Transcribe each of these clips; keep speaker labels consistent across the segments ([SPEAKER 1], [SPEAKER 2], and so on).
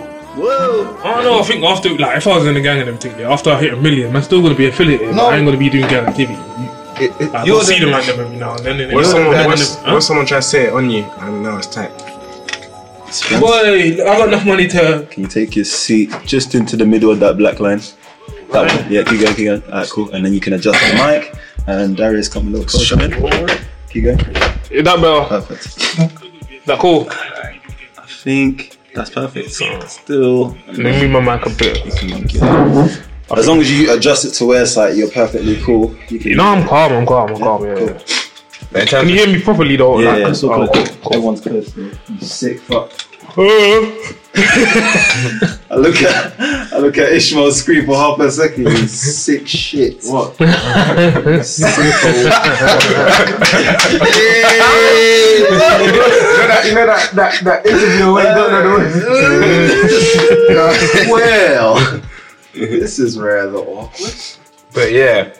[SPEAKER 1] Whoa.
[SPEAKER 2] I don't know. I think after, like, if I was in the gang and everything, yeah, after I hit a million, I'm still gonna be affiliated.
[SPEAKER 1] No.
[SPEAKER 2] but I ain't gonna be doing gang activity.
[SPEAKER 1] It, it,
[SPEAKER 2] Like,
[SPEAKER 1] you're
[SPEAKER 2] I'll see
[SPEAKER 1] the-
[SPEAKER 2] them like them every now and then. and
[SPEAKER 3] What if
[SPEAKER 2] it's
[SPEAKER 3] someone,
[SPEAKER 2] like,
[SPEAKER 3] what if,
[SPEAKER 2] huh?
[SPEAKER 3] what if someone tries to say it on you and now it's tight?
[SPEAKER 2] Boy, I got enough money to.
[SPEAKER 1] Can you take your seat just into the middle of that black line? That one. Yeah, keep going, keep going. Alright, cool. And then you can adjust the mic. And Darius, come a little closer, man. Keep going.
[SPEAKER 4] Is that better?
[SPEAKER 1] Perfect.
[SPEAKER 4] That cool?
[SPEAKER 1] I think that's perfect. So still,
[SPEAKER 4] Let me move my mic a bit.
[SPEAKER 1] as long as you adjust it to where it's like you're perfectly cool. You can.
[SPEAKER 4] You know I'm calm, I'm calm, I'm calm, yeah. yeah. Can you hear me properly though?
[SPEAKER 1] Yeah,
[SPEAKER 4] Like,
[SPEAKER 1] yeah, it's all
[SPEAKER 4] oh,
[SPEAKER 1] cool. Everyone's close. You sick fuck. I look at I look at Ishmael's screen for half a second. You sick shit. What? sick.
[SPEAKER 3] know that, you know that, that, that interview went
[SPEAKER 1] well, this is rather awkward.
[SPEAKER 5] But yeah,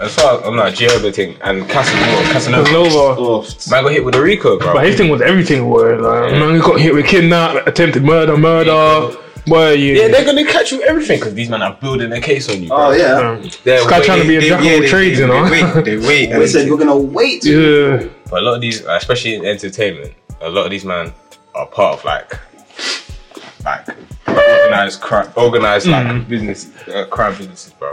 [SPEAKER 5] as far as I'm not Gioba thing and Casanova, Casanova,
[SPEAKER 4] Casanova.
[SPEAKER 1] Soft.
[SPEAKER 5] man got hit with a Rico, bro.
[SPEAKER 4] But his thing was everything, boy. Like, man got hit with kidnap, attempted murder, murder. Boy, you.
[SPEAKER 5] Yeah, they're gonna catch you with everything because these men are building a case on you. Bro.
[SPEAKER 1] Oh yeah.
[SPEAKER 4] Um,
[SPEAKER 5] They're
[SPEAKER 4] This guy trying to be a
[SPEAKER 5] waiting-
[SPEAKER 4] jack of
[SPEAKER 5] yeah,
[SPEAKER 4] all
[SPEAKER 5] they-
[SPEAKER 4] trades, you
[SPEAKER 5] they-
[SPEAKER 4] know?
[SPEAKER 5] They wait, they wait.
[SPEAKER 1] They said we're gonna wait.
[SPEAKER 4] yeah.
[SPEAKER 5] But a lot of these, especially in entertainment, a lot of these men are part of like, like organized crime, organized
[SPEAKER 4] Mm.
[SPEAKER 5] like business, uh, crime businesses, bro.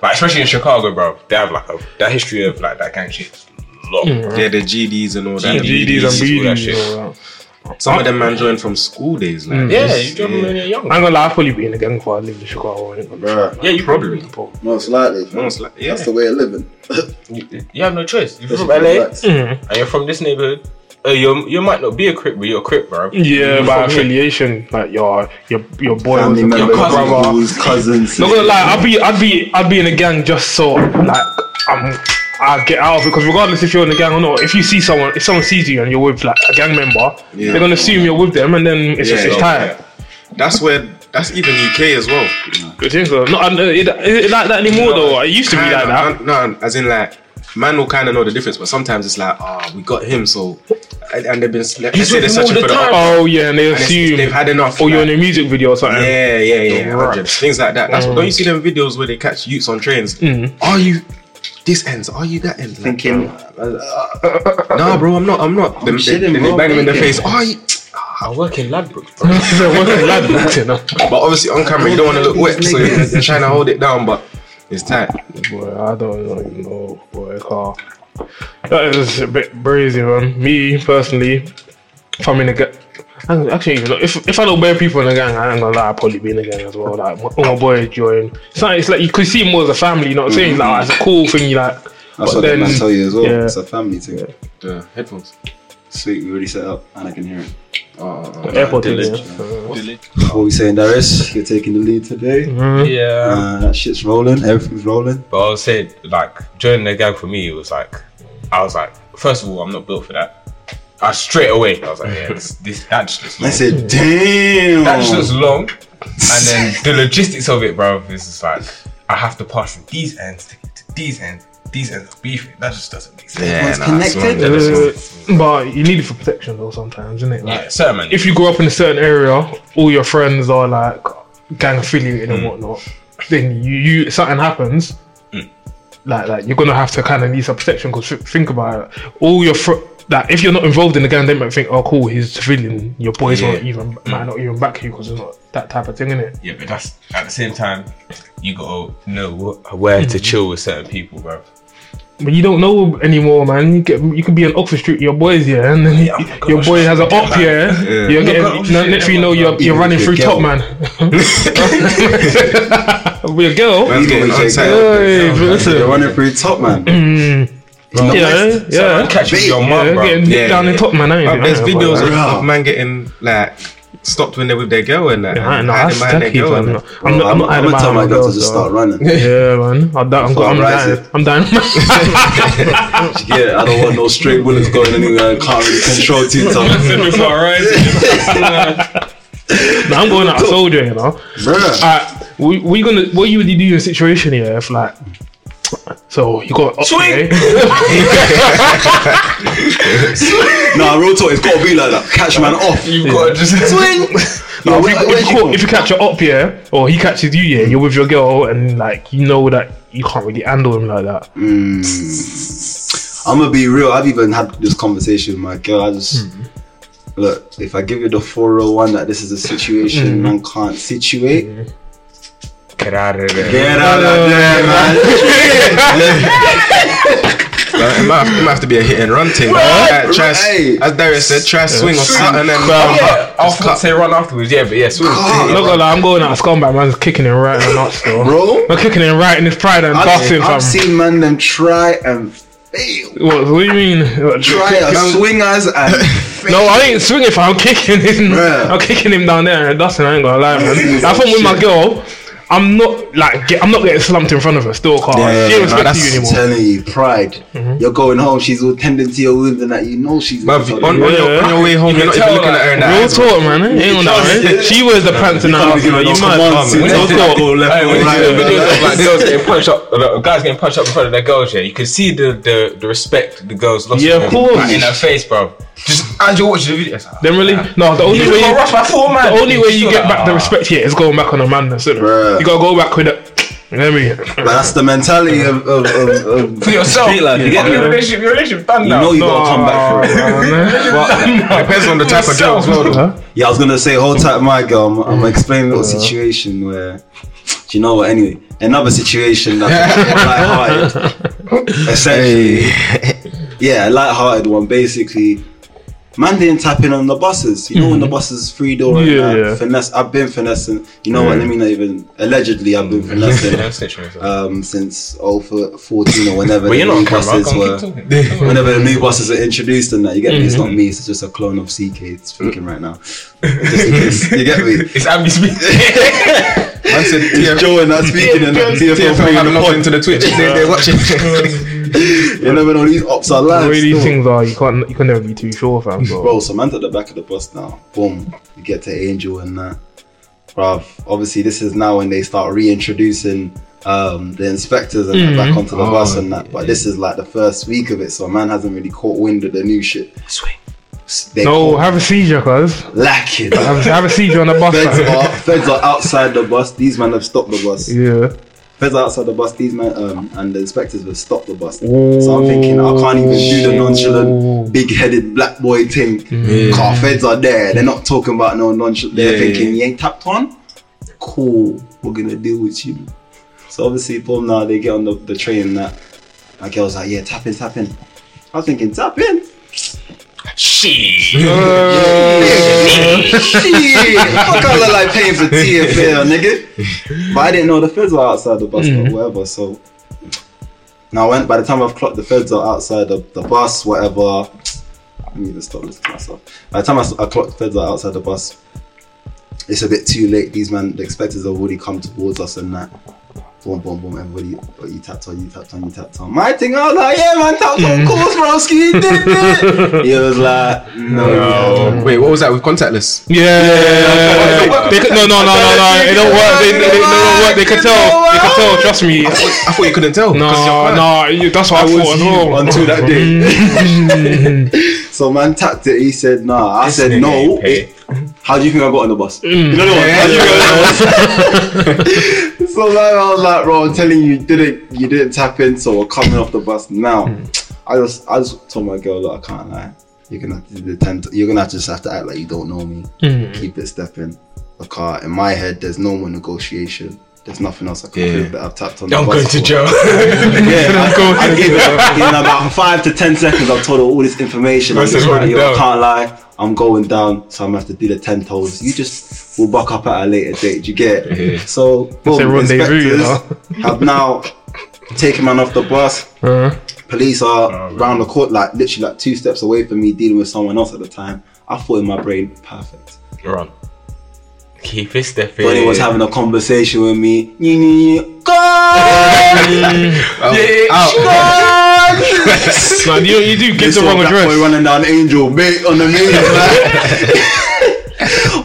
[SPEAKER 5] Like especially in Chicago, bro, they have like a that history of like that gang shit. is Long.
[SPEAKER 4] Mm.
[SPEAKER 3] Yeah, the GDs and all that.
[SPEAKER 5] Yeah,
[SPEAKER 4] GDs
[SPEAKER 5] DDs, all that
[SPEAKER 4] and
[SPEAKER 5] shit.
[SPEAKER 4] BDs. all Mm. that.
[SPEAKER 3] Some of them man joined from school days, like.
[SPEAKER 5] Yeah, you drop them when you're young.
[SPEAKER 4] I'm gonna lie, I'd probably be in the gang before I lived in Chicago. innit?
[SPEAKER 1] Bruh,
[SPEAKER 5] Yeah, you probably.
[SPEAKER 4] Bro.
[SPEAKER 1] most likely.
[SPEAKER 3] Almost like, yeah.
[SPEAKER 1] That's the way of living.
[SPEAKER 5] You, you have no choice. You're from
[SPEAKER 1] That's
[SPEAKER 5] LA
[SPEAKER 1] facts.
[SPEAKER 4] Mm-hmm.
[SPEAKER 5] and you're from this neighborhood. Uh, you you might not be a crip, but you're a crip, bro.
[SPEAKER 4] Yeah,
[SPEAKER 5] You're
[SPEAKER 4] by
[SPEAKER 5] from here.
[SPEAKER 4] affiliation, like your your your boy was
[SPEAKER 1] Family
[SPEAKER 4] a
[SPEAKER 1] members,
[SPEAKER 4] brother.
[SPEAKER 1] uncles, cousins.
[SPEAKER 4] Not gonna lie, I'd be I'd be I'd be in a gang just so like I'm I get out of it because regardless if you're in a gang or not, if you see someone, if someone sees you and you're with like a gang member,
[SPEAKER 3] Yeah.
[SPEAKER 4] they're gonna assume you're with them, and then it's just
[SPEAKER 3] Yeah,
[SPEAKER 4] it's
[SPEAKER 3] yeah.
[SPEAKER 4] time.
[SPEAKER 3] That's where, that's even UK as well.
[SPEAKER 4] You think so? Not uh, it, is it like that anymore though. It used to be like that.
[SPEAKER 3] Kinda, No, as in like, man will kind of know the difference, but sometimes it's like, ah, we got him, so. And, and they've been, let
[SPEAKER 5] He's
[SPEAKER 3] say
[SPEAKER 5] with
[SPEAKER 3] they're
[SPEAKER 5] him all
[SPEAKER 3] searching
[SPEAKER 5] the
[SPEAKER 3] for the.
[SPEAKER 5] time.
[SPEAKER 3] op-
[SPEAKER 4] Oh yeah, and they
[SPEAKER 3] and it's-
[SPEAKER 4] assume
[SPEAKER 3] They've had enough.
[SPEAKER 4] or Oh, you're
[SPEAKER 3] like-
[SPEAKER 4] in a music video or something.
[SPEAKER 3] Yeah, yeah, yeah.
[SPEAKER 4] Right.
[SPEAKER 3] hundreds, Things like that.
[SPEAKER 4] Mm.
[SPEAKER 3] That's don't you see them videos where they catch youths on trains? Are you this ends? Are you that ends? Like,
[SPEAKER 1] Thinking,
[SPEAKER 3] nah, bro, I'm not. I'm not. Then they,
[SPEAKER 1] chilling,
[SPEAKER 3] then they
[SPEAKER 1] bro,
[SPEAKER 3] bang them in the
[SPEAKER 1] thinking.
[SPEAKER 3] face. Are you?
[SPEAKER 5] I work in Ladbroke.
[SPEAKER 4] They're working lad, you know.
[SPEAKER 3] But obviously on camera you don't want to look wet, so you're you're trying to hold it down. But it's tight.
[SPEAKER 4] Boy, I don't even know, boy, car. That is a bit brazy, man. Me personally, if I'm in a gang, actually, even though- if if I know bare people in the gang, I ain't gonna lie, I'd probably be in the gang as well. Like, my, all my boy join. It's like, it's like you could see him more as a family. You know what I'm saying? Like, it's a cool thing. You like,
[SPEAKER 1] Mm-hmm. that's
[SPEAKER 4] but
[SPEAKER 1] what
[SPEAKER 4] then
[SPEAKER 1] they tell you as well.
[SPEAKER 4] yeah.
[SPEAKER 1] It's a family thing.
[SPEAKER 3] The headphones.
[SPEAKER 1] Sweet, we already set up and I can hear it.
[SPEAKER 3] Uh,
[SPEAKER 4] airport thing,
[SPEAKER 5] Diligent.
[SPEAKER 4] yeah.
[SPEAKER 1] What are we saying, Darius? You're taking the lead today.
[SPEAKER 5] Yeah.
[SPEAKER 1] Uh, that shit's rolling. Everything's rolling.
[SPEAKER 5] But I was saying, like, joining the gang for me, it was like, I was like, first of all, I'm not built for that. I straight away, I was like, yeah, this, this that's just
[SPEAKER 1] I
[SPEAKER 5] long.
[SPEAKER 1] said, damn.
[SPEAKER 5] That's just long. And then the logistics of it, bro, is just like, I have to pass from these ends to get to these ends, these ends of beefing. That just doesn't make sense.
[SPEAKER 3] yeah,
[SPEAKER 1] Everyone's
[SPEAKER 3] nah, it's
[SPEAKER 1] connected.
[SPEAKER 3] one of them.
[SPEAKER 4] Uh, but you need it for protection though sometimes, isn't it? Like,
[SPEAKER 5] Yeah, sir, man.
[SPEAKER 4] if you grow up in a certain area, all your friends are like gang affiliated
[SPEAKER 5] Hmm.
[SPEAKER 4] and whatnot, then you, you something happens, like like you're gonna have to kind of need some protection because think about it, all your fr- like if you're not involved in the gang, they might think, oh cool, he's civilian. Your boys
[SPEAKER 3] Yeah.
[SPEAKER 4] not even might
[SPEAKER 5] Hmm.
[SPEAKER 4] not even back you because it's not that type of thing, innit?
[SPEAKER 5] yeah, but that's at the same time, you gotta know wh- where
[SPEAKER 4] Hmm.
[SPEAKER 5] to chill with certain people, bro.
[SPEAKER 4] But you don't know anymore, man. You get you can be on Oxford Street, with your boys, yeah, and then
[SPEAKER 5] oh my
[SPEAKER 4] your
[SPEAKER 5] gosh.
[SPEAKER 4] boy has an op,
[SPEAKER 5] Yeah.
[SPEAKER 4] yeah. You're
[SPEAKER 5] Yeah,
[SPEAKER 4] getting
[SPEAKER 5] but Oxford
[SPEAKER 4] no,
[SPEAKER 5] Street,
[SPEAKER 4] next thing you know,
[SPEAKER 5] yeah,
[SPEAKER 4] you're you're
[SPEAKER 1] yeah,
[SPEAKER 4] running
[SPEAKER 1] with
[SPEAKER 4] through
[SPEAKER 1] your
[SPEAKER 4] top
[SPEAKER 1] girl.
[SPEAKER 4] man. With a girl,
[SPEAKER 3] Man's getting
[SPEAKER 1] Hey,
[SPEAKER 3] untied.
[SPEAKER 4] Hey,
[SPEAKER 5] Yeah,
[SPEAKER 1] You're
[SPEAKER 4] listen.
[SPEAKER 1] running through top, man.
[SPEAKER 4] Mm.
[SPEAKER 1] Not
[SPEAKER 4] Yeah,
[SPEAKER 1] West.
[SPEAKER 5] Yeah,
[SPEAKER 4] yeah.
[SPEAKER 5] catch you with your
[SPEAKER 4] Yeah,
[SPEAKER 5] mum, bro.
[SPEAKER 4] getting dipped
[SPEAKER 3] Yeah,
[SPEAKER 4] down in
[SPEAKER 3] yeah.
[SPEAKER 4] top man, ain't
[SPEAKER 3] Uh,
[SPEAKER 4] it?
[SPEAKER 3] there's
[SPEAKER 4] Yeah,
[SPEAKER 3] videos
[SPEAKER 4] but-
[SPEAKER 3] of,
[SPEAKER 1] Bruh.
[SPEAKER 3] of man getting like stopped when they're with their girl and that.
[SPEAKER 4] Yeah, I
[SPEAKER 3] and
[SPEAKER 4] know,
[SPEAKER 3] hiding
[SPEAKER 4] that's
[SPEAKER 3] behind their
[SPEAKER 4] techie,
[SPEAKER 3] girl
[SPEAKER 4] but I'm
[SPEAKER 3] and that.
[SPEAKER 4] not- I'm not. I'm not
[SPEAKER 1] I'm
[SPEAKER 4] hiding
[SPEAKER 1] gonna tell
[SPEAKER 4] behind
[SPEAKER 1] my
[SPEAKER 4] my
[SPEAKER 1] girl to
[SPEAKER 4] girls,
[SPEAKER 1] just
[SPEAKER 4] though.
[SPEAKER 1] start running.
[SPEAKER 4] Yeah, man. I'm down. I'm
[SPEAKER 1] Before
[SPEAKER 4] I'm
[SPEAKER 1] I rise
[SPEAKER 4] dying.
[SPEAKER 1] it.
[SPEAKER 4] I'm dying.
[SPEAKER 1] Yeah, I don't want no straight bullets going anywhere. I can't really control too tough.
[SPEAKER 5] Before I rise,
[SPEAKER 4] Nah, I'm going out a soldier, you know.
[SPEAKER 1] Bruh.
[SPEAKER 4] Alright, we we gonna what you would do in a situation here if like So you got
[SPEAKER 5] Swing!
[SPEAKER 6] Nah, real talk, it's got to be like that. Catch man off.
[SPEAKER 5] You've got to just swing.
[SPEAKER 6] Nah,
[SPEAKER 4] if,
[SPEAKER 6] where-
[SPEAKER 4] you,
[SPEAKER 6] where'd
[SPEAKER 4] if, you
[SPEAKER 6] you
[SPEAKER 4] caught,
[SPEAKER 6] go?
[SPEAKER 4] if you catch her up, yeah, or he catches you, yeah, you're with your girl, and like you know that you can't really handle him like that.
[SPEAKER 6] I'm gonna be real. I've even had this conversation with my girl. I just
[SPEAKER 4] Hmm.
[SPEAKER 6] look if I give you the 401 that this is a
[SPEAKER 4] Hmm.
[SPEAKER 6] situation man can't situate.
[SPEAKER 5] Get out of there.
[SPEAKER 6] Get out of there, man.
[SPEAKER 3] Like, Uh, it, might have, it might have to be a hit and run thing. Like, try,
[SPEAKER 6] Right.
[SPEAKER 3] As Darius said, try swing or something and then
[SPEAKER 5] Yeah, I was gonna say run afterwards. Yeah, but yeah, swing.
[SPEAKER 4] I'm not gonna lie, I'm going out of scumbag, man's kicking him right in the nuts, though.
[SPEAKER 6] Bro,
[SPEAKER 4] I'm kicking him right in his pride and busting,
[SPEAKER 6] I've,
[SPEAKER 4] fam.
[SPEAKER 6] I've seen man them try and fail.
[SPEAKER 4] What, what do you mean? What,
[SPEAKER 6] Try and swing us and
[SPEAKER 4] No, I ain't swinging. Fam. I'm kicking him.
[SPEAKER 6] Bruh.
[SPEAKER 4] I'm kicking him down there. and Dustin, I ain't gonna lie, man. I think with my girl, I'm not like get, I'm not getting slumped in front of her. Still, car. she ain't
[SPEAKER 6] Yeah,
[SPEAKER 4] respect you
[SPEAKER 6] I'm
[SPEAKER 4] anymore. Mm-hmm.
[SPEAKER 6] telling you, pride. You're going home. She's all tending to your wounds and that. You know she's.
[SPEAKER 3] Bruv, on, on, your, on your way home, you're not even
[SPEAKER 5] tell,
[SPEAKER 3] looking
[SPEAKER 5] like,
[SPEAKER 3] at her in the
[SPEAKER 4] Real
[SPEAKER 3] eyes.
[SPEAKER 4] talk, man. eh? Ain't on that, man. She wears the pants and that. You
[SPEAKER 6] no commands,
[SPEAKER 4] might.
[SPEAKER 6] you
[SPEAKER 4] Real talk.
[SPEAKER 6] know.
[SPEAKER 5] Hey, when you
[SPEAKER 6] Right,
[SPEAKER 5] do the
[SPEAKER 6] right,
[SPEAKER 5] videos of
[SPEAKER 6] right.
[SPEAKER 5] like girls getting punched up, like, guys getting punched up in front of their girls, yeah, you can see the the, the respect the girls lost
[SPEAKER 4] Yeah,
[SPEAKER 5] in her-
[SPEAKER 4] of course.
[SPEAKER 5] in her face, bro. Just as you're watching the video, it's like,
[SPEAKER 4] Then really, no. The only
[SPEAKER 5] you
[SPEAKER 4] way,
[SPEAKER 5] can't
[SPEAKER 4] you,
[SPEAKER 5] rush my four man.
[SPEAKER 4] the only way you get back the
[SPEAKER 5] Ah.
[SPEAKER 4] respect here is going back on a madness. innit?
[SPEAKER 6] Bruh.
[SPEAKER 4] You gotta go back with it. Let me.
[SPEAKER 6] But that's the mentality of, of, of, of
[SPEAKER 5] for yourself.
[SPEAKER 6] street life, you get me?
[SPEAKER 5] Your relationship, your relationship done
[SPEAKER 6] You
[SPEAKER 5] now.
[SPEAKER 6] know you gotta come back for it.
[SPEAKER 4] Oh,
[SPEAKER 3] Depends on the type of girl as well. though.
[SPEAKER 6] Yeah, I was gonna say, hold tight, my girl. I'm, I'm explaining a little situation where, do you know what? Anyway, another situation that's light-hearted. Essentially, yeah, light-hearted one. Basically, man didn't tap in on the buses. You know when the buses free door and
[SPEAKER 4] Mm-hmm. Yeah,
[SPEAKER 6] that,
[SPEAKER 4] yeah.
[SPEAKER 6] finesse. I've been finessing. You know what? Let me not even allegedly. I've been finessing.
[SPEAKER 5] But
[SPEAKER 6] Um, since 014 or whenever
[SPEAKER 5] you're
[SPEAKER 6] the
[SPEAKER 5] not on camera.
[SPEAKER 6] new
[SPEAKER 5] I
[SPEAKER 6] buses
[SPEAKER 5] can't
[SPEAKER 6] were,
[SPEAKER 5] keep talking.
[SPEAKER 6] whenever the new buses are introduced and that, you get me? It's not me, it's just a clone of CK speaking right now. Just in case, you get me?
[SPEAKER 5] It's Abby speaking.
[SPEAKER 3] Man said,
[SPEAKER 6] It's Joe and that speaking and that TFL
[SPEAKER 3] TFL
[SPEAKER 6] bringing
[SPEAKER 3] having
[SPEAKER 6] the
[SPEAKER 3] logged
[SPEAKER 6] point.
[SPEAKER 3] into the Twitch. They- They're watching.
[SPEAKER 6] You never know, these ops are
[SPEAKER 4] The
[SPEAKER 6] live.
[SPEAKER 4] way these
[SPEAKER 6] still.
[SPEAKER 4] things are, you can't, you can never be too sure, fam. so-
[SPEAKER 6] Bro, so man's at the back of the bus now. Boom. You get to Angel and that. Bruv, obviously this is now when they start reintroducing um, the inspectors and that back onto the bus and that. But this is like the first week of it, so man hasn't really caught wind of the new shit. Swing. They
[SPEAKER 4] No,
[SPEAKER 6] caught
[SPEAKER 4] have a seizure, cuz.
[SPEAKER 6] lacking.
[SPEAKER 4] Have, have a seizure on the bus.
[SPEAKER 6] Feds
[SPEAKER 4] fam.
[SPEAKER 6] are feds are outside the bus. These men have stopped the bus.
[SPEAKER 4] Yeah.
[SPEAKER 6] Feds are outside the bus. These men um, and the inspectors have stopped the bus. So I'm thinking I can't even do the
[SPEAKER 4] Oh.
[SPEAKER 6] nonchalant, big-headed black boy thing. Car feds are there. They're not talking about no nonchalant. They're thinking you ain't tapped on. Cool. We're gonna deal with you. So obviously, boom. Now they get on the, the train and that. My girl's like, yeah, tap in, tap in. I was thinking, tap in. Shit, fuck I look like paying for TFL, nigga. But I didn't know the feds were outside the bus or whatever, so now I went by the time I've clocked the feds are outside the, the bus, whatever. I need to stop listening to myself. By the time I, s- I clocked the feds are outside the bus, it's a bit too late. These man, the expectors have already come towards us and that. Boom, boom, boom, everybody, oh, you tapped on, you tapped on, you tapped on. My thing, I was like, yeah, man, tapped on, course, broski, you did it. He was like, no.
[SPEAKER 3] Wait, what was that with contactless?
[SPEAKER 4] Yeah. They could- No, no, no, no, no. It don't work. They, they, they, don't work. They can tell. They can tell. Trust me.
[SPEAKER 3] I thought, I thought you couldn't tell.
[SPEAKER 4] No, no. you- That's what I, thought as well.
[SPEAKER 6] until that day. so man tapped it. He said, "Nah." I said, "No."
[SPEAKER 5] Hey,
[SPEAKER 6] How do you think I got on the bus? You know the one. How do you think I got on the bus? so man, I was like, "Bro, I'm telling you, you didn't you didn't tap in, so we're coming off the bus now." I just I just told my girl, "Look, I can't lie. You're gonna have to pretend. You're gonna have to just have to act like you don't know me.
[SPEAKER 4] Mm.
[SPEAKER 6] Keep it stepping." The car in my head, there's no more negotiation. There's nothing else I can
[SPEAKER 3] Yeah.
[SPEAKER 6] prove that I've tapped on. the
[SPEAKER 5] I'm
[SPEAKER 6] bus
[SPEAKER 5] going to
[SPEAKER 6] for.
[SPEAKER 5] jail.
[SPEAKER 6] Yeah, I,
[SPEAKER 4] go
[SPEAKER 6] I
[SPEAKER 4] to
[SPEAKER 6] gave it in about five to ten seconds. I've told her all this information. I'm
[SPEAKER 5] That's
[SPEAKER 6] just
[SPEAKER 5] going
[SPEAKER 6] like, yo, I
[SPEAKER 5] down.
[SPEAKER 6] can't lie. I'm going down, so I'm gonna have to do the ten toes. You just will buck up at a later date. You get it? So boom,
[SPEAKER 4] a rendezvous,
[SPEAKER 6] inspectors
[SPEAKER 4] you know?
[SPEAKER 6] have now taken man off the bus. Police are round the court, like literally like two steps away from me, dealing with someone else at the time. I thought in my brain, perfect.
[SPEAKER 5] Run. Keep it stepping.
[SPEAKER 6] But he was having a conversation with me. Nye, nye, nye. Gone! Gone!
[SPEAKER 4] Oh. No, you, you do give the
[SPEAKER 6] This
[SPEAKER 4] wrong
[SPEAKER 6] one black Boy
[SPEAKER 4] address.
[SPEAKER 6] running down Angel Bay on the main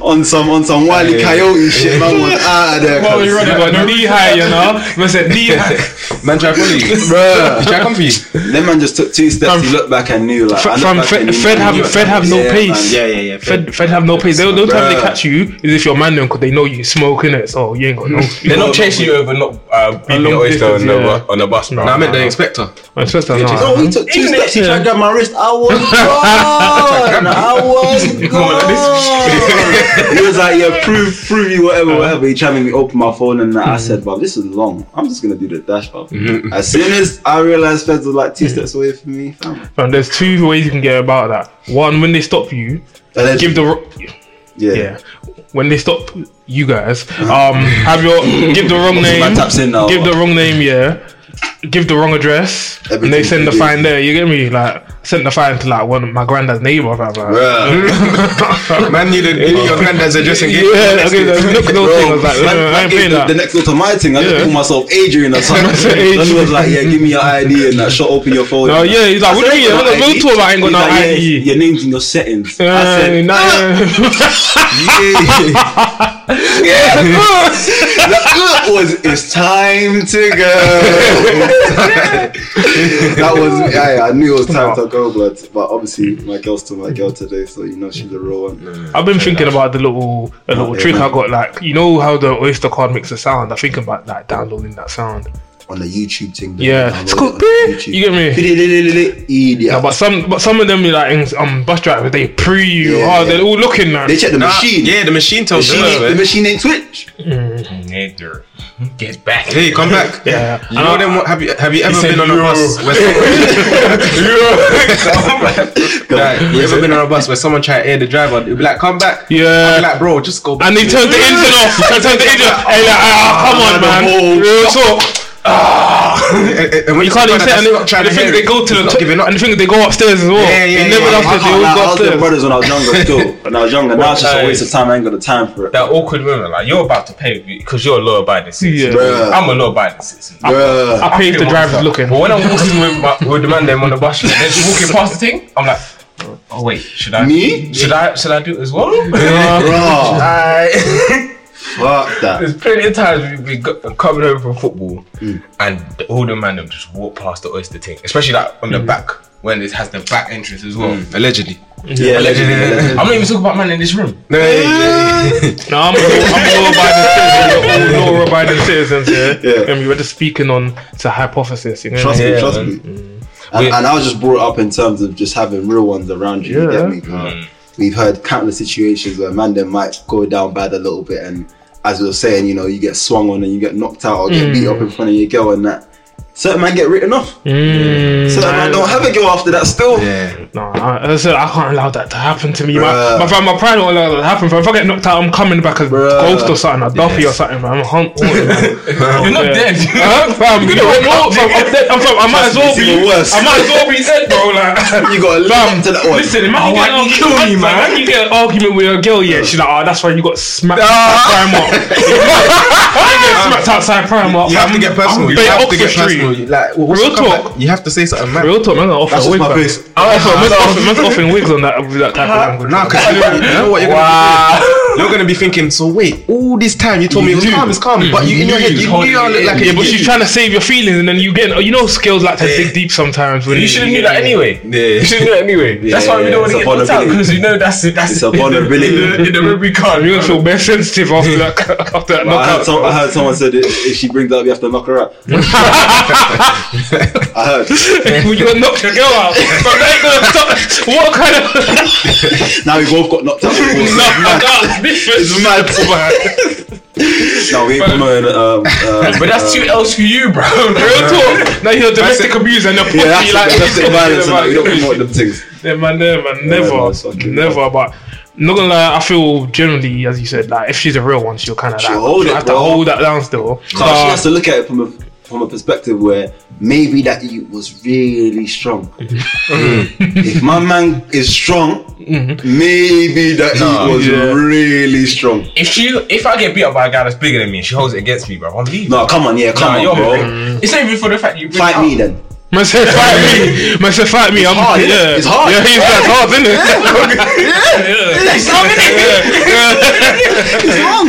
[SPEAKER 6] on some on some wily coyote shit. Man was out of there.
[SPEAKER 4] Well,
[SPEAKER 6] cuz.
[SPEAKER 4] you got knee high, you know. Man said knee high.
[SPEAKER 5] Man, try follow you.
[SPEAKER 4] Bruh.
[SPEAKER 5] Try come for you.
[SPEAKER 6] Them man just took two steps.
[SPEAKER 4] Fam-
[SPEAKER 6] he looked back and knew. Like I
[SPEAKER 4] Fred,
[SPEAKER 6] looked
[SPEAKER 4] fam,
[SPEAKER 6] back and
[SPEAKER 4] Fred,
[SPEAKER 6] he
[SPEAKER 4] Fred
[SPEAKER 6] knew,
[SPEAKER 4] have
[SPEAKER 6] like,
[SPEAKER 4] Fed have no
[SPEAKER 6] yeah, man,
[SPEAKER 4] pace.
[SPEAKER 6] Yeah, yeah, yeah.
[SPEAKER 4] Fed, Fed have no pace. They, the only time they
[SPEAKER 5] Bruh.
[SPEAKER 4] catch you is if you're man them because they know you smoking it. So you ain't got no.
[SPEAKER 6] Mm.
[SPEAKER 5] They're not chasing you over, not uh, beating
[SPEAKER 4] long
[SPEAKER 5] your oyster on,
[SPEAKER 4] distance,
[SPEAKER 5] the,
[SPEAKER 4] yeah.
[SPEAKER 5] bu- on the bus, bro.
[SPEAKER 3] No, I meant the inspector.
[SPEAKER 4] I trust that
[SPEAKER 6] No,
[SPEAKER 4] now.
[SPEAKER 6] he took two
[SPEAKER 1] Even
[SPEAKER 6] steps. He
[SPEAKER 4] if-
[SPEAKER 6] tried to grab my wrist. I was gone. I was gone. he was like, "Yeah, prove, prove you whatever, whatever." He tried to make me open my phone, and I
[SPEAKER 4] Mm.
[SPEAKER 6] said, "Bob, this is long. I'm just gonna do the dash, Bob."
[SPEAKER 4] Mm-hmm.
[SPEAKER 6] As soon as I realized Feds was
[SPEAKER 4] Mm.
[SPEAKER 6] like two steps away from me, fam.
[SPEAKER 4] Fam, there's two ways you can get about that. One, when they stop you,
[SPEAKER 6] And then-
[SPEAKER 4] give the ro-
[SPEAKER 6] yeah.
[SPEAKER 4] yeah. When they stop you guys, um, have your give the wrong
[SPEAKER 6] Man
[SPEAKER 4] name,
[SPEAKER 6] taps in now.
[SPEAKER 4] give the wrong name, yeah, give the wrong address, and they
[SPEAKER 6] Everything
[SPEAKER 4] send the
[SPEAKER 6] to do.
[SPEAKER 4] fine there. You get me? Like sent the fine to like one of my granddad's neighbor. Like,
[SPEAKER 6] Bruh.
[SPEAKER 3] Man, you did give me your granddad's address and get
[SPEAKER 4] yeah, okay, the look at those things. I was like,
[SPEAKER 6] Like,
[SPEAKER 4] no, I
[SPEAKER 6] like
[SPEAKER 4] ain't
[SPEAKER 6] the,
[SPEAKER 4] paying that.
[SPEAKER 6] the next door to my thing, I just
[SPEAKER 4] Yeah.
[SPEAKER 6] called myself Adrian or something.
[SPEAKER 4] Adrian.
[SPEAKER 6] Then he was like, "Yeah, give me your ID and that. Shut open your phone."
[SPEAKER 4] No,
[SPEAKER 6] and
[SPEAKER 4] Oh,
[SPEAKER 6] that.
[SPEAKER 4] yeah, he's like,
[SPEAKER 6] I
[SPEAKER 4] what do
[SPEAKER 6] said,
[SPEAKER 4] you mean?
[SPEAKER 6] "Ain't got
[SPEAKER 4] We'll
[SPEAKER 6] ID."
[SPEAKER 4] talk about I ain't got
[SPEAKER 6] He's
[SPEAKER 4] no
[SPEAKER 6] like, yeah,
[SPEAKER 4] ID.
[SPEAKER 6] Your name's in your settings. I
[SPEAKER 4] Uh, nah,
[SPEAKER 6] said, The uh was it's time to go. that was yeah, yeah, I knew it was time to go, but but obviously my girl's still my girl today, so you know she's a real one.
[SPEAKER 4] I've been thinking about the little a little
[SPEAKER 6] yeah,
[SPEAKER 4] trick I
[SPEAKER 6] man.
[SPEAKER 4] got. Like you know how the Oyster card makes a sound. I think about like downloading that sound.
[SPEAKER 6] On the YouTube thing. they
[SPEAKER 4] Yeah,
[SPEAKER 6] download
[SPEAKER 4] it's called.
[SPEAKER 6] it on
[SPEAKER 4] You get me?
[SPEAKER 6] YouTube. Idiot.
[SPEAKER 4] Yeah, but some but some of them be like in- um bus drivers they pre you.
[SPEAKER 6] Yeah,
[SPEAKER 4] oh,
[SPEAKER 6] yeah.
[SPEAKER 4] they're all looking man.
[SPEAKER 6] They check the machine.
[SPEAKER 3] Ah, Yeah, the machine tells
[SPEAKER 6] Machine ain't- the
[SPEAKER 3] you.
[SPEAKER 6] machine ain't Twitch.
[SPEAKER 5] Nigger. Get back.
[SPEAKER 3] Hey, come back.
[SPEAKER 4] Yeah.
[SPEAKER 3] You know them, what- have you have you ever
[SPEAKER 5] said
[SPEAKER 3] been on a
[SPEAKER 5] Euro.
[SPEAKER 3] bus? Where someone, like, you ever been on a bus where someone tried to air the driver? They'd be like, "Come back." I'd
[SPEAKER 4] Yeah.
[SPEAKER 3] be like, "Bro, just go." Back.
[SPEAKER 4] and they turn the engine off. They turn the engine off. And you're like, ah, come on, man. Real talk.
[SPEAKER 3] and, and when
[SPEAKER 4] You can't even say. And, they- and
[SPEAKER 3] anything.
[SPEAKER 4] the thing is, they go to the
[SPEAKER 3] not
[SPEAKER 4] top.
[SPEAKER 3] giving up.
[SPEAKER 4] And the thing is, they go upstairs as well.
[SPEAKER 3] Yeah, yeah,
[SPEAKER 4] They never
[SPEAKER 3] yeah,
[SPEAKER 4] left
[SPEAKER 6] I,
[SPEAKER 4] it, They all
[SPEAKER 6] I,
[SPEAKER 4] go
[SPEAKER 6] I was their
[SPEAKER 4] upstairs.
[SPEAKER 6] brothers when I was younger still. When I was younger, now it's just a
[SPEAKER 5] guys.
[SPEAKER 6] waste of time. I ain't got the time for it.
[SPEAKER 5] That awkward moment, like you're about to pay because you're a law abiding citizen.
[SPEAKER 4] Yeah.
[SPEAKER 6] Bruh.
[SPEAKER 5] I'm a law abiding citizen.
[SPEAKER 6] Bruh.
[SPEAKER 4] I paid
[SPEAKER 5] feel
[SPEAKER 4] the driver's
[SPEAKER 5] myself.
[SPEAKER 4] looking.
[SPEAKER 5] But when I'm walking with, my, with the man them on the bus, they're just walking past the thing. I'm like, oh wait, should I?
[SPEAKER 6] Me?
[SPEAKER 5] Should I? Should I do it as well?
[SPEAKER 6] Bruh.
[SPEAKER 5] I,
[SPEAKER 6] Fuck that.
[SPEAKER 5] there's plenty of times we, we got, coming home from football,
[SPEAKER 6] Mm.
[SPEAKER 5] and the, all the man them just walk past the oyster thing, especially like on the back when it has the back entrance as well.
[SPEAKER 3] Allegedly.
[SPEAKER 6] Mm. Yeah, allegedly,
[SPEAKER 5] I'm
[SPEAKER 6] allegedly.
[SPEAKER 5] not even talking about man in this room.
[SPEAKER 4] No, I'm a I'm a law abiding citizen. We're all law abiding citizens here.
[SPEAKER 6] Yeah.
[SPEAKER 4] And we were just speaking on to hypothesis. You know?
[SPEAKER 6] Trust
[SPEAKER 5] Yeah,
[SPEAKER 6] me, trust
[SPEAKER 5] man.
[SPEAKER 6] me. And, and I was just brought up in terms of just having real ones around you. You
[SPEAKER 4] Yeah.
[SPEAKER 6] get me? We've heard countless situations where man then might go down bad a little bit, and as we were saying, you know, you get swung on and you get knocked out or get beat up in front of your girl, and that certain man get written off.
[SPEAKER 4] Mm,
[SPEAKER 6] Certain man don't have a girl after that still.
[SPEAKER 3] Yeah.
[SPEAKER 4] No, I, I said I can't allow that to happen to me. My, my,
[SPEAKER 6] Bruh.
[SPEAKER 4] fam, my pride won't allow that to happen. fam. If I get knocked out, I'm coming back as
[SPEAKER 6] Bruh.
[SPEAKER 4] ghost or something, a duffy or something. Man. I'm hunt. You're
[SPEAKER 5] You're not dead.
[SPEAKER 4] fam, you know, I'm, old, fam, I'm, dead, I'm, fam, I might as well
[SPEAKER 6] It's
[SPEAKER 4] be.
[SPEAKER 6] even worse.
[SPEAKER 4] I might as well be dead, bro. Like.
[SPEAKER 6] You got to
[SPEAKER 4] Fam,
[SPEAKER 6] live to that one.
[SPEAKER 4] Listen, imagine
[SPEAKER 5] why'd you Oh,
[SPEAKER 4] you get an
[SPEAKER 5] kill
[SPEAKER 4] argument,
[SPEAKER 5] me, man?
[SPEAKER 4] imagine you get an argument with a girl, yeah. She's like, oh, that's why you got smacked outside Primark. You get smacked outside Primark.
[SPEAKER 3] You have to
[SPEAKER 4] fam.
[SPEAKER 3] get
[SPEAKER 4] I'm
[SPEAKER 3] personal. You
[SPEAKER 4] bare
[SPEAKER 3] have to
[SPEAKER 4] Oxford
[SPEAKER 3] get
[SPEAKER 4] Street.
[SPEAKER 3] personal. You- Like, what's
[SPEAKER 4] Real
[SPEAKER 3] the comeback?
[SPEAKER 4] talk.
[SPEAKER 3] You have to say something, man.
[SPEAKER 4] Real talk, man. I'm offering
[SPEAKER 6] That's just
[SPEAKER 4] wigs.
[SPEAKER 6] my
[SPEAKER 4] fam.
[SPEAKER 6] face.
[SPEAKER 4] I'm offering- man's offering wigs on that, with that type of language.
[SPEAKER 3] Nah, because you, you know what you're gonna be doing? You're gonna be thinking, so wait, all this time you told me it was calm, it's calm, but you in your head you knew I look like a
[SPEAKER 4] Yeah, but she's trying to save your feelings, and then you get. You know, skills like to dig deep sometimes. When
[SPEAKER 5] You should have knew that anyway. You
[SPEAKER 3] Yeah.
[SPEAKER 5] should have knew that anyway. that's why we
[SPEAKER 6] yeah,
[SPEAKER 5] don't want to
[SPEAKER 6] it's
[SPEAKER 5] get
[SPEAKER 6] a
[SPEAKER 5] knocked out
[SPEAKER 6] vulnerability.
[SPEAKER 5] because we know that's it. That's
[SPEAKER 6] It's
[SPEAKER 5] it.
[SPEAKER 6] a vulnerability.
[SPEAKER 5] In the- in the memory card.
[SPEAKER 4] You're gonna feel more sensitive after that. After that
[SPEAKER 6] I heard,
[SPEAKER 4] knockout.
[SPEAKER 6] some, I heard someone said that if she brings up, you have to knock her out. I heard.
[SPEAKER 4] Well, you gonna knock your girl out. But that ain't gonna stop. What kind of
[SPEAKER 6] Now we both got knocked out. Of course.
[SPEAKER 4] knock difference?
[SPEAKER 6] mad. No, we ain't promoting. Um, uh,
[SPEAKER 5] But that's
[SPEAKER 6] uh,
[SPEAKER 5] two L's for you, bro.
[SPEAKER 4] Real talk. Now you're a domestic abuser and you're
[SPEAKER 6] Yeah,
[SPEAKER 4] pussy
[SPEAKER 6] that's
[SPEAKER 4] like
[SPEAKER 6] domestic violence. and that. We don't
[SPEAKER 4] Yeah,
[SPEAKER 6] promote them things.
[SPEAKER 4] man, yeah, man,
[SPEAKER 6] man,
[SPEAKER 4] never,
[SPEAKER 6] it's fucking
[SPEAKER 4] never. But not gonna lie, I feel generally, as you said, like if she's a real one, she'll kind of
[SPEAKER 6] She'll
[SPEAKER 4] like,
[SPEAKER 6] hold it,
[SPEAKER 4] have to
[SPEAKER 6] bro.
[SPEAKER 4] hold that down still.
[SPEAKER 6] So she has to look at it from a from a perspective where maybe that you was really strong. Mm. if my man is strong, maybe that he was
[SPEAKER 4] Yeah.
[SPEAKER 6] really strong.
[SPEAKER 5] If she, if I get beat up by a guy that's bigger than me, and she holds it against me, bro. I'm leaving.
[SPEAKER 6] No, come on, yeah,
[SPEAKER 5] Nah,
[SPEAKER 6] come
[SPEAKER 5] you're
[SPEAKER 6] on, bro.
[SPEAKER 5] bro. It's not even for the fact you bring it
[SPEAKER 6] Fight
[SPEAKER 5] up.
[SPEAKER 6] me then.
[SPEAKER 4] Man said fight me. Man said fight me. I'm
[SPEAKER 6] hard,
[SPEAKER 4] yeah.
[SPEAKER 6] innit? It's hard.
[SPEAKER 4] Yeah, he's that's hard, isn't it?
[SPEAKER 5] It's not, innit?
[SPEAKER 6] It's wrong.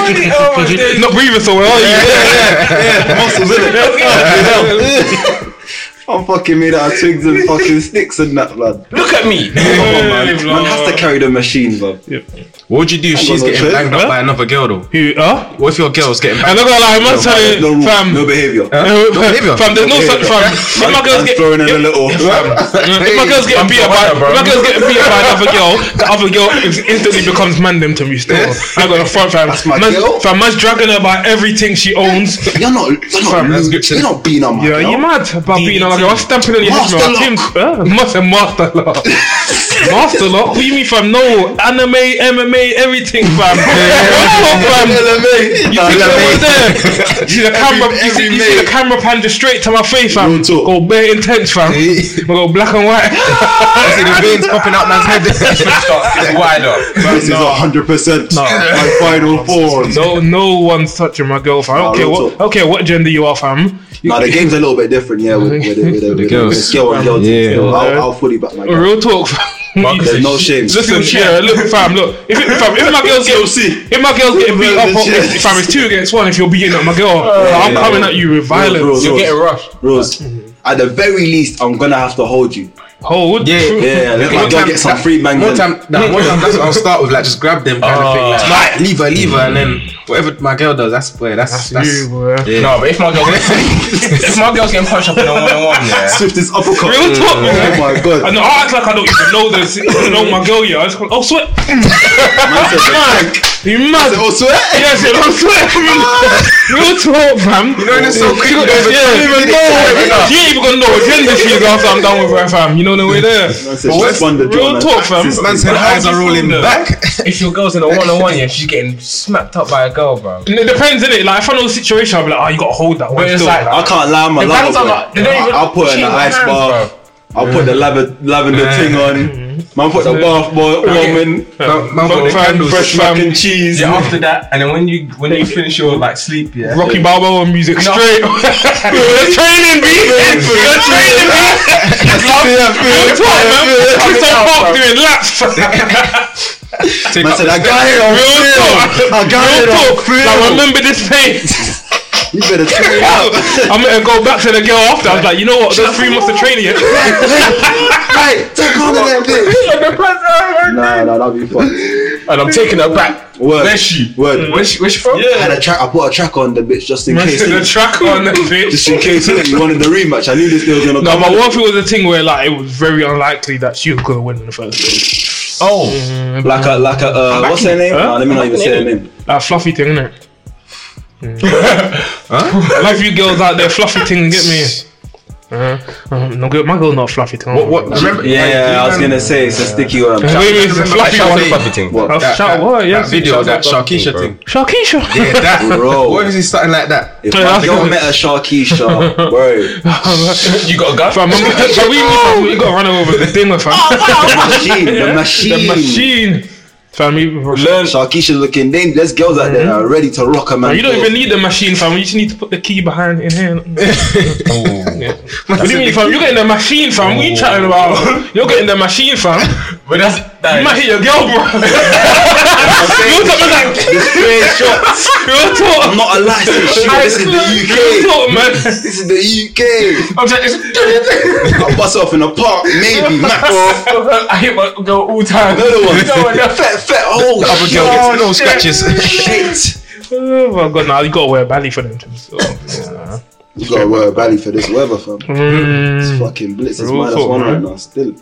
[SPEAKER 5] really? Oh my days.
[SPEAKER 4] Not breathing so well, are you?
[SPEAKER 6] yeah, muscles, innit? I'm fucking made out of twigs and fucking sticks and that, blood.
[SPEAKER 5] Look at me.
[SPEAKER 6] Man has to carry the machine, bro.
[SPEAKER 3] What would you do if she's
[SPEAKER 6] on,
[SPEAKER 3] getting
[SPEAKER 6] Chris.
[SPEAKER 3] banged up by another girl though?
[SPEAKER 4] Who, huh?
[SPEAKER 3] What if your girl's getting
[SPEAKER 4] I'm not
[SPEAKER 3] banged
[SPEAKER 4] gonna lie, man,
[SPEAKER 6] No
[SPEAKER 4] telling
[SPEAKER 6] rule,
[SPEAKER 4] fam.
[SPEAKER 6] no behavior.
[SPEAKER 4] Uh,
[SPEAKER 3] No behaviour.
[SPEAKER 4] Fam, there's no
[SPEAKER 3] No
[SPEAKER 4] such fam. If my girl's
[SPEAKER 6] I'm
[SPEAKER 4] get,
[SPEAKER 6] throwing in a little.
[SPEAKER 4] if my girl's getting beat up by, if my girl's getting beat up by another girl, the other girl is instantly becomes mandem to me. Still, I got a front fam.
[SPEAKER 6] That's my
[SPEAKER 4] man's,
[SPEAKER 6] girl.
[SPEAKER 4] Fam, man's dragging her by everything she owns.
[SPEAKER 6] You're not, you're not,
[SPEAKER 4] Fam, that's
[SPEAKER 6] loo-
[SPEAKER 4] good to-
[SPEAKER 6] you're not being on my
[SPEAKER 4] Yeah, you
[SPEAKER 6] girl.
[SPEAKER 4] mad about
[SPEAKER 6] er
[SPEAKER 4] being like I'm stamping on your head
[SPEAKER 6] Master
[SPEAKER 4] man. Team, uh, master, master lock, master lock. What do you mean, fam? No anime, MMA, everything, fam. Come on, fam.
[SPEAKER 6] LMA.
[SPEAKER 4] You
[SPEAKER 6] Nah,
[SPEAKER 4] think
[SPEAKER 6] LMA.
[SPEAKER 4] I was there? You see the camera, you see,
[SPEAKER 6] every
[SPEAKER 4] you see the
[SPEAKER 6] mate.
[SPEAKER 4] camera pan just straight to my face, fam.
[SPEAKER 6] Real talk.
[SPEAKER 4] Go bare intense, fam. I go black and white.
[SPEAKER 3] I see the veins popping out man's head.
[SPEAKER 5] It's wider.
[SPEAKER 6] This is 100% my final form.
[SPEAKER 4] No, no one's touching my girl, fam. I don't
[SPEAKER 6] Nah,
[SPEAKER 4] care
[SPEAKER 6] real
[SPEAKER 4] what,
[SPEAKER 6] talk.
[SPEAKER 4] I don't care what gender you are, fam. You,
[SPEAKER 6] Nah, the game's a little bit different, yeah, with, with, with, with, with, with
[SPEAKER 3] girls.
[SPEAKER 6] the girl and girl team
[SPEAKER 3] Yeah.
[SPEAKER 6] still. I'll, I'll fully back my girl.
[SPEAKER 4] real talk, fam.
[SPEAKER 6] There's no shame.
[SPEAKER 4] Listen, yeah, look, fam, look. If, it- fam, if my girl's getting,
[SPEAKER 6] see.
[SPEAKER 4] if my girl's getting beat up,
[SPEAKER 6] Bro, legit.
[SPEAKER 4] if, fam, it's two against one. If you're beating up my girl,
[SPEAKER 6] Oh,
[SPEAKER 4] I'm coming at you with violence.
[SPEAKER 6] Bro, bro,
[SPEAKER 5] You're
[SPEAKER 6] bro.
[SPEAKER 5] getting rushed.
[SPEAKER 6] Rose, at the very least, I'm gonna have to hold you.
[SPEAKER 4] Hold.
[SPEAKER 3] Yeah,
[SPEAKER 6] Yeah, let my
[SPEAKER 3] One
[SPEAKER 6] girl
[SPEAKER 3] time-
[SPEAKER 6] get some
[SPEAKER 3] that-
[SPEAKER 6] free bang.
[SPEAKER 3] More
[SPEAKER 6] then.
[SPEAKER 3] time, that, more time. That's what I'll start with. Like, just grab them kind of thing. Like, right, leave her, leave her, and then whatever my girl does, that's where Mm. that's
[SPEAKER 4] That's
[SPEAKER 3] that's.
[SPEAKER 4] you, boy.
[SPEAKER 5] No, but if my girl, if my girl's getting punched up in a one-on-one, yeah.
[SPEAKER 6] Swiftest uppercut.
[SPEAKER 4] Real talk,
[SPEAKER 6] Oh
[SPEAKER 4] man.
[SPEAKER 6] my god.
[SPEAKER 4] I know. I act like I don't even know this. know my girl, yeah. I just call, oh sweat. Man, you mad?
[SPEAKER 6] Oh, swear?
[SPEAKER 4] Yes, yeah, I'm sweating. Real talk, fam. You know
[SPEAKER 3] this so quick,
[SPEAKER 4] Yeah,
[SPEAKER 3] there's a
[SPEAKER 4] yeah, even know. She ain't even gonna know what gender she is after I'm done with her, fam. You know the way there.
[SPEAKER 6] Man said she spun the
[SPEAKER 4] Real
[SPEAKER 6] drama.
[SPEAKER 4] talk, fam.
[SPEAKER 3] Man's head eyes are rolling back.
[SPEAKER 5] If your girl's in a one-on-one, yeah, she's getting smacked up by a girl, bro.
[SPEAKER 4] And it depends, innit? Like, if I know the situation, I'll be like, oh, you gotta hold that one.
[SPEAKER 5] But it's
[SPEAKER 4] still.
[SPEAKER 5] like,
[SPEAKER 6] I can't lie, my
[SPEAKER 5] The
[SPEAKER 6] love.
[SPEAKER 5] bands are like- they don't even-
[SPEAKER 6] I'll put her in
[SPEAKER 5] she
[SPEAKER 6] the
[SPEAKER 5] ain't
[SPEAKER 6] ice
[SPEAKER 5] hands,
[SPEAKER 6] bath. I'll put the lavender, lavender thing on. Man, put the bath boy, woman,
[SPEAKER 3] Man,
[SPEAKER 4] Fam,
[SPEAKER 3] man, the
[SPEAKER 4] fam,
[SPEAKER 3] candles.
[SPEAKER 4] fresh
[SPEAKER 6] mac
[SPEAKER 4] fam.
[SPEAKER 6] and cheese.
[SPEAKER 5] Yeah, after that, and then when you when you finish your like sleep, yeah.
[SPEAKER 4] Rocky Balboa music straight. You're training me. You're training me. Real talk, man. Chris Park doing laps.
[SPEAKER 6] Man said, I got it on
[SPEAKER 4] Real
[SPEAKER 6] film. I got
[SPEAKER 4] Real
[SPEAKER 6] it on
[SPEAKER 4] talk. Now
[SPEAKER 6] film.
[SPEAKER 4] remember this pain.
[SPEAKER 6] You better turn it out.
[SPEAKER 4] I'm gonna go back to the girl after. I was like, you know what? Those three months of training. yeah.
[SPEAKER 6] Right, take on to that bitch. Nah, nah, that'd be fun.
[SPEAKER 5] And I'm taking her back.
[SPEAKER 6] Word,
[SPEAKER 5] Where's she?
[SPEAKER 6] word.
[SPEAKER 5] Where's she? Where's she from?
[SPEAKER 6] I had a track. I put a track on the bitch just in
[SPEAKER 4] Man,
[SPEAKER 6] case.
[SPEAKER 4] sit the
[SPEAKER 6] innit?
[SPEAKER 4] track on the bitch.
[SPEAKER 6] Just in case innit? you wanted the rematch. I knew this deal was gonna
[SPEAKER 4] No,
[SPEAKER 6] come.
[SPEAKER 4] but what if it was a thing where like it was very unlikely that she was gonna win in the first place?
[SPEAKER 6] Oh, like a like a uh, what's her name?
[SPEAKER 4] Huh?
[SPEAKER 6] Nah, let me not even say her name.
[SPEAKER 4] That fluffy thing, innit? I love you girls out there, fluffy thing, get me. Uh, uh, no, girl, my girl's not a fluffy thing.
[SPEAKER 3] What? Remember?
[SPEAKER 6] Yeah, I was gonna say it's a sticky one.
[SPEAKER 4] Wait, wait, it's a fluffy one.
[SPEAKER 5] What?
[SPEAKER 4] Oh,
[SPEAKER 6] What?
[SPEAKER 3] That-
[SPEAKER 4] shout
[SPEAKER 3] that-
[SPEAKER 4] what? Yeah,
[SPEAKER 3] That video, that Sharkeisha
[SPEAKER 5] bro.
[SPEAKER 3] thing.
[SPEAKER 4] Sharkeisha.
[SPEAKER 3] Yeah, that.
[SPEAKER 6] Bro.
[SPEAKER 3] What if it's something like that?
[SPEAKER 6] If
[SPEAKER 4] Yeah,
[SPEAKER 6] my
[SPEAKER 4] that's
[SPEAKER 6] girl
[SPEAKER 4] good.
[SPEAKER 6] met a Sharkeisha, bro,
[SPEAKER 5] You got a gun?
[SPEAKER 4] Fam, I'm, so we you gotta run over the thing, fam.
[SPEAKER 6] the machine, the
[SPEAKER 4] the
[SPEAKER 6] machine,
[SPEAKER 4] machine. Fam, you,
[SPEAKER 5] Learn.
[SPEAKER 6] Sharkeisha looking name. There's girls out there that are ready to rock a man.
[SPEAKER 4] Oh, you don't even need the machine, fam. You just need to put the key behind in here.
[SPEAKER 6] Oh.
[SPEAKER 4] Yeah. What do you mean, fam? You're getting the machine, fam. What are you chatting about? You're getting the machine, fam.
[SPEAKER 5] But that's
[SPEAKER 4] You might
[SPEAKER 5] that.
[SPEAKER 4] hit your girl, bro. You're talking like You're
[SPEAKER 6] I'm
[SPEAKER 4] talking.
[SPEAKER 6] not a licensed shooter. This is
[SPEAKER 4] You're
[SPEAKER 6] the UK.
[SPEAKER 4] talking, man.
[SPEAKER 6] This is the UK.
[SPEAKER 5] I'm trying to.
[SPEAKER 6] I bust off in a park, maybe
[SPEAKER 4] Oh.
[SPEAKER 6] max.
[SPEAKER 5] I hit my girl all time.
[SPEAKER 6] Another one.
[SPEAKER 5] No, no.
[SPEAKER 6] Fat, fat hole.
[SPEAKER 3] Other girl gets no scratches.
[SPEAKER 6] Shit.
[SPEAKER 4] Oh my god, now you gotta wear a belly for them. To, so, yeah.
[SPEAKER 6] You gotta wear a belly for this weather, fam. It's fucking blitz. It's
[SPEAKER 4] Mm. Real
[SPEAKER 6] minus
[SPEAKER 4] talk,
[SPEAKER 6] one right
[SPEAKER 4] man.
[SPEAKER 6] now. Still.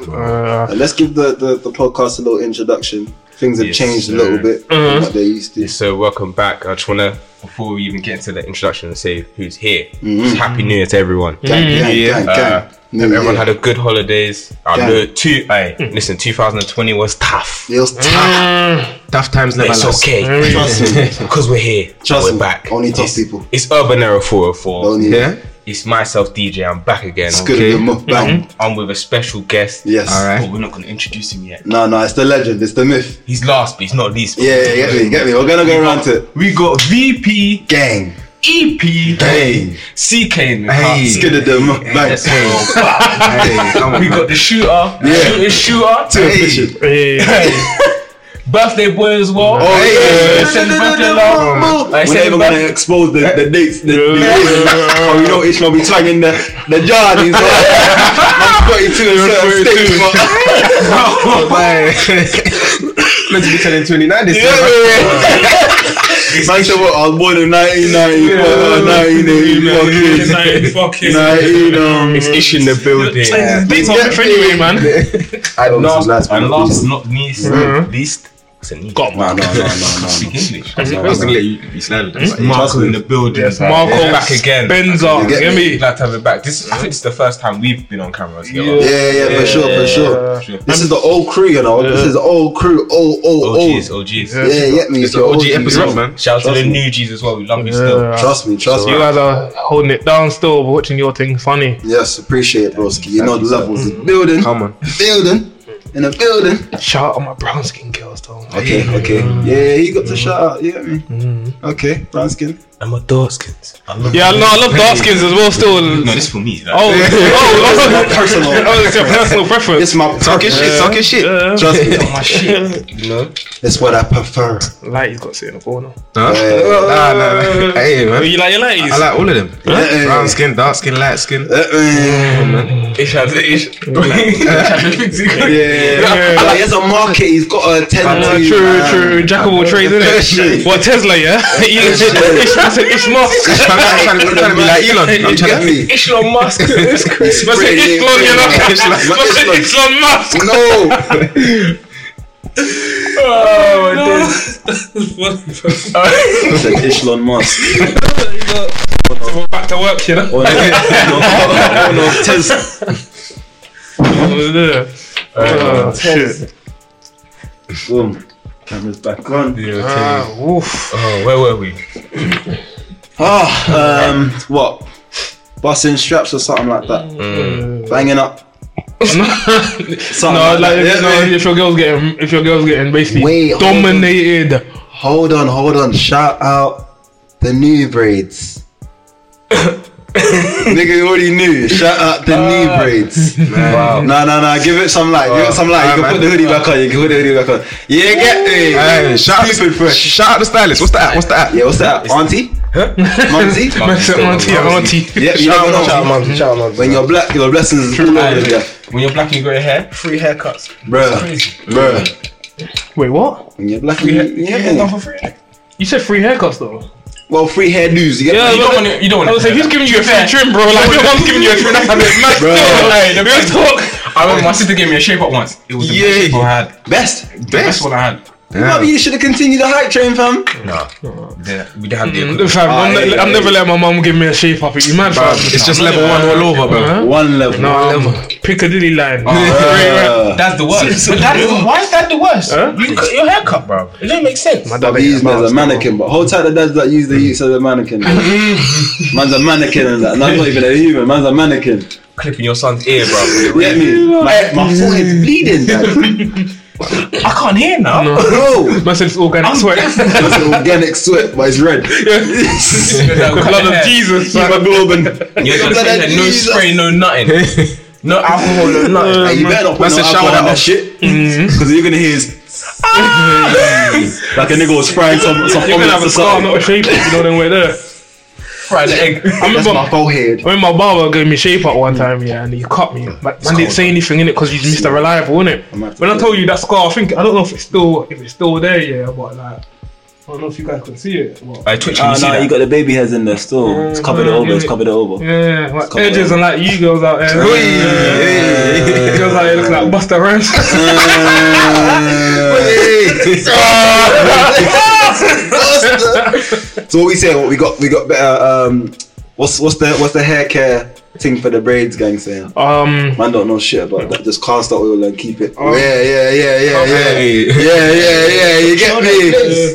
[SPEAKER 4] Uh,
[SPEAKER 6] And let's give the, the, the podcast a little introduction. Things have
[SPEAKER 5] Yes,
[SPEAKER 6] changed
[SPEAKER 5] sir.
[SPEAKER 6] a little bit from what they used to.
[SPEAKER 5] So welcome back. I just wanna before we even get into the introduction say who's here.
[SPEAKER 6] Mm-hmm.
[SPEAKER 5] Just Happy New Year to everyone.
[SPEAKER 6] Gang, gang,
[SPEAKER 3] Yeah.
[SPEAKER 6] gang,
[SPEAKER 5] Uh,
[SPEAKER 6] gang. New
[SPEAKER 5] Everyone
[SPEAKER 6] year.
[SPEAKER 5] had a good holidays. I
[SPEAKER 6] Yeah.
[SPEAKER 5] know two. Hey, listen, 2020 was tough.
[SPEAKER 6] It was tough.
[SPEAKER 3] Tough times never
[SPEAKER 5] It's
[SPEAKER 3] last.
[SPEAKER 5] okay
[SPEAKER 6] Trust me.
[SPEAKER 5] because we're here.
[SPEAKER 6] Trust
[SPEAKER 5] we're
[SPEAKER 6] me.
[SPEAKER 5] back.
[SPEAKER 6] Only tough
[SPEAKER 5] It's-
[SPEAKER 6] people.
[SPEAKER 5] It's Urban Era 404.
[SPEAKER 6] Only
[SPEAKER 3] Yeah.
[SPEAKER 5] It's myself, DJ. I'm back again.
[SPEAKER 6] It's good to be muck bang.
[SPEAKER 5] I'm with a special guest.
[SPEAKER 6] Yes.
[SPEAKER 3] All right.
[SPEAKER 5] But we're not going to introduce him yet.
[SPEAKER 6] No, no, it's the legend. It's the myth.
[SPEAKER 5] He's last, but he's not least.
[SPEAKER 6] Yeah, yeah, get me, get me. We're gonna go around to
[SPEAKER 5] We got VP,
[SPEAKER 6] gang. E
[SPEAKER 5] EP,
[SPEAKER 6] Hey.
[SPEAKER 5] CK in the
[SPEAKER 3] Hey.
[SPEAKER 5] house.
[SPEAKER 6] It's good to do muck bang.
[SPEAKER 5] Let's
[SPEAKER 3] Oh,
[SPEAKER 5] go.
[SPEAKER 3] Hey, come on,
[SPEAKER 5] We
[SPEAKER 3] man.
[SPEAKER 5] got the shooter. Shooter,
[SPEAKER 6] Yeah.
[SPEAKER 5] shooter.
[SPEAKER 6] Too efficient.
[SPEAKER 4] hey,
[SPEAKER 5] Birthday boy as well. Oh,
[SPEAKER 6] yeah.
[SPEAKER 5] Send
[SPEAKER 6] No, no, no,
[SPEAKER 5] birthday
[SPEAKER 6] no,
[SPEAKER 5] love.
[SPEAKER 6] no,
[SPEAKER 5] Like,
[SPEAKER 6] We're not
[SPEAKER 5] send
[SPEAKER 6] even
[SPEAKER 5] birth-
[SPEAKER 6] gonna expose the, the dates. The, the oh, you know, Ishmael be twanging the the jar. He's like, I'm 42 in certain states. but-
[SPEAKER 3] Meant to be turning 29 this year.
[SPEAKER 6] Man said, "What? I was born in 1994,
[SPEAKER 1] Like,
[SPEAKER 6] 1980, fucking
[SPEAKER 1] fuck it.
[SPEAKER 6] 19, um,
[SPEAKER 3] It's ish in the building.
[SPEAKER 4] Big topic for anyway, man.
[SPEAKER 5] And
[SPEAKER 6] Obviously,
[SPEAKER 5] last,
[SPEAKER 6] last but
[SPEAKER 5] and
[SPEAKER 6] not
[SPEAKER 5] last
[SPEAKER 6] least.
[SPEAKER 5] but not least, least, it's a knee.
[SPEAKER 4] Got
[SPEAKER 6] No, no,
[SPEAKER 4] Marco.
[SPEAKER 6] no, no, no,
[SPEAKER 5] Speak English.
[SPEAKER 3] I was gonna let you be slandered. It's like,
[SPEAKER 5] Marco in the building.
[SPEAKER 4] Yes,
[SPEAKER 5] man.
[SPEAKER 4] Marco
[SPEAKER 5] It's back again.
[SPEAKER 4] Benza,
[SPEAKER 5] It's
[SPEAKER 4] you get me?
[SPEAKER 5] Glad to have it back. This, I think this is the first time we've been on camera together.
[SPEAKER 6] no. Yeah, yeah, for sure, for sure. This is the old crew, you know. This is the old crew. Old, old, old.
[SPEAKER 5] OGs, OGs.
[SPEAKER 6] Yeah, yeah, me.
[SPEAKER 3] It's
[SPEAKER 6] your
[SPEAKER 3] an OG
[SPEAKER 6] OG,
[SPEAKER 3] episode,
[SPEAKER 6] bro.
[SPEAKER 3] man.
[SPEAKER 5] Shout out to
[SPEAKER 6] Trust
[SPEAKER 5] the
[SPEAKER 6] me.
[SPEAKER 5] new G's as well. We love you still.
[SPEAKER 4] Yeah.
[SPEAKER 6] Trust me, trust
[SPEAKER 4] You
[SPEAKER 6] me.
[SPEAKER 4] guys are holding it down still, but watching your thing funny.
[SPEAKER 6] Yes, appreciate it, broski. You know the levels.
[SPEAKER 5] Mm.
[SPEAKER 6] The building,
[SPEAKER 3] Come on.
[SPEAKER 6] building, in the building.
[SPEAKER 4] Shout out my brown skin girls though.
[SPEAKER 6] Okay, okay. Yeah, he got the shout out. Yeah, me.
[SPEAKER 5] Mm.
[SPEAKER 6] Okay, brown skin.
[SPEAKER 5] I'm a dark skins. I love
[SPEAKER 4] Yeah, no, I love dark skins as well still.
[SPEAKER 5] No,
[SPEAKER 4] Oh,
[SPEAKER 5] this is for me. Like,
[SPEAKER 4] oh, oh, oh,
[SPEAKER 6] Personal.
[SPEAKER 4] it's your personal preference.
[SPEAKER 6] It's my
[SPEAKER 3] Talking
[SPEAKER 6] preference.
[SPEAKER 3] shit, talking shit.
[SPEAKER 4] Yeah.
[SPEAKER 6] Trust me,
[SPEAKER 5] Oh, my shit. You know?
[SPEAKER 6] it's what I prefer.
[SPEAKER 4] Light, he's got to sit in the corner.
[SPEAKER 3] Huh?
[SPEAKER 6] Yeah.
[SPEAKER 3] Nah, nah, nah. Hey,
[SPEAKER 4] Oh,
[SPEAKER 3] man.
[SPEAKER 4] you like your lighties?
[SPEAKER 3] I like all of them.
[SPEAKER 6] Yeah.
[SPEAKER 3] Brown skin, dark skin, light skin.
[SPEAKER 6] Uh, uh,
[SPEAKER 5] Ish has it, Ish. Yeah.
[SPEAKER 6] yeah,
[SPEAKER 4] Yeah.
[SPEAKER 6] like as a market, he's got to attend
[SPEAKER 4] Uh,
[SPEAKER 6] to.
[SPEAKER 4] true,
[SPEAKER 6] man.
[SPEAKER 4] true. Jack of all trades, isn't
[SPEAKER 6] Shit.
[SPEAKER 4] it? What Tesla, yeah? Elon- Ish- I said Ish Musk.
[SPEAKER 3] I'm trying to I'm trying to be like Elon. I'm
[SPEAKER 6] You
[SPEAKER 3] trying
[SPEAKER 6] get
[SPEAKER 3] to
[SPEAKER 6] me?
[SPEAKER 5] Elon Musk.
[SPEAKER 6] He's
[SPEAKER 4] I said
[SPEAKER 6] pretty-
[SPEAKER 4] Ish Elon, you know?
[SPEAKER 6] pretty-
[SPEAKER 4] I said
[SPEAKER 6] Elon.
[SPEAKER 4] Ish Elon Musk. Oh,
[SPEAKER 6] No,
[SPEAKER 1] Funny,
[SPEAKER 6] I said Ishlon Musk.
[SPEAKER 4] We're back to work, you know?
[SPEAKER 6] One of- one of Tesla.
[SPEAKER 4] Oh, Yeah. Uh, shit.
[SPEAKER 6] Boom. Camera's back on.
[SPEAKER 4] Ah, oof.
[SPEAKER 5] Oh, where were we?
[SPEAKER 6] Ah, um, what? Busting straps or something like that. Banging up. Something
[SPEAKER 4] Mm. No, like if,
[SPEAKER 6] that.
[SPEAKER 4] no,
[SPEAKER 6] Yeah, yeah.
[SPEAKER 4] if your girl's getting, if your girl's getting basically
[SPEAKER 6] Wait, hold on.
[SPEAKER 4] dominated.
[SPEAKER 6] Hold on, hold on. Shout out the new braids. Nigga, you already knew. Shout out the
[SPEAKER 3] Ah.
[SPEAKER 6] new braids.
[SPEAKER 5] Wow.
[SPEAKER 6] No, no, no. Give it some light. Give it some light. You can
[SPEAKER 3] Alright,
[SPEAKER 6] put the
[SPEAKER 3] man.
[SPEAKER 6] hoodie back on. You can put the hoodie back on. Yeah, get me.
[SPEAKER 3] Hey, shout out,
[SPEAKER 6] Stupid
[SPEAKER 3] to,
[SPEAKER 6] fresh.
[SPEAKER 3] shout out the stylist. What's the app? What's the app?
[SPEAKER 6] Yeah, what's that? Auntie? Mumsy?
[SPEAKER 4] Man said, Auntie, auntie.
[SPEAKER 6] Yeah, you never know. When you're black, your blessings are all over
[SPEAKER 5] Aye.
[SPEAKER 6] you.
[SPEAKER 5] When you're black and you grey hair, free haircuts. It's
[SPEAKER 6] Bruh.
[SPEAKER 5] crazy.
[SPEAKER 6] Bruh.
[SPEAKER 4] Wait, what?
[SPEAKER 6] When you're black,
[SPEAKER 5] Free
[SPEAKER 6] you,
[SPEAKER 5] hair, yeah. hair done
[SPEAKER 6] yeah.
[SPEAKER 5] for free.
[SPEAKER 4] You said free haircuts though.
[SPEAKER 6] Well, free hairdos. You get
[SPEAKER 4] Yeah,
[SPEAKER 5] You
[SPEAKER 4] but-
[SPEAKER 5] don't want to. You don't
[SPEAKER 4] I
[SPEAKER 5] want
[SPEAKER 4] was like, who's giving you a free trim, bro? Like, your mom's giving you a trim. That's a bit mad.
[SPEAKER 6] Bro.
[SPEAKER 4] Hey, the real talk.
[SPEAKER 5] I remember my sister gave me a shape up once. It was the best
[SPEAKER 3] Yeah.
[SPEAKER 5] shape I had.
[SPEAKER 6] best.
[SPEAKER 5] The best one I had.
[SPEAKER 6] No, but you should have continued the hype train, fam.
[SPEAKER 5] No. The- We didn't have the
[SPEAKER 4] Mm,
[SPEAKER 5] equipment.
[SPEAKER 4] fam,
[SPEAKER 6] Ah,
[SPEAKER 4] I'm,
[SPEAKER 6] yeah,
[SPEAKER 4] ne-
[SPEAKER 6] yeah,
[SPEAKER 4] I'm never
[SPEAKER 6] yeah.
[SPEAKER 4] letting my mom give me a shape up. You mad, fam?
[SPEAKER 3] It's just level one all over, bro.
[SPEAKER 4] Huh?
[SPEAKER 6] One level.
[SPEAKER 4] No, um, Piccadilly line.
[SPEAKER 6] Oh,
[SPEAKER 5] Ah.
[SPEAKER 6] Bruh.
[SPEAKER 5] That's the worst. But that is, why is that the worst? You cut your haircut, bro. It doesn't make sense.
[SPEAKER 4] My
[SPEAKER 6] I'll
[SPEAKER 4] dad
[SPEAKER 6] be
[SPEAKER 4] ain't
[SPEAKER 6] using it as a
[SPEAKER 4] about-
[SPEAKER 6] mannequin, but hold tight the dads that use the youths as a mannequin. Man's a mannequin and that. Man's not even a human. Man's a mannequin.
[SPEAKER 5] Clipping your son's ear, bro.
[SPEAKER 6] You get me? My, my forehead's bleeding, dad.
[SPEAKER 5] I can't hear now.
[SPEAKER 6] Bro.
[SPEAKER 4] Man said it's organic sweat. The
[SPEAKER 6] That's an organic sweat, but it's red.
[SPEAKER 4] blood of Jesus. fam.
[SPEAKER 6] Hemoglobin.
[SPEAKER 5] You're just
[SPEAKER 6] Blood of
[SPEAKER 5] saying that no
[SPEAKER 6] Jesus. Uh.
[SPEAKER 5] spray, no nothing. No alcohol, no nothing.
[SPEAKER 6] Hey, you better not put
[SPEAKER 3] That's
[SPEAKER 6] no
[SPEAKER 3] a shower
[SPEAKER 6] alcohol on
[SPEAKER 3] that off.
[SPEAKER 6] that shit. Because you're going to hear is. like a nigga was spraying some, some
[SPEAKER 4] You're gonna have
[SPEAKER 6] omelets or
[SPEAKER 4] a scar,
[SPEAKER 6] something.
[SPEAKER 4] not a shape. You know them way there.
[SPEAKER 5] Fried egg.
[SPEAKER 4] I
[SPEAKER 6] That's
[SPEAKER 4] remember
[SPEAKER 6] my forehead.
[SPEAKER 4] When my barber gave me shape up one time, yeah, and he cut me. Like, man didn't say anything in it because he's Mr. Reliable, innit?
[SPEAKER 6] might have to
[SPEAKER 4] When I
[SPEAKER 6] do
[SPEAKER 4] told you that scar, I think I don't know if it's still if it's still there, yeah, but like I don't know if you guys can see it. But,
[SPEAKER 5] I twitch when you see that.
[SPEAKER 6] Ah, got the baby hairs in there still.
[SPEAKER 4] It's covered it over, it's covered
[SPEAKER 6] it over.
[SPEAKER 4] yeah, like
[SPEAKER 6] covered
[SPEAKER 4] edges
[SPEAKER 6] up.
[SPEAKER 4] and like you girls out there. Yeah. Girls out here looking like Buster Rhymes.
[SPEAKER 6] so what we saying? What we got? We got better. Um, what's what's the what's the hair care thing for the braids gang saying?
[SPEAKER 4] um,
[SPEAKER 6] Man don't know shit about that. Just cast that oil and keep it. yeah, yeah, yeah, yeah, yeah, yeah, yeah, yeah. You get me?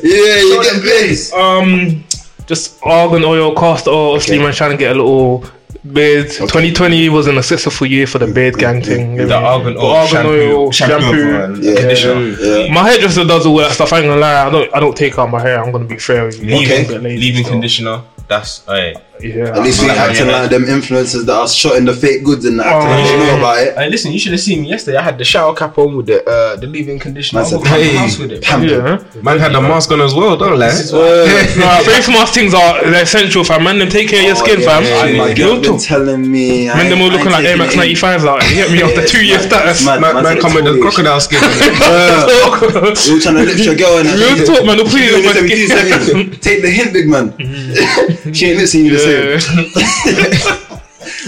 [SPEAKER 6] Yeah, you get me.
[SPEAKER 4] um, just argan oil, castor oil. Obviously, man, trying to get a little beard. 2020 was an successful year for the beard gang thing.
[SPEAKER 5] The argan oil, shampoo, shampoo, and
[SPEAKER 6] Yeah.
[SPEAKER 5] conditioner.
[SPEAKER 6] Yeah.
[SPEAKER 4] My hairdresser does all that stuff. I ain't gonna lie. I don't. I don't take out my hair. I'm gonna be fair with you.
[SPEAKER 5] Leave-in-
[SPEAKER 4] But ladies,
[SPEAKER 5] Leave-in
[SPEAKER 4] so-
[SPEAKER 5] conditioner. That's hey.
[SPEAKER 4] Yeah.
[SPEAKER 6] At least we
[SPEAKER 5] Yeah,
[SPEAKER 6] acting
[SPEAKER 5] yeah.
[SPEAKER 6] like them influencers that are shotting the fake goods and that acting like they know about it.
[SPEAKER 5] Hey, listen, you should have seen me yesterday. I had the shower cap on with the uh, the leave-in conditioner. I
[SPEAKER 6] That's a
[SPEAKER 5] walked around the
[SPEAKER 3] pain.
[SPEAKER 5] house with it.
[SPEAKER 6] Pampered.
[SPEAKER 4] yeah.
[SPEAKER 3] Man had the mask on as well, don't lie.
[SPEAKER 5] This is why-
[SPEAKER 4] Nah, face mask things are they're essential, fam. Man, them take care of your
[SPEAKER 6] Oh,
[SPEAKER 4] skin,
[SPEAKER 6] yeah,
[SPEAKER 4] fam.
[SPEAKER 6] yeah, yeah,
[SPEAKER 4] Real
[SPEAKER 6] my girl been
[SPEAKER 4] talk.
[SPEAKER 6] telling me. I
[SPEAKER 4] Man, them
[SPEAKER 6] ain't-
[SPEAKER 4] all
[SPEAKER 6] I
[SPEAKER 4] looking
[SPEAKER 6] ain't
[SPEAKER 4] like Air
[SPEAKER 6] taking
[SPEAKER 4] Max
[SPEAKER 6] it.
[SPEAKER 4] 95s out. You get me
[SPEAKER 6] Yeah,
[SPEAKER 4] after two
[SPEAKER 6] it's
[SPEAKER 4] years
[SPEAKER 6] mad,
[SPEAKER 4] status.
[SPEAKER 6] it's mad,
[SPEAKER 3] Man,
[SPEAKER 6] man
[SPEAKER 3] man
[SPEAKER 6] said
[SPEAKER 3] come with the
[SPEAKER 6] it's
[SPEAKER 3] crocodile skin.
[SPEAKER 6] Uh, You trying to lift your girl and
[SPEAKER 4] Real talk, man. They'll please on
[SPEAKER 6] Give me
[SPEAKER 4] my
[SPEAKER 6] them
[SPEAKER 4] skin.
[SPEAKER 6] two seconds. Take the hint, big man. she ain't listening to you the
[SPEAKER 4] Yeah.
[SPEAKER 6] same.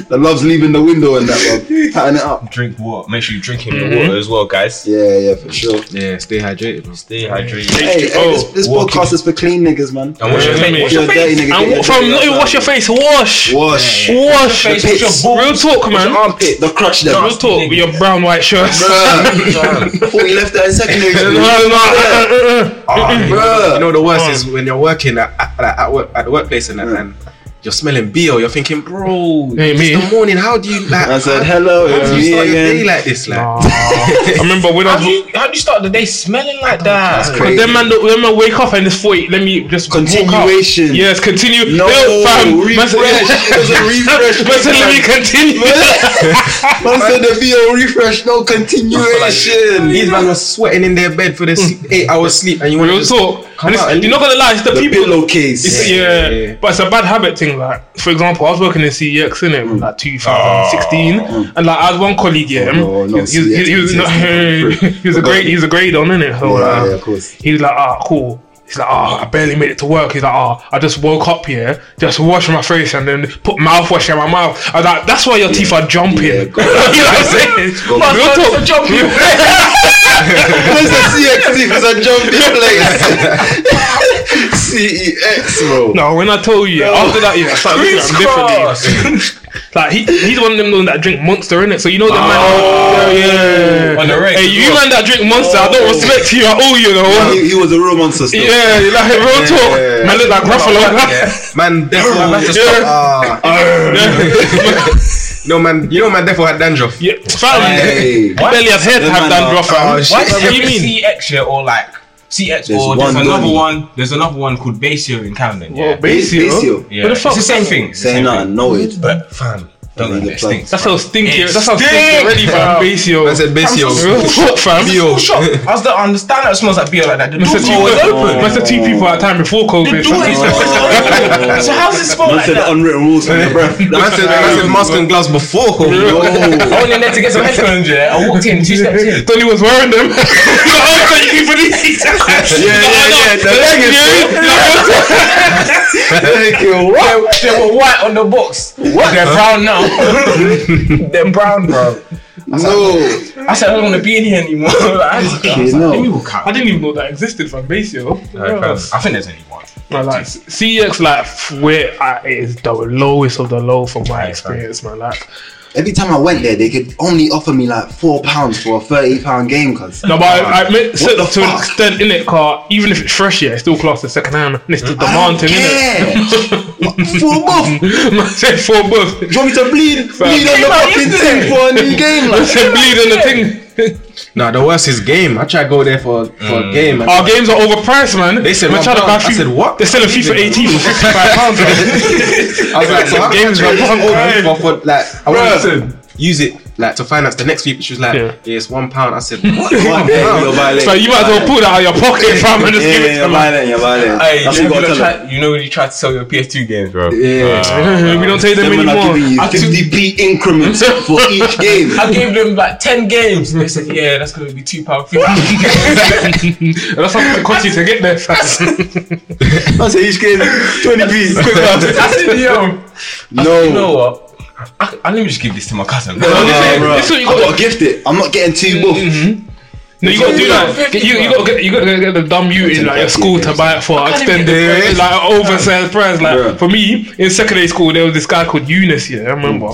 [SPEAKER 6] The love's leaving the window and that, bro. Patting it up.
[SPEAKER 5] Drink water. Make sure you're drinking the
[SPEAKER 6] Mm-hmm.
[SPEAKER 5] water as well, guys.
[SPEAKER 6] Yeah, yeah, for sure.
[SPEAKER 3] Yeah, stay hydrated, bro.
[SPEAKER 5] Stay hydrated.
[SPEAKER 6] Hey, hey,
[SPEAKER 4] oh,
[SPEAKER 6] this, this
[SPEAKER 5] walk
[SPEAKER 6] podcast is for clean niggas, man.
[SPEAKER 5] And wash your
[SPEAKER 4] Yeah,
[SPEAKER 5] face.
[SPEAKER 4] mate.
[SPEAKER 5] Wash
[SPEAKER 6] If
[SPEAKER 5] your
[SPEAKER 6] you're a dirty nigga, get your
[SPEAKER 4] And fam,
[SPEAKER 6] dirty
[SPEAKER 4] not
[SPEAKER 6] ass
[SPEAKER 4] even wash your
[SPEAKER 6] out.
[SPEAKER 4] face. Wash.
[SPEAKER 6] Wash.
[SPEAKER 4] Wash.
[SPEAKER 5] face. Wash your balls.
[SPEAKER 4] Real talk, man.
[SPEAKER 5] armpit.
[SPEAKER 6] The crutch them.
[SPEAKER 4] Real talk. With your brown white shirts.
[SPEAKER 6] Bruh. Thought you left that in secondary
[SPEAKER 4] No,
[SPEAKER 6] school.
[SPEAKER 4] no, uh, uh, uh, uh.
[SPEAKER 6] Bruh.
[SPEAKER 3] You know the worst is when you're working at, at, like, at, work, at the workplace and, that and you're smelling beer. You're thinking, bro,
[SPEAKER 4] Ain't
[SPEAKER 3] it's
[SPEAKER 4] me.
[SPEAKER 3] the morning. How do you like?
[SPEAKER 6] I said,
[SPEAKER 3] how,
[SPEAKER 6] hello,
[SPEAKER 3] how
[SPEAKER 6] it's
[SPEAKER 3] do you
[SPEAKER 6] me
[SPEAKER 3] start your day
[SPEAKER 6] again.
[SPEAKER 3] like this, like?
[SPEAKER 4] Nah. I remember when
[SPEAKER 5] How
[SPEAKER 4] I was
[SPEAKER 5] do you how do you start the day smelling like that?
[SPEAKER 6] That's
[SPEAKER 4] But
[SPEAKER 6] crazy.
[SPEAKER 4] then man, then man wake up and it's forty. Let me just walk out.
[SPEAKER 6] Continuation.
[SPEAKER 4] Yes, continue.
[SPEAKER 6] No,
[SPEAKER 4] Yo, Man
[SPEAKER 6] refresh.
[SPEAKER 4] said-
[SPEAKER 6] There's a refresh.
[SPEAKER 4] Man said, let me continue.
[SPEAKER 6] Man said the video refresh, no
[SPEAKER 3] These
[SPEAKER 6] continuation.
[SPEAKER 3] man were sweating in their bed for the s- eight hours sleep, and you want
[SPEAKER 4] Real
[SPEAKER 3] to
[SPEAKER 4] talk.
[SPEAKER 3] come
[SPEAKER 4] And it's-
[SPEAKER 3] out and
[SPEAKER 4] you're not gonna lie, it's the,
[SPEAKER 6] The
[SPEAKER 4] people.
[SPEAKER 6] pillowcase.
[SPEAKER 4] It's,
[SPEAKER 3] Yeah,
[SPEAKER 4] yeah,
[SPEAKER 3] yeah, yeah.
[SPEAKER 4] but it's a bad habit thing. Like, for example, I was working in E CEX in it like 2016, and like I had one colleague, yeah, um,
[SPEAKER 6] Oh. no, E no,
[SPEAKER 4] he, he- he- he was,
[SPEAKER 6] CEX
[SPEAKER 4] he was a grade, he was a grade on in it. So,
[SPEAKER 6] Yeah,
[SPEAKER 4] like,
[SPEAKER 6] yeah, of course.
[SPEAKER 4] He was like, ah, cool. He's like, ah, I barely made it to work. He's like, ah, I just woke up here, just washed my face and then put mouthwash in my mouth. I was like, that's why your teeth are jumping.
[SPEAKER 6] Yeah,
[SPEAKER 4] you know
[SPEAKER 6] go-
[SPEAKER 4] what I'm saying? Real
[SPEAKER 6] go-
[SPEAKER 5] My
[SPEAKER 4] talk.
[SPEAKER 5] sons are jumping.
[SPEAKER 6] Where's the CX team? It's a jumpy place. CEX, E bro.
[SPEAKER 4] No, when I told you, after that, yeah, I started looking at him
[SPEAKER 5] Crisscross.
[SPEAKER 4] differently. like he, he's one of them ones that drink Monster in it. So you know the man. Oh, yeah.
[SPEAKER 5] On the reg as
[SPEAKER 4] Hey, you
[SPEAKER 5] well.
[SPEAKER 4] man that drink Monster, I don't respect you at all. You know.
[SPEAKER 6] He, he was a real monster still.
[SPEAKER 4] Yeah, like real talk. Man, look like Ruffalo.
[SPEAKER 5] Yeah.
[SPEAKER 3] man, therefore, man, that's just-
[SPEAKER 4] Yeah.
[SPEAKER 6] Ah,
[SPEAKER 3] no man, you know man, therefore had dandruff.
[SPEAKER 4] Yeah, fam.
[SPEAKER 6] hey.
[SPEAKER 4] I barely have head to
[SPEAKER 6] Them
[SPEAKER 4] have
[SPEAKER 6] man
[SPEAKER 4] done
[SPEAKER 6] are-
[SPEAKER 4] rough. fam.
[SPEAKER 6] oh,
[SPEAKER 5] Why
[SPEAKER 6] shit.
[SPEAKER 5] is
[SPEAKER 4] What do
[SPEAKER 5] there
[SPEAKER 4] you mean?
[SPEAKER 5] CX here or like CX
[SPEAKER 6] There's
[SPEAKER 5] or
[SPEAKER 6] one
[SPEAKER 5] there's another
[SPEAKER 6] Donny.
[SPEAKER 5] one? There's another one called Basio in Camden. Yeah,
[SPEAKER 4] Well, Basio.
[SPEAKER 6] Basio.
[SPEAKER 5] yeah.
[SPEAKER 4] What the fuck?
[SPEAKER 5] It's the same thing. it's the
[SPEAKER 6] Saying
[SPEAKER 5] same
[SPEAKER 6] that,
[SPEAKER 5] thing.
[SPEAKER 6] know it.
[SPEAKER 5] But fam, don't let
[SPEAKER 6] Leave
[SPEAKER 5] it
[SPEAKER 6] the
[SPEAKER 5] stinks.
[SPEAKER 4] That's how stinky.
[SPEAKER 5] It
[SPEAKER 4] That's how stinky
[SPEAKER 5] stinks,
[SPEAKER 4] already, fam.
[SPEAKER 5] fam.
[SPEAKER 4] Basio.
[SPEAKER 3] Man said
[SPEAKER 4] Real
[SPEAKER 3] Basio.
[SPEAKER 4] talk, fam.
[SPEAKER 3] Yo.
[SPEAKER 5] Shop. I was like, I understand that it smells like beer like that. The door
[SPEAKER 4] Must
[SPEAKER 5] is
[SPEAKER 4] have two,
[SPEAKER 5] always open.
[SPEAKER 4] must have two people at a time before
[SPEAKER 5] The
[SPEAKER 4] COVID.
[SPEAKER 5] door is
[SPEAKER 4] fam.
[SPEAKER 5] open. So how's it smell
[SPEAKER 6] Man
[SPEAKER 5] like
[SPEAKER 6] said the
[SPEAKER 5] that?
[SPEAKER 6] unwritten rules from your breath.
[SPEAKER 3] Man said, man said mask and gloves before. Bro.
[SPEAKER 6] Yo.
[SPEAKER 5] I went in there to get some headphones, yeah. I walked in, two steps in.
[SPEAKER 4] Donny was wearing them. No, I was like, you for these. Yeah,
[SPEAKER 3] yeah, yeah, the leg is
[SPEAKER 5] They were white on the box. What? They're brown now. They're brown, bro.
[SPEAKER 6] No.
[SPEAKER 5] I said I don't want to be in here anymore. Like, I just- I was
[SPEAKER 6] You
[SPEAKER 5] like,
[SPEAKER 6] know.
[SPEAKER 5] Let me walk out.
[SPEAKER 4] I didn't even know that existed from Basio.
[SPEAKER 5] I think there's only one.
[SPEAKER 4] Man, like CX, like f- where I, it is the lowest of the low from my experience, man. Like,
[SPEAKER 6] Every time I went there, they could only offer me like four pounds for a thirty pound game, cause
[SPEAKER 4] no, but I, I meant so,
[SPEAKER 6] the
[SPEAKER 4] to an
[SPEAKER 6] fuck?
[SPEAKER 4] extent in it, car. Even if it's fresh, yeah, it's still classed as second hand. and It's the demand thing, innit?
[SPEAKER 6] Four buff. Do
[SPEAKER 4] Man said four buff.
[SPEAKER 6] you want me to bleed? Bleed on the fucking thing for a new game,
[SPEAKER 4] Man
[SPEAKER 6] like.
[SPEAKER 4] said bleed on the thing.
[SPEAKER 3] Nah, the worst is game. I tried to go there for for a game. And
[SPEAKER 4] Our games are overpriced, man.
[SPEAKER 3] They said
[SPEAKER 4] Man
[SPEAKER 3] one
[SPEAKER 4] tried to buy
[SPEAKER 3] pound. I
[SPEAKER 4] FIFA-
[SPEAKER 3] said, what?
[SPEAKER 4] They're selling FIFA 18 for 55 pounds, man.
[SPEAKER 3] I was like, so how
[SPEAKER 4] Games
[SPEAKER 3] games
[SPEAKER 4] are
[SPEAKER 3] are one
[SPEAKER 4] bad.
[SPEAKER 3] pound for, for like I wanted
[SPEAKER 4] Bruh.
[SPEAKER 3] to use it like to finance the next week. She was like,
[SPEAKER 4] Yeah.
[SPEAKER 3] yeah. it's one pound. I said, what? one
[SPEAKER 6] One day, you're
[SPEAKER 3] pound?
[SPEAKER 6] violating.
[SPEAKER 4] So you might as well pull that out of your pocket, fam, and just
[SPEAKER 6] Yeah,
[SPEAKER 4] give it to
[SPEAKER 6] you're
[SPEAKER 4] man.
[SPEAKER 6] violating. You're violating.
[SPEAKER 5] Hey,
[SPEAKER 6] That's
[SPEAKER 5] you, know when you
[SPEAKER 6] what you gotta tell
[SPEAKER 5] try,
[SPEAKER 6] them.
[SPEAKER 5] you know when you try to sell your PS2 games, bro.
[SPEAKER 6] Yeah.
[SPEAKER 4] we don't take them
[SPEAKER 6] Then when I
[SPEAKER 4] anymore.
[SPEAKER 6] give you
[SPEAKER 5] I took-
[SPEAKER 6] 50p increments for each game.
[SPEAKER 5] I gave them like ten games. They said, "Yeah, that's gonna be two pound fifty.
[SPEAKER 4] That's how it cost you to get there, fam.
[SPEAKER 6] I said each game 20p.
[SPEAKER 5] I said, "Yo, you know
[SPEAKER 6] No.
[SPEAKER 5] what? I, I, let me just give this to my cousin."
[SPEAKER 4] Honestly,
[SPEAKER 6] Nah, bro.
[SPEAKER 4] this is what
[SPEAKER 6] I
[SPEAKER 4] you Mm, gotta-
[SPEAKER 6] gotta gift it. I'm not getting two buff.
[SPEAKER 4] No, you gotta do that.
[SPEAKER 5] 50,
[SPEAKER 4] You, you gotta get you gotta get the dumb you in like your school to buy it for extended
[SPEAKER 5] even-
[SPEAKER 4] like an oversized price. Like
[SPEAKER 6] Bro.
[SPEAKER 4] for me in secondary school, there was this guy called Eunice. Yeah, I remember.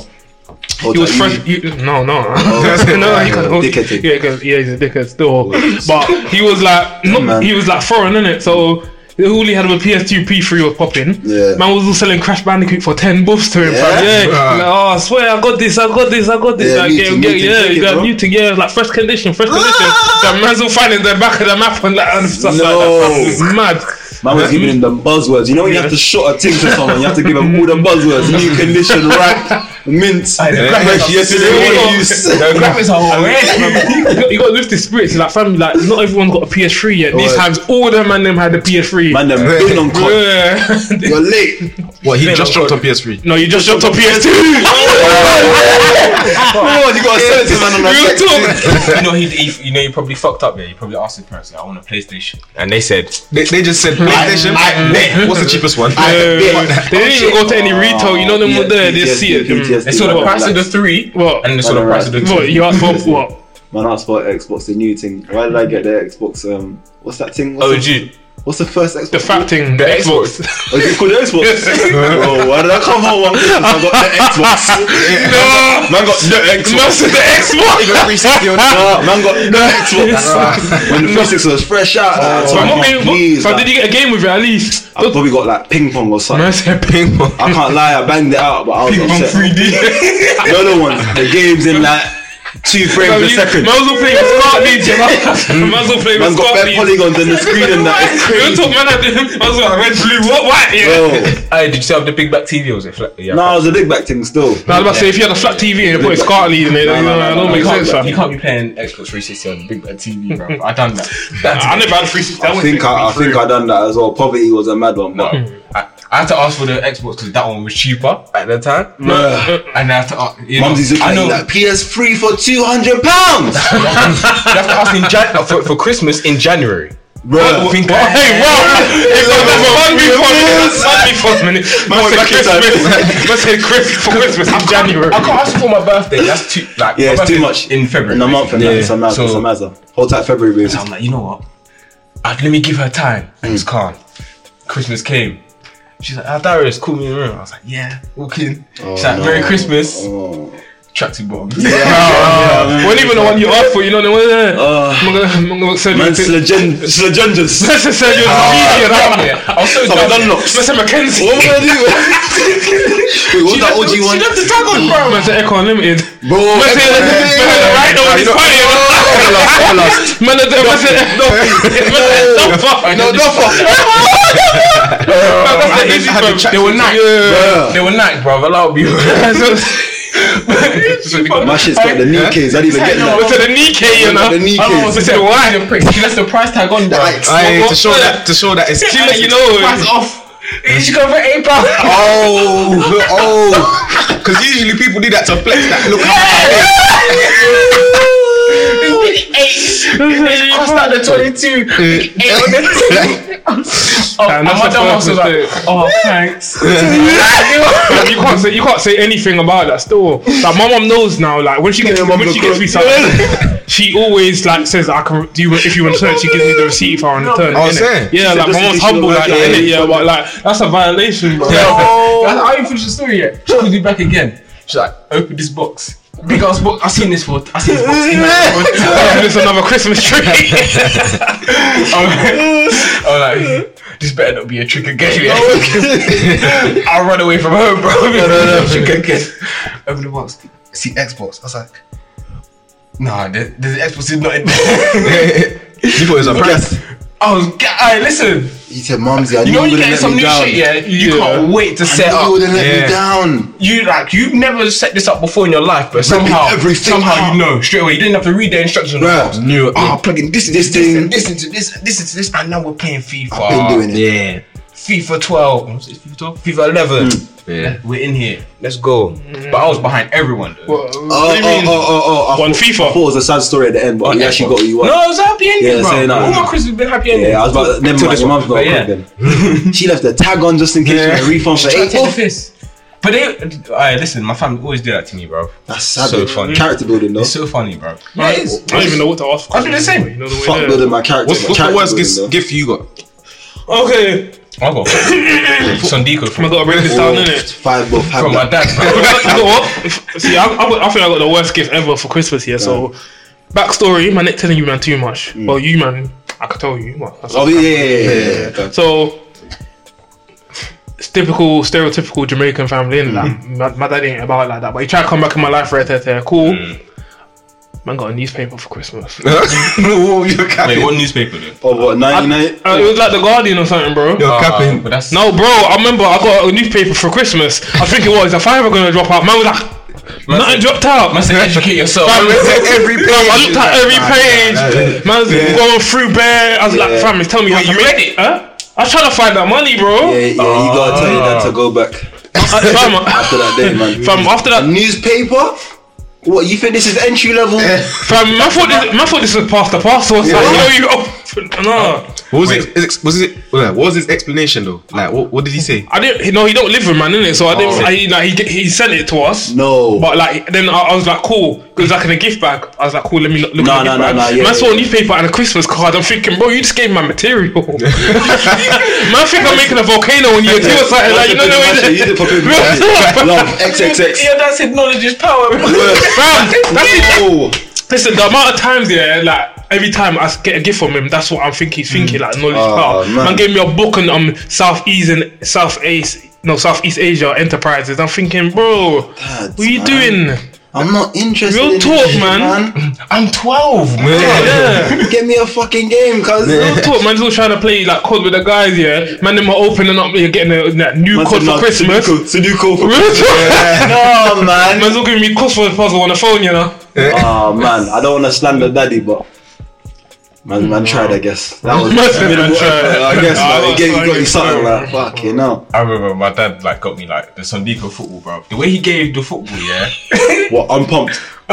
[SPEAKER 4] He was fresh. You, no, no, no. He
[SPEAKER 6] yeah,
[SPEAKER 4] can,
[SPEAKER 6] Oh, dickhead. Oh,
[SPEAKER 4] yeah, he can, yeah, he's a dickhead still. But he was like, not,
[SPEAKER 6] Man.
[SPEAKER 4] he was like foreign in it. So all he had was PS2, P3 was popping.
[SPEAKER 6] Yeah.
[SPEAKER 4] Man was all selling Crash Bandicoot for ten buffs to him. fam.
[SPEAKER 6] Yeah?
[SPEAKER 4] Yeah. Like, oh, I swear, I got this, I got this, I got this.
[SPEAKER 6] Yeah,
[SPEAKER 4] like,
[SPEAKER 6] new
[SPEAKER 4] yeah,
[SPEAKER 6] thing,
[SPEAKER 4] yeah,
[SPEAKER 6] new thing,
[SPEAKER 4] yeah,
[SPEAKER 6] take it,
[SPEAKER 4] yeah,
[SPEAKER 6] bro.
[SPEAKER 4] new thing, yeah, like fresh condition, fresh condition. The man's all finding the back of the map and like and stuff like that.
[SPEAKER 6] No.
[SPEAKER 4] fam. It's mad.
[SPEAKER 6] Man was giving him the buzzwords. You know when you have to shot a thing to someone, you have to give them all the buzzwords. New condition, rap, mint, fresh yesterday, use.
[SPEAKER 5] The graphics are weird.
[SPEAKER 4] you, got, you got to lift the spirits, like family. Like not everyone got a PS3 yet. These
[SPEAKER 6] Word.
[SPEAKER 4] times, all them and them had a PS3.
[SPEAKER 6] Man, them been on court.
[SPEAKER 4] Yeah.
[SPEAKER 6] You're late.
[SPEAKER 3] What he just dropped on PS3.
[SPEAKER 4] no, you just jumped on PS2.
[SPEAKER 6] Come on, you got a sensitive man on
[SPEAKER 4] Real
[SPEAKER 6] that.
[SPEAKER 4] talk.
[SPEAKER 5] you know he, he, you know he probably fucked up. Yeah, he probably asked his parents, "I want a PlayStation," and they said,
[SPEAKER 3] They, they just said PlayStation. What's the cheapest one?
[SPEAKER 4] Yeah. They didn't even go to any retail. You know them
[SPEAKER 6] Yeah,
[SPEAKER 4] were there. They
[SPEAKER 6] PTSD,
[SPEAKER 4] see it. Mm.
[SPEAKER 6] PTSD.
[SPEAKER 5] "They saw the
[SPEAKER 6] What?
[SPEAKER 5] price of the
[SPEAKER 6] Like-
[SPEAKER 5] three,
[SPEAKER 4] What?
[SPEAKER 5] and they saw the price of the two.
[SPEAKER 4] What you asked for? What?
[SPEAKER 6] Man, I asked for Xbox, the new thing. Why did I get the Xbox? Um, what's that thing? What's,
[SPEAKER 5] Oh,
[SPEAKER 6] the,
[SPEAKER 5] dude,
[SPEAKER 6] what's the first Xbox?
[SPEAKER 4] The fat thing.
[SPEAKER 5] the Xbox.
[SPEAKER 6] Oh, is it called the Xbox? oh, why did I come home? one Christmas? I got the Xbox.
[SPEAKER 4] No.
[SPEAKER 6] Man got the Xbox.
[SPEAKER 4] No, the Xbox.
[SPEAKER 6] Nah, man got the Xbox. when the 360 was fresh out, I was
[SPEAKER 4] Oh. Fam,
[SPEAKER 6] like,
[SPEAKER 4] what made- what-
[SPEAKER 6] please,
[SPEAKER 4] fam,
[SPEAKER 6] Oh, like,
[SPEAKER 4] did you get a game with it at least?
[SPEAKER 6] I probably got like ping pong or something.
[SPEAKER 4] Man said
[SPEAKER 3] Ping pong.
[SPEAKER 6] I can't lie, I banged it out, but I was upset.
[SPEAKER 5] 3D.
[SPEAKER 6] The other ones, the game's in like two frames a
[SPEAKER 4] you-
[SPEAKER 6] second.
[SPEAKER 4] Might as well play with Spark Leads, you know? Might as well play with
[SPEAKER 6] Man's got
[SPEAKER 4] Spark
[SPEAKER 6] bare
[SPEAKER 4] Leads.
[SPEAKER 6] polygons on the screen and that. It's
[SPEAKER 4] You don't
[SPEAKER 6] crazy.
[SPEAKER 4] talk man at them. Might as well have red, blue, what, white, yeah.
[SPEAKER 6] Bro,
[SPEAKER 5] Hey, did you set up the big back TV? Or was it flat? Yeah,
[SPEAKER 6] nah, it was a big back thing still.
[SPEAKER 4] No, I was about to say, if you had a flat TV and you put Scarlet Leads in it,
[SPEAKER 6] No,
[SPEAKER 4] that
[SPEAKER 6] no, no,
[SPEAKER 4] don't
[SPEAKER 6] no,
[SPEAKER 4] make
[SPEAKER 6] no,
[SPEAKER 4] sense,
[SPEAKER 5] You
[SPEAKER 4] fam.
[SPEAKER 5] can't be playing Xbox 360 on the big back TV, bro. I done that. That's
[SPEAKER 4] I never had a 360. That
[SPEAKER 6] I
[SPEAKER 4] was
[SPEAKER 6] think I, I
[SPEAKER 4] free.
[SPEAKER 6] think I done that as well. Poverty was a mad one, but
[SPEAKER 5] I, I had to ask for the Xbox because that one was cheaper at the time. And I have to ask. You know,
[SPEAKER 6] Mumsy's looking
[SPEAKER 5] I
[SPEAKER 6] at
[SPEAKER 5] know.
[SPEAKER 6] you like PS3 for two hundred pounds.
[SPEAKER 5] you have to ask in Jan- uh, for, for Christmas in January.
[SPEAKER 6] Bro,
[SPEAKER 5] Think uh, about it.
[SPEAKER 4] Hey, wow! Hey, fam, that's fun before minutes. Fun before minutes. Man
[SPEAKER 6] went
[SPEAKER 4] said
[SPEAKER 6] back in time.
[SPEAKER 4] Christmas. Man said Christmas for Christmas in January.
[SPEAKER 5] I can't ask for my birthday. That's too like.
[SPEAKER 6] yeah,
[SPEAKER 5] my
[SPEAKER 6] it's
[SPEAKER 5] birthday's
[SPEAKER 6] too much
[SPEAKER 5] in February.
[SPEAKER 6] In a month, and yeah. it's a mad,
[SPEAKER 5] So-
[SPEAKER 6] it's a mazza. Hold tight, February, baby.
[SPEAKER 5] So I'm like, you know what? Uh, let me give her time. Things
[SPEAKER 6] Mm.
[SPEAKER 5] calm. Christmas came. She's like, ah, Darius, call me in the room. I was like, yeah, walking. She's like, Merry Christmas.
[SPEAKER 6] Oh.
[SPEAKER 5] Tracksuit bottoms.
[SPEAKER 4] Well, even the one you asked for, you know, the one there.
[SPEAKER 6] Uh,
[SPEAKER 4] I'm gonna- I'm gonna send you
[SPEAKER 6] man's
[SPEAKER 4] to-
[SPEAKER 6] legend, it's legendous.
[SPEAKER 4] Man said send you to media, that one.
[SPEAKER 5] Oh, Yeah, I was so
[SPEAKER 6] Some
[SPEAKER 5] dumb.
[SPEAKER 6] Dunlops.
[SPEAKER 4] Man said Mackenzie.
[SPEAKER 6] What am I gonna do? Wait, what's that OG one?
[SPEAKER 4] the tag on, bro. Man said Echo Unlimited.
[SPEAKER 6] Bro,
[SPEAKER 4] Man said man said the right
[SPEAKER 6] Echo-
[SPEAKER 4] now is funny. Man said man said no, no, fuck.
[SPEAKER 6] No, no, fuck.
[SPEAKER 4] Man, that's the
[SPEAKER 3] I
[SPEAKER 4] easy
[SPEAKER 3] had
[SPEAKER 4] bro.
[SPEAKER 3] to check
[SPEAKER 4] They were
[SPEAKER 3] it.
[SPEAKER 4] nice.
[SPEAKER 5] They were nice, bro. Allow me.
[SPEAKER 4] Man said-
[SPEAKER 6] My shit's got the knee case. I didn't even get
[SPEAKER 4] man
[SPEAKER 6] that.
[SPEAKER 4] said the Nikkei, you know.
[SPEAKER 6] The knee
[SPEAKER 4] I don't know
[SPEAKER 6] case.
[SPEAKER 4] what to say, why?
[SPEAKER 5] She left the price tag on, bro.
[SPEAKER 6] Like,
[SPEAKER 3] Aye, to show that to show that it's
[SPEAKER 4] She let you know.
[SPEAKER 5] Price off. She got for eight pounds.
[SPEAKER 3] Oh, oh, because usually people do that to flex that. Look,
[SPEAKER 5] Cost out the twenty-two. Eight. oh,
[SPEAKER 4] Damn,
[SPEAKER 5] and
[SPEAKER 4] that's
[SPEAKER 5] my
[SPEAKER 4] the
[SPEAKER 5] dumb ass
[SPEAKER 4] first
[SPEAKER 5] was like,
[SPEAKER 4] mistake.
[SPEAKER 5] oh thanks.
[SPEAKER 4] Like, you can't say you can't say anything about that still. Like my mom knows now. Like when she gets
[SPEAKER 6] your mum
[SPEAKER 4] when
[SPEAKER 6] the
[SPEAKER 4] she gets me
[SPEAKER 6] cook.
[SPEAKER 4] something, she always like says I can do you if you return. She gives me the receipt if I return.
[SPEAKER 3] I was
[SPEAKER 4] innit?
[SPEAKER 3] saying.
[SPEAKER 4] yeah,
[SPEAKER 6] said
[SPEAKER 4] like
[SPEAKER 6] just
[SPEAKER 4] my
[SPEAKER 6] in
[SPEAKER 4] mom's
[SPEAKER 6] case you
[SPEAKER 4] humble
[SPEAKER 6] don't
[SPEAKER 4] like that.
[SPEAKER 6] like it,
[SPEAKER 4] innit?
[SPEAKER 6] yeah.
[SPEAKER 4] Yeah, but like that's a violation, bro.
[SPEAKER 5] I haven't finished the story yet. She called me back again. She's like, open this box. Big ass box. I seen this for. I seen this box. in my-
[SPEAKER 4] it's another Christmas tree.
[SPEAKER 5] I'm like, I'm like, this better not be a trick again. I'll run away from home, bro. trick again. Open the box. See Xbox. I was like, nah, the, the Xbox is not in there.
[SPEAKER 3] you thought it was a press.
[SPEAKER 5] I was, alright, listen.
[SPEAKER 6] He said, Mumsy, I knew
[SPEAKER 5] You know when
[SPEAKER 6] you
[SPEAKER 5] you
[SPEAKER 6] wouldn't
[SPEAKER 5] get
[SPEAKER 6] let
[SPEAKER 5] some
[SPEAKER 6] me
[SPEAKER 5] new
[SPEAKER 6] down.
[SPEAKER 5] shit, yeah, you
[SPEAKER 4] Yeah.
[SPEAKER 5] can't wait to set
[SPEAKER 6] I knew
[SPEAKER 5] up.
[SPEAKER 6] you wouldn't let
[SPEAKER 3] Yeah.
[SPEAKER 6] me down.
[SPEAKER 5] you like you've never set this up before in your life, but somehow
[SPEAKER 6] everything
[SPEAKER 5] somehow
[SPEAKER 6] up.
[SPEAKER 5] you know straight away. You didn't have to read the instructions. on the
[SPEAKER 6] Bruh, Ah,
[SPEAKER 5] box.
[SPEAKER 3] knew it.
[SPEAKER 5] Oh, plug in this,
[SPEAKER 6] This
[SPEAKER 5] this, this,
[SPEAKER 6] thing.
[SPEAKER 5] and this into this, this into this, and now we're playing FIFA.
[SPEAKER 6] I've been doing it.
[SPEAKER 3] Yeah,
[SPEAKER 5] FIFA 12. What's it, FIFA 12? FIFA 11.
[SPEAKER 6] Hmm.
[SPEAKER 3] yeah.
[SPEAKER 5] We're in here. Let's go. But I was behind everyone. Though.
[SPEAKER 6] Oh,
[SPEAKER 4] What
[SPEAKER 6] oh, oh, oh, oh, I
[SPEAKER 4] On
[SPEAKER 6] thought-
[SPEAKER 4] FIFA.
[SPEAKER 6] I thought it was a sad story at the end, but you actually got what you
[SPEAKER 5] No,
[SPEAKER 6] want.
[SPEAKER 5] it was a happy ending,
[SPEAKER 6] Yeah,
[SPEAKER 5] bro.
[SPEAKER 6] say that.
[SPEAKER 5] All my Christmas been happy ending.
[SPEAKER 6] Yeah, I was about to, never
[SPEAKER 5] Till
[SPEAKER 6] mind,
[SPEAKER 5] this
[SPEAKER 6] your mum's
[SPEAKER 5] one.
[SPEAKER 6] got a
[SPEAKER 5] But yeah.
[SPEAKER 6] problem. She left a tag on just in case she
[SPEAKER 5] Yeah.
[SPEAKER 6] got a refund for
[SPEAKER 5] Try to
[SPEAKER 6] eight.
[SPEAKER 5] take the piss. But they, I listen. My family always do that to me, bro.
[SPEAKER 6] That's sad.
[SPEAKER 5] So
[SPEAKER 6] So
[SPEAKER 5] funny.
[SPEAKER 6] Character building though.
[SPEAKER 5] It's so funny, bro. Yeah, it is.
[SPEAKER 4] I don't even know what to ask.
[SPEAKER 5] I do the same.
[SPEAKER 4] You know the way
[SPEAKER 6] Fuck
[SPEAKER 4] there.
[SPEAKER 6] building my character.
[SPEAKER 3] What's,
[SPEAKER 6] but
[SPEAKER 3] what's the
[SPEAKER 6] character
[SPEAKER 3] worst
[SPEAKER 6] building,
[SPEAKER 3] gift,
[SPEAKER 6] though.
[SPEAKER 3] gift you got?
[SPEAKER 4] Okay,
[SPEAKER 5] I got Sandico
[SPEAKER 4] I
[SPEAKER 5] from,
[SPEAKER 4] gotta break this down, innit?
[SPEAKER 6] Five both have
[SPEAKER 5] from my
[SPEAKER 6] that.
[SPEAKER 5] dad, bro.
[SPEAKER 4] you know what? If- See, I, I, I think I got the worst gift ever for Christmas here. So, backstory, man, not telling you man too much.
[SPEAKER 6] Mm.
[SPEAKER 4] Well, you man, I could tell you. Well, that's-
[SPEAKER 6] Oh yeah, yeah, yeah, yeah, yeah. yeah.
[SPEAKER 4] So, it's typical, stereotypical Jamaican
[SPEAKER 5] Mm.
[SPEAKER 4] family. innit? Like, my, my dad ain't about like that, but he tried to come back in my life, right there, there, cool. Man got a newspaper for Christmas.
[SPEAKER 3] Whoa, you're
[SPEAKER 5] Wait,
[SPEAKER 3] capping.
[SPEAKER 5] what newspaper then?
[SPEAKER 6] Or Oh, what? Ninety nine.
[SPEAKER 4] Uh, it was like the Guardian or something, bro.
[SPEAKER 3] You're
[SPEAKER 5] Uh,
[SPEAKER 3] capping.
[SPEAKER 5] But that's
[SPEAKER 4] No, bro. I remember I got a newspaper for Christmas. I think it was a fiver gonna drop out. Man was like,
[SPEAKER 5] Man
[SPEAKER 4] nothing
[SPEAKER 5] said-
[SPEAKER 4] dropped out.
[SPEAKER 5] Must educate yourself.
[SPEAKER 4] Fam,
[SPEAKER 3] Look at every page.
[SPEAKER 4] I looked at every page. Man's going through bare. I was like, fam, it's telling me how
[SPEAKER 5] Wait,
[SPEAKER 4] to
[SPEAKER 5] you
[SPEAKER 4] make-
[SPEAKER 5] read it?
[SPEAKER 4] Huh? I was trying to find that money, bro.
[SPEAKER 6] Yeah, yeah. You gotta tell your dad to go back
[SPEAKER 4] Uh, fam, I-
[SPEAKER 6] after that day, man.
[SPEAKER 4] fam, after that,
[SPEAKER 6] A newspaper. What you think this is entry level?
[SPEAKER 4] fam, man thought this, man thought this was past the parcel. It's like, yo, you oh, nah.
[SPEAKER 3] What was it? Ex- was it? What was his explanation though? Like, what, what did he say?
[SPEAKER 4] I didn't. No, he don't live with man, innit? So I didn't. I, like, he get- he sent it to us.
[SPEAKER 6] Oh. No.
[SPEAKER 4] But like then I, I was like cool because like in a gift bag I was like cool let me look, look
[SPEAKER 6] No,
[SPEAKER 4] at the
[SPEAKER 6] no,
[SPEAKER 4] gift
[SPEAKER 6] no,
[SPEAKER 4] bag
[SPEAKER 6] no, yeah,
[SPEAKER 4] man saw a
[SPEAKER 6] yeah.
[SPEAKER 4] newspaper and a Christmas card I'm thinking bro you just gave my material man think I'm making a volcano on year two or something like you know what I
[SPEAKER 6] Actually, you
[SPEAKER 4] mean
[SPEAKER 6] did pop in. Love XXX.
[SPEAKER 5] Yeah, that's it. Knowledge is power. bro.
[SPEAKER 4] Fam, that's it.
[SPEAKER 6] No.
[SPEAKER 4] Listen, the amount of times, yeah, like every time I s- get a gift from him, that's what I'm thinking. He's thinking like knowledge
[SPEAKER 6] Oh,
[SPEAKER 4] power. Man.
[SPEAKER 6] man.
[SPEAKER 4] gave me a book on um Southeast and Southeast, no Southeast Asia enterprises. I'm thinking, bro, what are you
[SPEAKER 6] man.
[SPEAKER 4] doing?
[SPEAKER 6] I'm not interested.
[SPEAKER 4] Real
[SPEAKER 6] in
[SPEAKER 4] talk,
[SPEAKER 6] this shit,
[SPEAKER 4] man.
[SPEAKER 5] I'm 12, man.
[SPEAKER 4] Yeah.
[SPEAKER 6] Get me a fucking game, cause
[SPEAKER 4] Real talk, man's all trying to play like COD with the guys, yeah. Man, them are opening up, you're getting a, that new COD for Christmas. Real
[SPEAKER 6] Sudoku. Sudoku.
[SPEAKER 4] talk,
[SPEAKER 6] No man.
[SPEAKER 4] man's all giving me crossword puzzle on the phone, you know.
[SPEAKER 6] Oh man, I don't want to slander daddy, but man, man tried. I guess that was.
[SPEAKER 4] Man said man tried.
[SPEAKER 6] I guess
[SPEAKER 4] Ah,
[SPEAKER 6] man,
[SPEAKER 4] that's
[SPEAKER 6] it gave,
[SPEAKER 4] fine,
[SPEAKER 6] got you
[SPEAKER 4] it's
[SPEAKER 6] something
[SPEAKER 4] fine.
[SPEAKER 6] like fucking hell.
[SPEAKER 5] I remember my dad like got me like the Sandico football, bro. The way he gave the football, yeah.
[SPEAKER 6] What? I'm pumped.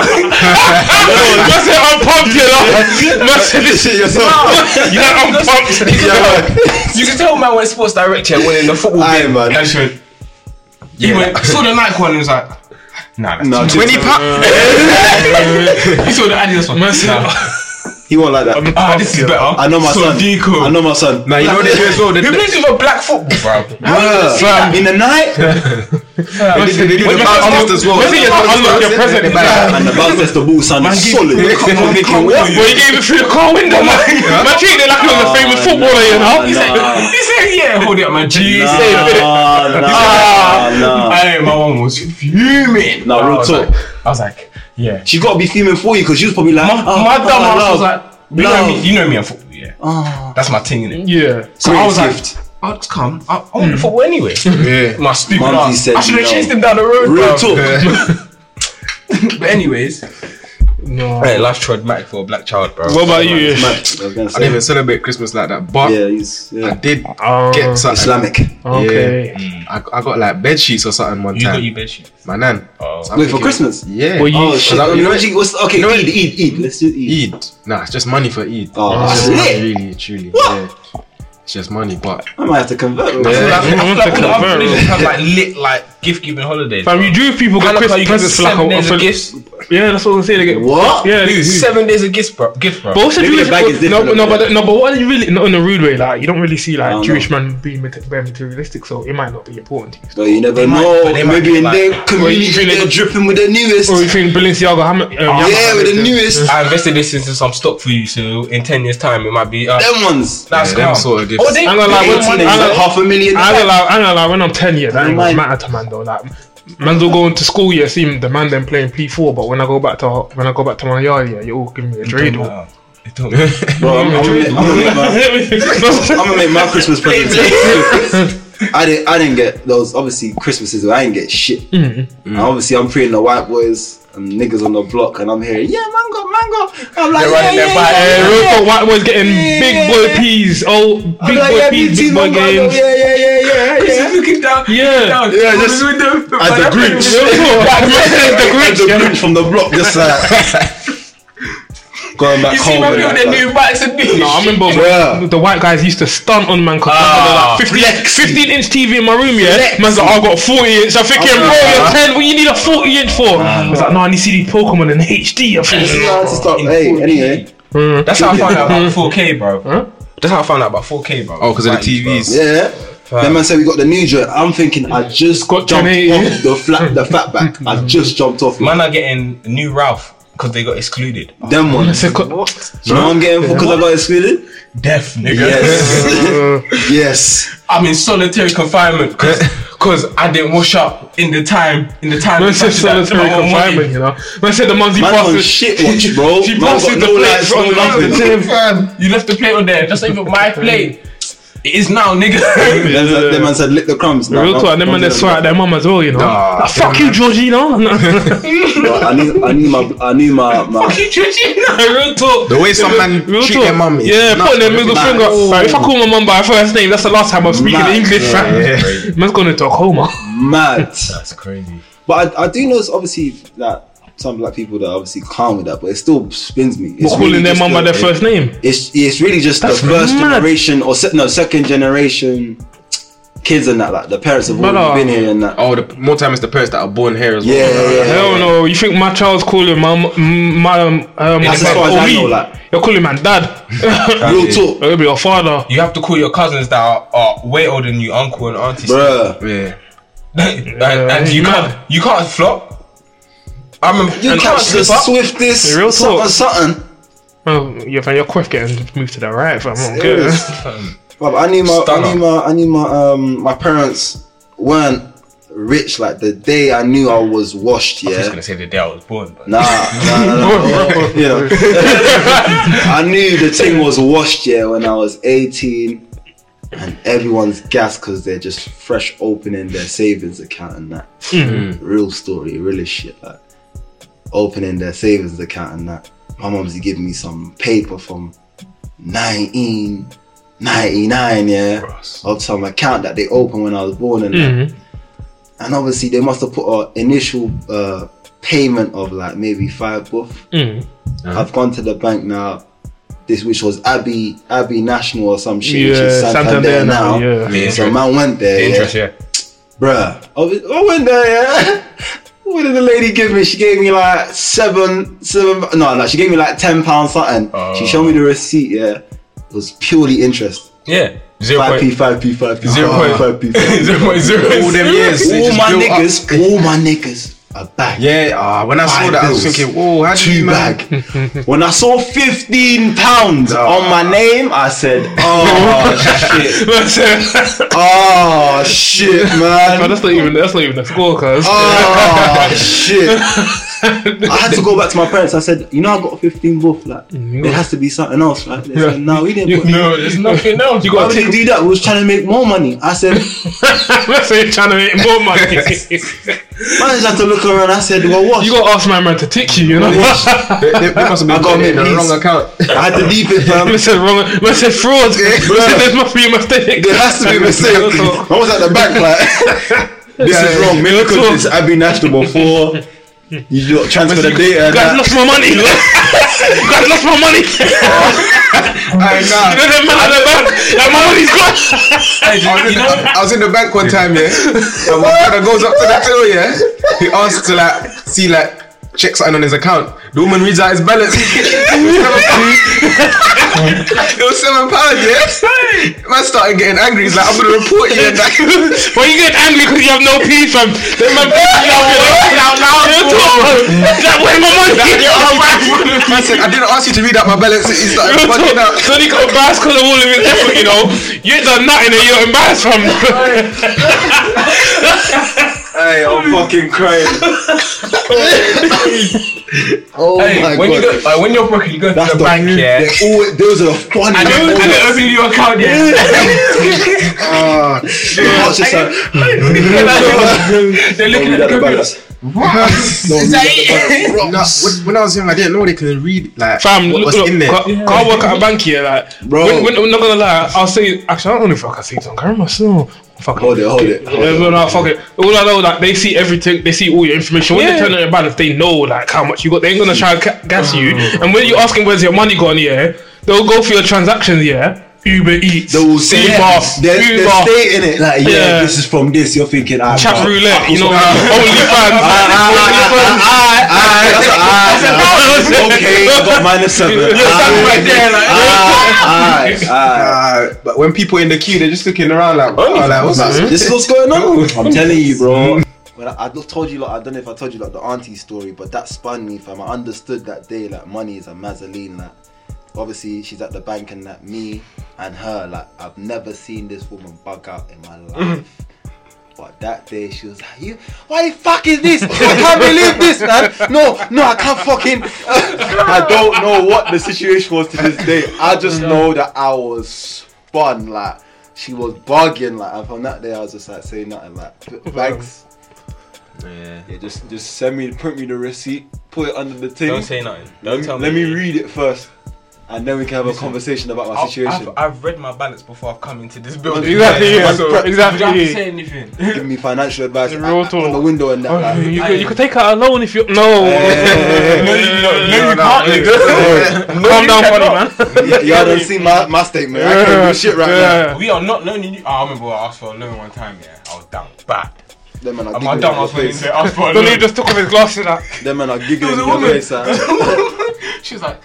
[SPEAKER 4] Man said I'm pumped, you know. Man said this
[SPEAKER 6] Shit yourself.
[SPEAKER 4] yeah, I'm pumped.
[SPEAKER 6] Yeah.
[SPEAKER 5] you can tell man went sports director winning the
[SPEAKER 3] Ah,
[SPEAKER 5] football
[SPEAKER 6] Aye,
[SPEAKER 5] game,
[SPEAKER 6] man.
[SPEAKER 5] And she went, he went, saw the Nike one and was like, nah, that's
[SPEAKER 6] No,
[SPEAKER 5] too
[SPEAKER 6] just-
[SPEAKER 3] pounds.
[SPEAKER 5] much. He saw the Adidas one.
[SPEAKER 4] Man said,
[SPEAKER 5] nah.
[SPEAKER 6] He won't like that.
[SPEAKER 5] Ah, this is better.
[SPEAKER 6] I know my
[SPEAKER 5] so
[SPEAKER 6] son.
[SPEAKER 5] Deco.
[SPEAKER 6] I know my son.
[SPEAKER 3] Nah, you know this as well.
[SPEAKER 5] Who
[SPEAKER 3] The,
[SPEAKER 5] plays with a black football, bro?
[SPEAKER 6] Bruh,
[SPEAKER 4] Fam.
[SPEAKER 6] in the night
[SPEAKER 3] they, they, they do the
[SPEAKER 4] When you
[SPEAKER 3] bouncers as well.
[SPEAKER 4] when you unlock your present,
[SPEAKER 3] Yeah.
[SPEAKER 6] and the bounce test the ball sounded solid. I'm thinking, what?
[SPEAKER 4] Well, he gave it through the car window, man. Man treated it like he was a famous footballer, you know.
[SPEAKER 5] He said,
[SPEAKER 6] Nah.
[SPEAKER 5] he said, yeah, hold it up, man. G. He said,
[SPEAKER 6] Nah, nah, nah.
[SPEAKER 5] I my one was fuming.
[SPEAKER 6] Nah,
[SPEAKER 5] I
[SPEAKER 6] real
[SPEAKER 5] was
[SPEAKER 6] talk.
[SPEAKER 5] Like, I was like, yeah.
[SPEAKER 6] She gotta be fuming for you because she was probably like,
[SPEAKER 5] My,
[SPEAKER 6] oh,
[SPEAKER 5] my
[SPEAKER 6] oh,
[SPEAKER 5] dumb ass was
[SPEAKER 6] love.
[SPEAKER 5] like, you know,
[SPEAKER 6] Love. Ah.
[SPEAKER 5] me, you know me on football, yeah. That's my thing, innit?
[SPEAKER 4] Yeah.
[SPEAKER 5] So I was
[SPEAKER 6] Greatest
[SPEAKER 5] like, I'll just come. I, I want the football anyway.
[SPEAKER 3] Yeah.
[SPEAKER 5] My stupid ass.
[SPEAKER 6] Mumsy Hmm. said
[SPEAKER 5] I should have
[SPEAKER 6] no.
[SPEAKER 5] chased him down the road.
[SPEAKER 6] real
[SPEAKER 5] bruv.
[SPEAKER 6] talk.
[SPEAKER 5] But anyways,
[SPEAKER 4] No.
[SPEAKER 5] hey, life tried Mac for a black child, bro.
[SPEAKER 4] What about you?
[SPEAKER 6] Man, I was gonna
[SPEAKER 3] I
[SPEAKER 6] say.
[SPEAKER 3] didn't even celebrate Christmas like that, but
[SPEAKER 6] Yeah, he's
[SPEAKER 3] I
[SPEAKER 6] yeah.
[SPEAKER 3] did
[SPEAKER 4] Oh,
[SPEAKER 3] get something.
[SPEAKER 6] Islamic.
[SPEAKER 4] Okay.
[SPEAKER 3] I, I got like bed sheets or something one
[SPEAKER 5] You
[SPEAKER 3] time.
[SPEAKER 5] got your bed sheet.
[SPEAKER 3] My nan.
[SPEAKER 5] Oh.
[SPEAKER 3] So I'm
[SPEAKER 6] Wait for
[SPEAKER 3] thinking-
[SPEAKER 6] Christmas.
[SPEAKER 3] Yeah.
[SPEAKER 4] Well, you-
[SPEAKER 6] Oh
[SPEAKER 4] Yeah.
[SPEAKER 6] shit!
[SPEAKER 3] Like,
[SPEAKER 6] You know,
[SPEAKER 3] you know-
[SPEAKER 6] she- what's okay?
[SPEAKER 3] know-
[SPEAKER 6] Eid, Eid, Eid. Let's do Eid.
[SPEAKER 3] Eid. Nah, it's just money for Eid.
[SPEAKER 6] Oh,
[SPEAKER 3] it's
[SPEAKER 6] that's
[SPEAKER 3] just money,
[SPEAKER 6] lit.
[SPEAKER 3] really, truly. Yeah. It's just money, but
[SPEAKER 6] I might have to convert.
[SPEAKER 5] I feel
[SPEAKER 3] Yeah.
[SPEAKER 5] like, I feel
[SPEAKER 4] Mm,
[SPEAKER 5] like all the
[SPEAKER 4] mm,
[SPEAKER 5] other
[SPEAKER 4] mm.
[SPEAKER 5] religions have like lit like gift giving holidays.
[SPEAKER 4] Fam, you Jewish people get Christmas presents for like a,
[SPEAKER 5] days
[SPEAKER 4] for,
[SPEAKER 5] of gifts.
[SPEAKER 4] yeah, that's what I'm saying. They get
[SPEAKER 6] What?
[SPEAKER 4] Yeah, they-
[SPEAKER 5] Seven days of gifts, bro. Gift, bro.
[SPEAKER 4] But what's the
[SPEAKER 6] Maybe
[SPEAKER 4] Jewish
[SPEAKER 6] the bag is
[SPEAKER 4] no,
[SPEAKER 6] different,
[SPEAKER 4] no,
[SPEAKER 6] yeah.
[SPEAKER 4] but no, but what you really not in a rude way. Like you don't really see
[SPEAKER 6] I
[SPEAKER 4] like
[SPEAKER 6] don't
[SPEAKER 4] Jewish man being mater- very materialistic, so it might not be important to you.
[SPEAKER 6] But you never
[SPEAKER 5] might-
[SPEAKER 6] know.
[SPEAKER 5] but they might
[SPEAKER 6] Maybe
[SPEAKER 5] be
[SPEAKER 6] in
[SPEAKER 5] like-
[SPEAKER 6] their community
[SPEAKER 4] think they
[SPEAKER 6] they're
[SPEAKER 4] got-
[SPEAKER 6] dripping with the newest.
[SPEAKER 4] Or you think Balenciaga? How many? Um,
[SPEAKER 6] Yeah, with the
[SPEAKER 4] new.
[SPEAKER 6] newest.
[SPEAKER 5] I invested this into some stock for you, so in ten years' time it might be. Uh,
[SPEAKER 6] Them ones.
[SPEAKER 5] that's
[SPEAKER 3] Yeah, them
[SPEAKER 5] calm.
[SPEAKER 3] sort of gifts.
[SPEAKER 5] Oh, they,
[SPEAKER 4] I'm gonna lie,
[SPEAKER 5] they
[SPEAKER 4] what's
[SPEAKER 5] want
[SPEAKER 4] in it?
[SPEAKER 6] Eighteen
[SPEAKER 5] money.
[SPEAKER 6] and
[SPEAKER 4] I don't-
[SPEAKER 6] half a million.
[SPEAKER 4] I ain't gonna lie, I ain't gonna lie, when I'm 10 years, that ain't gonna
[SPEAKER 6] Mine-
[SPEAKER 4] matter to man though. Like, man's all going to school, yeah, seeing the man then playing P4, but when I go back to when I go back to my yard, yeah, you're all giving me a dreidel.
[SPEAKER 5] No, it don't-
[SPEAKER 6] Bro, I'm, I'm, gonna- I'm, gonna make my-
[SPEAKER 4] That's
[SPEAKER 6] I'm gonna make my Christmas presents. I didn't. I didn't get those. Obviously, Christmases. I didn't get shit.
[SPEAKER 5] Mm.
[SPEAKER 6] And obviously, I'm preying the white boys and niggas on the block, and I'm hearing, yeah, mango, mango. I'm like,
[SPEAKER 5] They're
[SPEAKER 6] yeah,
[SPEAKER 5] running
[SPEAKER 6] yeah,
[SPEAKER 5] their bike.
[SPEAKER 6] yeah,
[SPEAKER 4] Uh,
[SPEAKER 6] yeah,
[SPEAKER 4] real
[SPEAKER 6] yeah.
[SPEAKER 4] talk, white boys getting
[SPEAKER 6] Yeah,
[SPEAKER 4] big
[SPEAKER 6] yeah,
[SPEAKER 4] boy
[SPEAKER 6] yeah.
[SPEAKER 4] peas, oh,
[SPEAKER 6] I'm
[SPEAKER 4] big
[SPEAKER 6] like,
[SPEAKER 4] boy
[SPEAKER 6] yeah,
[SPEAKER 4] peas,
[SPEAKER 6] BT,
[SPEAKER 4] big boy
[SPEAKER 6] mango, mango,
[SPEAKER 4] games.
[SPEAKER 6] yeah, yeah, yeah, yeah, yeah.
[SPEAKER 5] looking down.
[SPEAKER 4] Yeah.
[SPEAKER 6] Yeah,
[SPEAKER 5] As
[SPEAKER 6] just- As the Grinch.
[SPEAKER 4] Real talk, the man is the
[SPEAKER 6] As
[SPEAKER 4] Grinch,
[SPEAKER 6] the
[SPEAKER 4] yeah.
[SPEAKER 6] Grinch from the block, just like going back
[SPEAKER 5] You see
[SPEAKER 6] home.
[SPEAKER 5] my
[SPEAKER 6] and
[SPEAKER 5] people,
[SPEAKER 6] that,
[SPEAKER 5] they
[SPEAKER 6] like,
[SPEAKER 5] new bikes and new.
[SPEAKER 4] No, I remember
[SPEAKER 6] Yeah.
[SPEAKER 4] when the white guys used to stunt on man 'cause
[SPEAKER 5] Ah,
[SPEAKER 4] I had, like 15, 15 inch TV in my room, yeah.
[SPEAKER 6] Flex.
[SPEAKER 4] Man's like, oh, I got 40 inch. I'm thinking, bro, you're 10, what you need a 40 inch for?
[SPEAKER 5] Ah,
[SPEAKER 4] I was like, no, I need to see the Pokemon in HD. I'm
[SPEAKER 6] you
[SPEAKER 4] thinking,
[SPEAKER 6] know how to stop. Hey, anyway, Mm.
[SPEAKER 5] That's how I found out about 4K, bro. That's how I found out about 4K, bro.
[SPEAKER 3] oh, because of the TVs.
[SPEAKER 6] yeah. That man said we got the new joint. I'm thinking I just
[SPEAKER 4] Got Mm.
[SPEAKER 6] jumped
[SPEAKER 4] 1080.
[SPEAKER 6] off the flat, the fat back. I just jumped off it.
[SPEAKER 5] Man are getting new Ralph because they got excluded.
[SPEAKER 6] them
[SPEAKER 4] I
[SPEAKER 6] ones.
[SPEAKER 4] said, "Co-
[SPEAKER 6] You know what I'm getting for because I got excluded?
[SPEAKER 5] Death, nigga.
[SPEAKER 6] Yes. yes.
[SPEAKER 5] I'm in solitary confinement because because I didn't wash up in the time in the time.
[SPEAKER 4] Man
[SPEAKER 5] and
[SPEAKER 4] said
[SPEAKER 5] such that
[SPEAKER 4] solitary
[SPEAKER 5] my own money.
[SPEAKER 4] confinement, you know. Man said the months he
[SPEAKER 6] Man on
[SPEAKER 4] passes.
[SPEAKER 6] shit watch, bro.
[SPEAKER 4] She
[SPEAKER 6] Man
[SPEAKER 4] passes
[SPEAKER 6] got
[SPEAKER 4] the
[SPEAKER 6] no
[SPEAKER 4] plate
[SPEAKER 6] lights,
[SPEAKER 4] from
[SPEAKER 6] no
[SPEAKER 4] the
[SPEAKER 6] nothing.
[SPEAKER 4] table.
[SPEAKER 5] You left the plate on there. Just leave it my plate. It is now, nigga.
[SPEAKER 6] Then that that man said, lick the crumbs. Nah,
[SPEAKER 4] Real
[SPEAKER 6] don't-
[SPEAKER 4] talk, and
[SPEAKER 6] don't
[SPEAKER 4] them man
[SPEAKER 6] do
[SPEAKER 4] they
[SPEAKER 6] that,
[SPEAKER 4] swear at their mum as well, you know.
[SPEAKER 3] Nah,
[SPEAKER 4] Like, fuck you, Georgina.
[SPEAKER 6] bro. I need, I need my, I need my, my.
[SPEAKER 5] You judging now.
[SPEAKER 4] Real talk.
[SPEAKER 3] The way some man
[SPEAKER 4] Real
[SPEAKER 3] treat
[SPEAKER 4] talk.
[SPEAKER 3] their mum is
[SPEAKER 4] Yeah,
[SPEAKER 3] nuts,
[SPEAKER 4] putting their middle
[SPEAKER 6] Mad.
[SPEAKER 4] finger. Like, if I call my mum by her first name, that's the last time I'm speaking
[SPEAKER 6] Mad.
[SPEAKER 4] English, fam.
[SPEAKER 3] Yeah.
[SPEAKER 4] Man's going into a coma.
[SPEAKER 6] mad.
[SPEAKER 5] That's crazy.
[SPEAKER 6] But I, I do notice, obviously, that some black people that are obviously calm with that, but it still spins me. It's
[SPEAKER 4] We're calling
[SPEAKER 6] really
[SPEAKER 4] their
[SPEAKER 6] just
[SPEAKER 4] mum by
[SPEAKER 6] the-
[SPEAKER 4] their first name.
[SPEAKER 6] It's it's really just
[SPEAKER 4] That's
[SPEAKER 6] the first
[SPEAKER 4] mad.
[SPEAKER 6] generation or se- no second generation kids and that like the parents have
[SPEAKER 4] Brother.
[SPEAKER 6] already been here and that.
[SPEAKER 3] Oh, the more time it's the parents that are born here as well.
[SPEAKER 6] Yeah, yeah, yeah.
[SPEAKER 4] Hell no, you think my child's calling my m- my um, uh, my
[SPEAKER 6] That's as
[SPEAKER 4] dad
[SPEAKER 6] far as
[SPEAKER 4] or
[SPEAKER 6] I
[SPEAKER 4] me?
[SPEAKER 6] know, like-
[SPEAKER 4] You're calling man dad.
[SPEAKER 6] Real talk,
[SPEAKER 4] It'll be your father.
[SPEAKER 5] You have to call your cousins that are, are way older than you, uncle and auntie.
[SPEAKER 6] bruh.
[SPEAKER 3] Yeah.
[SPEAKER 5] and, and you
[SPEAKER 4] mad.
[SPEAKER 5] can't you can't flop. I remember
[SPEAKER 6] You
[SPEAKER 5] and
[SPEAKER 6] catch the
[SPEAKER 5] slip up.
[SPEAKER 6] swiftest
[SPEAKER 4] Real
[SPEAKER 6] something,
[SPEAKER 4] talk.
[SPEAKER 6] something.
[SPEAKER 4] Oh, yeah, fam, your quiff getting moved to the right, fam. I don't care.
[SPEAKER 6] Serious. But I need my, I
[SPEAKER 5] Stunner.
[SPEAKER 6] need my, I need my, um, my parents weren't rich. Like the day I knew I was washed,
[SPEAKER 5] I was
[SPEAKER 6] yeah.
[SPEAKER 5] gonna say the day I was born, but
[SPEAKER 6] Nah, nah, nah, nah, nah. you know. I knew the thing was washed, yeah, when I was 18, and everyone's gassed because they're just fresh opening their savings account and that.
[SPEAKER 4] Mm,
[SPEAKER 6] Real story, real as shit. Like, opening their savings account and that. My mum's giving me some paper from 1999, yeah, of some account that they opened when I was born and that
[SPEAKER 4] Mhm.
[SPEAKER 6] and obviously they must have put an initial uh, payment of like maybe five buff.
[SPEAKER 4] Mm.
[SPEAKER 6] I've gone to the bank now. This which was Abbey Abbey National or some shit, which
[SPEAKER 4] Yeah,
[SPEAKER 6] is Santander,
[SPEAKER 4] Santander
[SPEAKER 6] now.
[SPEAKER 4] now. Yeah.
[SPEAKER 5] The
[SPEAKER 6] So
[SPEAKER 5] interest-
[SPEAKER 6] man went
[SPEAKER 5] the
[SPEAKER 6] there, yeah.
[SPEAKER 5] interest, yeah.
[SPEAKER 6] bruh. obvi- I went there, yeah. What did the lady give me? She gave me like seven, seven. No, no, she gave me like ten pounds something. she showed me the receipt. Yeah, it was purely interest.
[SPEAKER 5] Yeah. Zero
[SPEAKER 6] Five p,
[SPEAKER 5] point
[SPEAKER 6] five p, five p,
[SPEAKER 5] Zero point-
[SPEAKER 6] five p, five p.
[SPEAKER 5] zero point zero.
[SPEAKER 3] All them years. they
[SPEAKER 6] All
[SPEAKER 3] just
[SPEAKER 6] my
[SPEAKER 3] built up.
[SPEAKER 6] niggas, all my niggas are back.
[SPEAKER 3] Yeah, ah, when I saw
[SPEAKER 6] Five
[SPEAKER 3] that, I was
[SPEAKER 6] bills.
[SPEAKER 3] thinking, whoa, how do
[SPEAKER 6] two
[SPEAKER 3] you man-
[SPEAKER 6] bag. when I saw 15 pounds on my name, I said, oh shit. Oh shit,
[SPEAKER 4] Fam,
[SPEAKER 6] man.
[SPEAKER 4] uh, that's not even that's not even a score, cuz.
[SPEAKER 6] Oh shit. I had to go back to my parents. I said, you know, I got 15 wolf. Like,
[SPEAKER 3] Mm-hmm.
[SPEAKER 6] there has to be something else, right? They said, no, we didn't. Put
[SPEAKER 5] No, there's nothing else. You
[SPEAKER 6] why
[SPEAKER 5] got
[SPEAKER 6] would
[SPEAKER 5] to
[SPEAKER 6] they do that? We was trying to make more money. I said,
[SPEAKER 4] Let's say you're trying to make more money. you
[SPEAKER 6] I just had to look around. I said, well, what?
[SPEAKER 4] gotta ask my man to tick you, you know.
[SPEAKER 3] They, they, they must have
[SPEAKER 6] I
[SPEAKER 3] been
[SPEAKER 6] got
[SPEAKER 3] putting it in
[SPEAKER 6] me
[SPEAKER 3] the
[SPEAKER 6] peace.
[SPEAKER 3] wrong account.
[SPEAKER 6] I had to leave it, fam.
[SPEAKER 4] Man said wrong. Man said fraud. Man said there must be a mistake.
[SPEAKER 6] There has to be a mistake. I was at the back like, this is wrong. Maybe
[SPEAKER 4] Real talk.
[SPEAKER 6] because it's Abbey National before you don't transfer the data. and
[SPEAKER 4] Guys
[SPEAKER 6] that.
[SPEAKER 4] lost my money. Guys lost my money. you
[SPEAKER 3] I, nah,
[SPEAKER 4] know that man at the back. Like my money's gone.
[SPEAKER 3] I, was in, I was in the bank one time, yeah. And my brother goes up to the till, yeah. He asks to like see like check something on his account. The woman reads out his balance. it was seven pounds, yeah. Man started getting angry. He's like, I'm gonna report you. And that.
[SPEAKER 4] Why you get angry because you have no peace, fam? That man pissed me off. You're like, Real talk, fam. He's like, where's my money?
[SPEAKER 3] I said, I didn't ask you to read out my balance. He started
[SPEAKER 4] Real
[SPEAKER 3] bugging
[SPEAKER 4] talk.
[SPEAKER 3] out.
[SPEAKER 4] So he got embarrassed because of all of his effort, you know. You ain't done nothing and you're embarrassed, fam.
[SPEAKER 6] Hey, I'm fucking crying. oh my
[SPEAKER 5] Hey, when
[SPEAKER 6] god.
[SPEAKER 5] you go, like, when you're broken, you go
[SPEAKER 6] That's
[SPEAKER 5] to the, bank, yeah.
[SPEAKER 6] they're all- those are the funny
[SPEAKER 5] And then, and then
[SPEAKER 6] moments.
[SPEAKER 5] open your account, yeah.
[SPEAKER 6] Ah, the heart's just like,
[SPEAKER 5] They're
[SPEAKER 6] don't
[SPEAKER 5] looking
[SPEAKER 6] read
[SPEAKER 5] at
[SPEAKER 6] out
[SPEAKER 5] the
[SPEAKER 6] the
[SPEAKER 5] computer.
[SPEAKER 6] balance. Don't read out the balance. Bro,
[SPEAKER 3] No, when, when I was young, I didn't know they could read like
[SPEAKER 4] Fam,
[SPEAKER 3] what was
[SPEAKER 4] look,
[SPEAKER 3] in there.
[SPEAKER 4] Can't, can't work at a bank here, like,
[SPEAKER 6] Bro.
[SPEAKER 4] When, when, I'm not gonna lie, I'll say, actually, I don't know if I can say this on camera, so. Fuck
[SPEAKER 6] Hold it, hold it, hold
[SPEAKER 4] Yeah, no, no, fuck it. All I know, like, they see everything, they see all your information. When they turn on your balance, they know, like, how much you got. They ain't gonna try and ca- gas you.
[SPEAKER 6] Mm.
[SPEAKER 4] And when you're asking where's your money gone, yeah, they'll go for your transactions, yeah. Uber Eats,
[SPEAKER 6] They will say
[SPEAKER 4] Uber,
[SPEAKER 6] yes. They're,
[SPEAKER 4] Uber,
[SPEAKER 6] they're stating it like,
[SPEAKER 4] Yeah.
[SPEAKER 6] yeah, this is from this. You're thinking, ah,
[SPEAKER 4] chat
[SPEAKER 6] bro.
[SPEAKER 4] roulette, you know,
[SPEAKER 6] Ah,
[SPEAKER 4] OnlyFans.
[SPEAKER 6] Alright, alright, alright. Okay, I got minus seven.
[SPEAKER 5] Right
[SPEAKER 6] Alright,
[SPEAKER 5] there, like,
[SPEAKER 6] alright, alright.
[SPEAKER 3] Uh, but when people in the queue, they're just looking around like, oh, like what's that?
[SPEAKER 6] This is what's going on. Hmm? I'm telling you, bro. Well, I I told you, like, I don't know if I told you, like, the auntie story, but that spun me, fam. I understood that day, like, money is a mazzoline, like, obviously, she's at the bank, and Mm-hmm. that me and her, like, I've never seen this woman bug out in my life. But that day she was like, "You, why the fuck is this? I can't believe this, man. No, no, I can't fucking. uh, I don't know what the situation was to this day. I just know that I was spun. Like she was bugging. Like and from that day, I was just like saying nothing. Like thanks.
[SPEAKER 5] Yeah.
[SPEAKER 6] Yeah, just just send me, print me the receipt, put it under the thing.
[SPEAKER 5] Don't say nothing.
[SPEAKER 6] Let
[SPEAKER 5] Don't
[SPEAKER 6] me-
[SPEAKER 5] tell
[SPEAKER 6] let
[SPEAKER 5] me.
[SPEAKER 6] me read it first, and then we can have a conversation about my
[SPEAKER 5] I've-
[SPEAKER 6] situation.
[SPEAKER 5] I've, I've read my balance before I've come into this building.
[SPEAKER 4] Exactly,
[SPEAKER 5] Yeah,
[SPEAKER 4] yeah.
[SPEAKER 5] so-
[SPEAKER 4] Exactly.
[SPEAKER 5] You don't have to say anything.
[SPEAKER 6] Give me financial advice
[SPEAKER 4] The
[SPEAKER 6] at-
[SPEAKER 4] real
[SPEAKER 6] on the
[SPEAKER 4] talk.
[SPEAKER 6] window and that.
[SPEAKER 4] Oh,
[SPEAKER 6] like,
[SPEAKER 4] you, could, you could take out a loan if you. No!
[SPEAKER 5] No, you- no, no,
[SPEAKER 4] you
[SPEAKER 5] no,
[SPEAKER 4] can't,
[SPEAKER 5] no.
[SPEAKER 4] nigga. Calm down, funny man.
[SPEAKER 6] y- y'all don't see my, my statement. I can't do shit right now.
[SPEAKER 5] We are not loaning you. Oh, I remember I asked for a loan one time, yeah. I was down bad.
[SPEAKER 6] Them men are
[SPEAKER 5] Am I
[SPEAKER 6] giggling
[SPEAKER 5] down? I
[SPEAKER 6] in your
[SPEAKER 5] was waiting
[SPEAKER 6] face.
[SPEAKER 5] to ask for a
[SPEAKER 4] Don't he
[SPEAKER 5] loan.
[SPEAKER 4] just took off his glasses like.
[SPEAKER 6] Them men are
[SPEAKER 5] was
[SPEAKER 6] giggling
[SPEAKER 5] a
[SPEAKER 6] in your
[SPEAKER 5] woman.
[SPEAKER 6] face. huh?
[SPEAKER 5] she was like,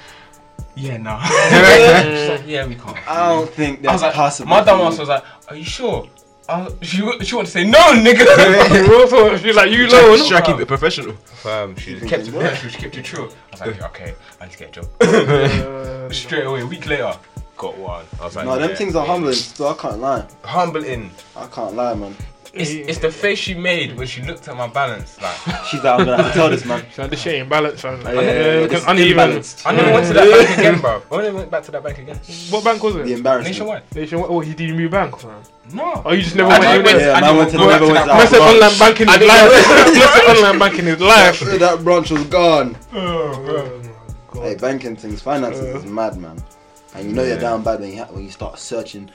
[SPEAKER 5] yeah, no. She's like, yeah, we can't.
[SPEAKER 6] I don't think
[SPEAKER 5] I
[SPEAKER 6] that's
[SPEAKER 5] was like,
[SPEAKER 6] possible.
[SPEAKER 5] my dumb
[SPEAKER 6] for
[SPEAKER 5] ass
[SPEAKER 6] you.
[SPEAKER 5] was like, are you sure? Uh, she, wa- she wanted to say, no, nigga.
[SPEAKER 4] Also, she's like, you loan.
[SPEAKER 3] Should I keep it professional?
[SPEAKER 5] Um, she kept it professional, she kept it true. I was like, okay, I need to get a job. Straight away, a week later, got one. I was like,
[SPEAKER 6] No, them
[SPEAKER 5] yeah.
[SPEAKER 6] things are humbling. So I can't lie.
[SPEAKER 5] Humbling.
[SPEAKER 6] I can't lie, man.
[SPEAKER 5] It's, it's the face she made when she looked at my balance. Like,
[SPEAKER 6] She's like, I'm gonna have to tell this man.
[SPEAKER 4] She's like, this shit ain't balanced, fam.
[SPEAKER 6] Oh, Yeah, yeah,
[SPEAKER 4] Yeah,
[SPEAKER 6] yeah,
[SPEAKER 4] because
[SPEAKER 6] it's
[SPEAKER 4] uneven.
[SPEAKER 6] imbalanced.
[SPEAKER 5] I never went to that bank again, bro. I never went back to that bank again.
[SPEAKER 4] What bank was
[SPEAKER 6] The
[SPEAKER 4] it?
[SPEAKER 6] embarrassment.
[SPEAKER 5] Nationwide.
[SPEAKER 4] Nation. What? he did new bank, fam.
[SPEAKER 5] No.
[SPEAKER 4] Oh, you just never
[SPEAKER 5] I
[SPEAKER 4] went.
[SPEAKER 5] didn't
[SPEAKER 4] you
[SPEAKER 5] went-
[SPEAKER 4] never-
[SPEAKER 6] Yeah,
[SPEAKER 5] I
[SPEAKER 6] man
[SPEAKER 5] didn't
[SPEAKER 6] went to
[SPEAKER 5] go back
[SPEAKER 6] never
[SPEAKER 5] to
[SPEAKER 6] went to
[SPEAKER 5] that
[SPEAKER 6] that
[SPEAKER 4] Must have
[SPEAKER 6] branch.
[SPEAKER 4] online banking his life. Must have online banking his life.
[SPEAKER 6] That branch was gone.
[SPEAKER 5] Oh, bro.
[SPEAKER 6] Hey, banking things, finances
[SPEAKER 4] Uh.
[SPEAKER 6] is mad, man. And you know you're down bad when you ha- when you start searching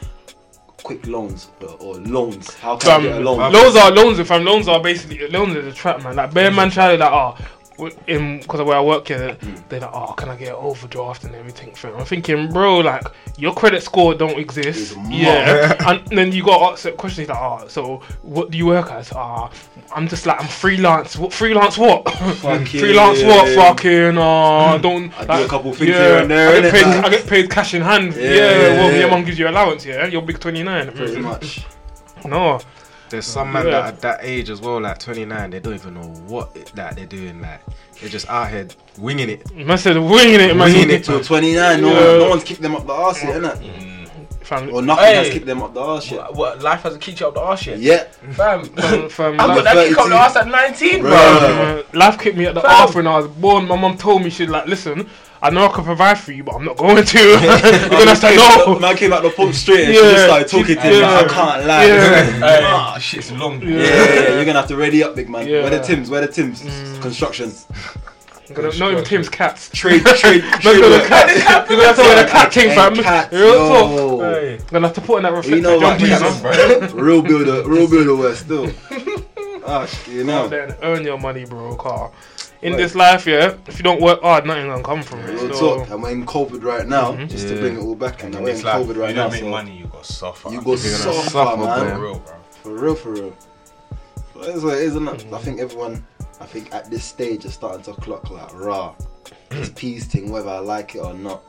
[SPEAKER 6] quick loans or, or loans. How can I
[SPEAKER 4] Fam,
[SPEAKER 6] get a loan?
[SPEAKER 4] loans are loans. If I'm loans are basically loans is a trap, man. Like bare man trying to like oh. w- In because of where I work here, they're like, oh, can I get an overdraft and everything? Fam? I'm thinking, bro, like your credit score don't exist. Yeah, and then you got asked that question like, oh, so what do you work as? Ah, I'm just like I'm freelance. What freelance? What freelance? What
[SPEAKER 6] Fucking-
[SPEAKER 4] fucking? Uh, don't
[SPEAKER 6] I do
[SPEAKER 4] like,
[SPEAKER 6] a couple things here and there,
[SPEAKER 4] I get,
[SPEAKER 6] innit,
[SPEAKER 4] paid,
[SPEAKER 6] like?
[SPEAKER 4] I get paid cash in hand. Yeah,
[SPEAKER 6] Yeah, yeah,
[SPEAKER 4] well,
[SPEAKER 6] yeah.
[SPEAKER 4] your mum gives you allowance. Yeah, you're big twenty nine.
[SPEAKER 6] Pretty much.
[SPEAKER 4] No,
[SPEAKER 3] There's some man
[SPEAKER 4] Oh, Yeah.
[SPEAKER 3] that at that age as well, like 29, they don't even know what it- that they're doing. Like they're just out here winging it.
[SPEAKER 4] Man said winging it, man.
[SPEAKER 3] Winging it.
[SPEAKER 6] Till 29, no,
[SPEAKER 4] Yeah.
[SPEAKER 6] one, no one's kicked them up the arse yet, innit?
[SPEAKER 4] Fam,
[SPEAKER 6] Or nothing has
[SPEAKER 5] Hey.
[SPEAKER 6] kicked them up the arse yet.
[SPEAKER 5] What, what, life hasn't kicked you up the arse yet?
[SPEAKER 6] Yeah,
[SPEAKER 5] Fam.
[SPEAKER 4] fam, fam,
[SPEAKER 5] I got
[SPEAKER 4] life,
[SPEAKER 5] that kick up
[SPEAKER 6] 32.
[SPEAKER 5] the arse at 19, bro.
[SPEAKER 6] Bruh.
[SPEAKER 4] uh, life kicked me at the
[SPEAKER 5] Fam.
[SPEAKER 4] arse when I was born. My mum told me, she's like, listen, I know I can provide for you, but I'm not going to. You're gonna have to know.
[SPEAKER 6] Man came out the pump straight and
[SPEAKER 4] Yeah.
[SPEAKER 6] she just started talking to him.
[SPEAKER 4] Yeah.
[SPEAKER 6] Like, I can't lie.
[SPEAKER 4] Yeah.
[SPEAKER 5] Hey, ah, shit's long.
[SPEAKER 6] Yeah,
[SPEAKER 4] Yeah.
[SPEAKER 6] yeah, yeah, you're gonna have to ready up, big man.
[SPEAKER 4] Yeah. Mm.
[SPEAKER 6] Where the Tims? Where the Tims? Construction.
[SPEAKER 4] I'm gonna know him Tim's cats.
[SPEAKER 6] Trade, trade,
[SPEAKER 4] Man's
[SPEAKER 6] trade.
[SPEAKER 4] gonna
[SPEAKER 6] work.
[SPEAKER 4] cat. You're gonna have to wear the cat king,
[SPEAKER 6] And
[SPEAKER 4] fam.
[SPEAKER 6] cats,
[SPEAKER 4] Real talk.
[SPEAKER 6] yo.
[SPEAKER 5] Hey.
[SPEAKER 4] I'm gonna have to put in that reflector
[SPEAKER 6] You know what?
[SPEAKER 4] jumper, you
[SPEAKER 6] Jesus,
[SPEAKER 4] know.
[SPEAKER 6] Real builder, real builder wear still. Ah, you
[SPEAKER 4] Go out
[SPEAKER 6] know.
[SPEAKER 4] there and Earn your money, bro. Car. In this life, yeah, if you don't work hard, nothing gonna come from it.
[SPEAKER 6] Real
[SPEAKER 4] So,
[SPEAKER 6] talk. And we're in COVID right now,
[SPEAKER 4] Mm-hmm.
[SPEAKER 6] just to bring it all back. And we're in
[SPEAKER 5] It's like,
[SPEAKER 6] COVID
[SPEAKER 5] you
[SPEAKER 6] right now.
[SPEAKER 5] don't make
[SPEAKER 6] So
[SPEAKER 5] money, you got suffer.
[SPEAKER 6] you go
[SPEAKER 3] You're gonna
[SPEAKER 6] suffer,
[SPEAKER 3] suffer,
[SPEAKER 6] man.
[SPEAKER 5] For real, bro.
[SPEAKER 6] For real, for real. But it's what it is, innit? I think everyone, I think at this stage, is starting to clock like raw. It's peace thing, whether I like it or not.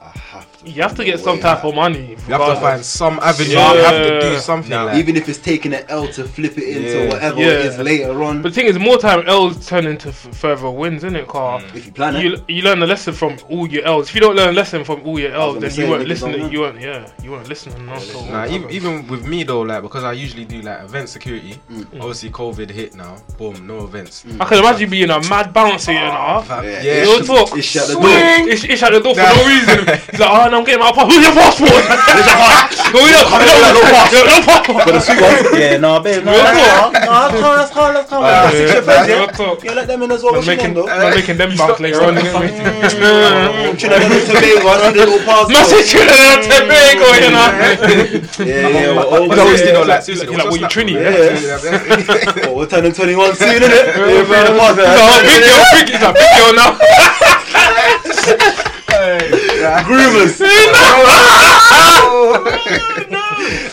[SPEAKER 6] I have to.
[SPEAKER 4] you have to
[SPEAKER 6] find a
[SPEAKER 4] get some
[SPEAKER 6] way
[SPEAKER 4] type
[SPEAKER 6] out.
[SPEAKER 4] of money.
[SPEAKER 3] You have to find some avenue. You have to do
[SPEAKER 4] Yeah.
[SPEAKER 3] something.
[SPEAKER 5] Nah.
[SPEAKER 3] like,
[SPEAKER 6] Even if it's taking an L to flip it into
[SPEAKER 3] Yeah.
[SPEAKER 6] whatever
[SPEAKER 4] Yeah.
[SPEAKER 6] it is later on,
[SPEAKER 4] But the thing is, more time L's turn into f- further wins, isn't it, Carl?
[SPEAKER 6] if you plan it.
[SPEAKER 4] You, you learn a lesson from all your L's. If you don't learn a lesson from all your L's,
[SPEAKER 6] gonna
[SPEAKER 4] then
[SPEAKER 6] say,
[SPEAKER 4] you weren't
[SPEAKER 6] niggas don't
[SPEAKER 4] listening.
[SPEAKER 6] learn.
[SPEAKER 4] You weren't, yeah, you weren't listening. No, so
[SPEAKER 3] Nah, even, even with me though, like because I usually do like event security.
[SPEAKER 5] Mm.
[SPEAKER 3] Obviously, COVID hit now. Boom, no events.
[SPEAKER 4] I can imagine you being a mad bouncer, you know.
[SPEAKER 3] Fam,
[SPEAKER 6] Yeah.
[SPEAKER 3] yeah.
[SPEAKER 4] Real talk.
[SPEAKER 6] It's shut the
[SPEAKER 4] Swing.
[SPEAKER 6] door.
[SPEAKER 4] It's, it's shut the door for
[SPEAKER 3] Nah.
[SPEAKER 4] no reason. He's like, oh, no, I'm getting my passport. Who's your passport? Go in there. No passport. No passport.
[SPEAKER 6] But the sweet one, yeah, no, babe, no,
[SPEAKER 4] Real
[SPEAKER 6] that's calm, no, that's calm, that's calm, that's calm.
[SPEAKER 4] Yeah,
[SPEAKER 6] That's six your friends,
[SPEAKER 4] Real
[SPEAKER 6] yeah.
[SPEAKER 4] talk.
[SPEAKER 6] Yeah, let them uh, in as well.
[SPEAKER 4] I'm
[SPEAKER 6] What you want,
[SPEAKER 4] making,
[SPEAKER 6] though?
[SPEAKER 4] I'm making them bounce later on. innit?
[SPEAKER 6] What you want, them in Tobago? I see the little passport.
[SPEAKER 4] Message you that Tobago, you know.
[SPEAKER 6] Yeah, yeah, we're
[SPEAKER 3] But
[SPEAKER 6] over
[SPEAKER 3] obviously,
[SPEAKER 6] here.
[SPEAKER 3] though, like,
[SPEAKER 4] You're like,
[SPEAKER 3] what's
[SPEAKER 4] what you
[SPEAKER 3] that?
[SPEAKER 4] Trini?
[SPEAKER 3] Yeah,
[SPEAKER 6] yeah?
[SPEAKER 3] yeah, yeah.
[SPEAKER 6] Oh, we're turning 21 soon, innit? Yeah, free the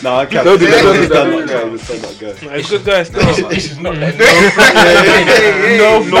[SPEAKER 4] No, big girl, big, it's a big girl now.
[SPEAKER 6] passport. Groomers. No, I can't. Don't do that, don't do that. Understand that guy.
[SPEAKER 4] It's good guys. Still, man.
[SPEAKER 5] This is not that
[SPEAKER 6] No, no,
[SPEAKER 4] No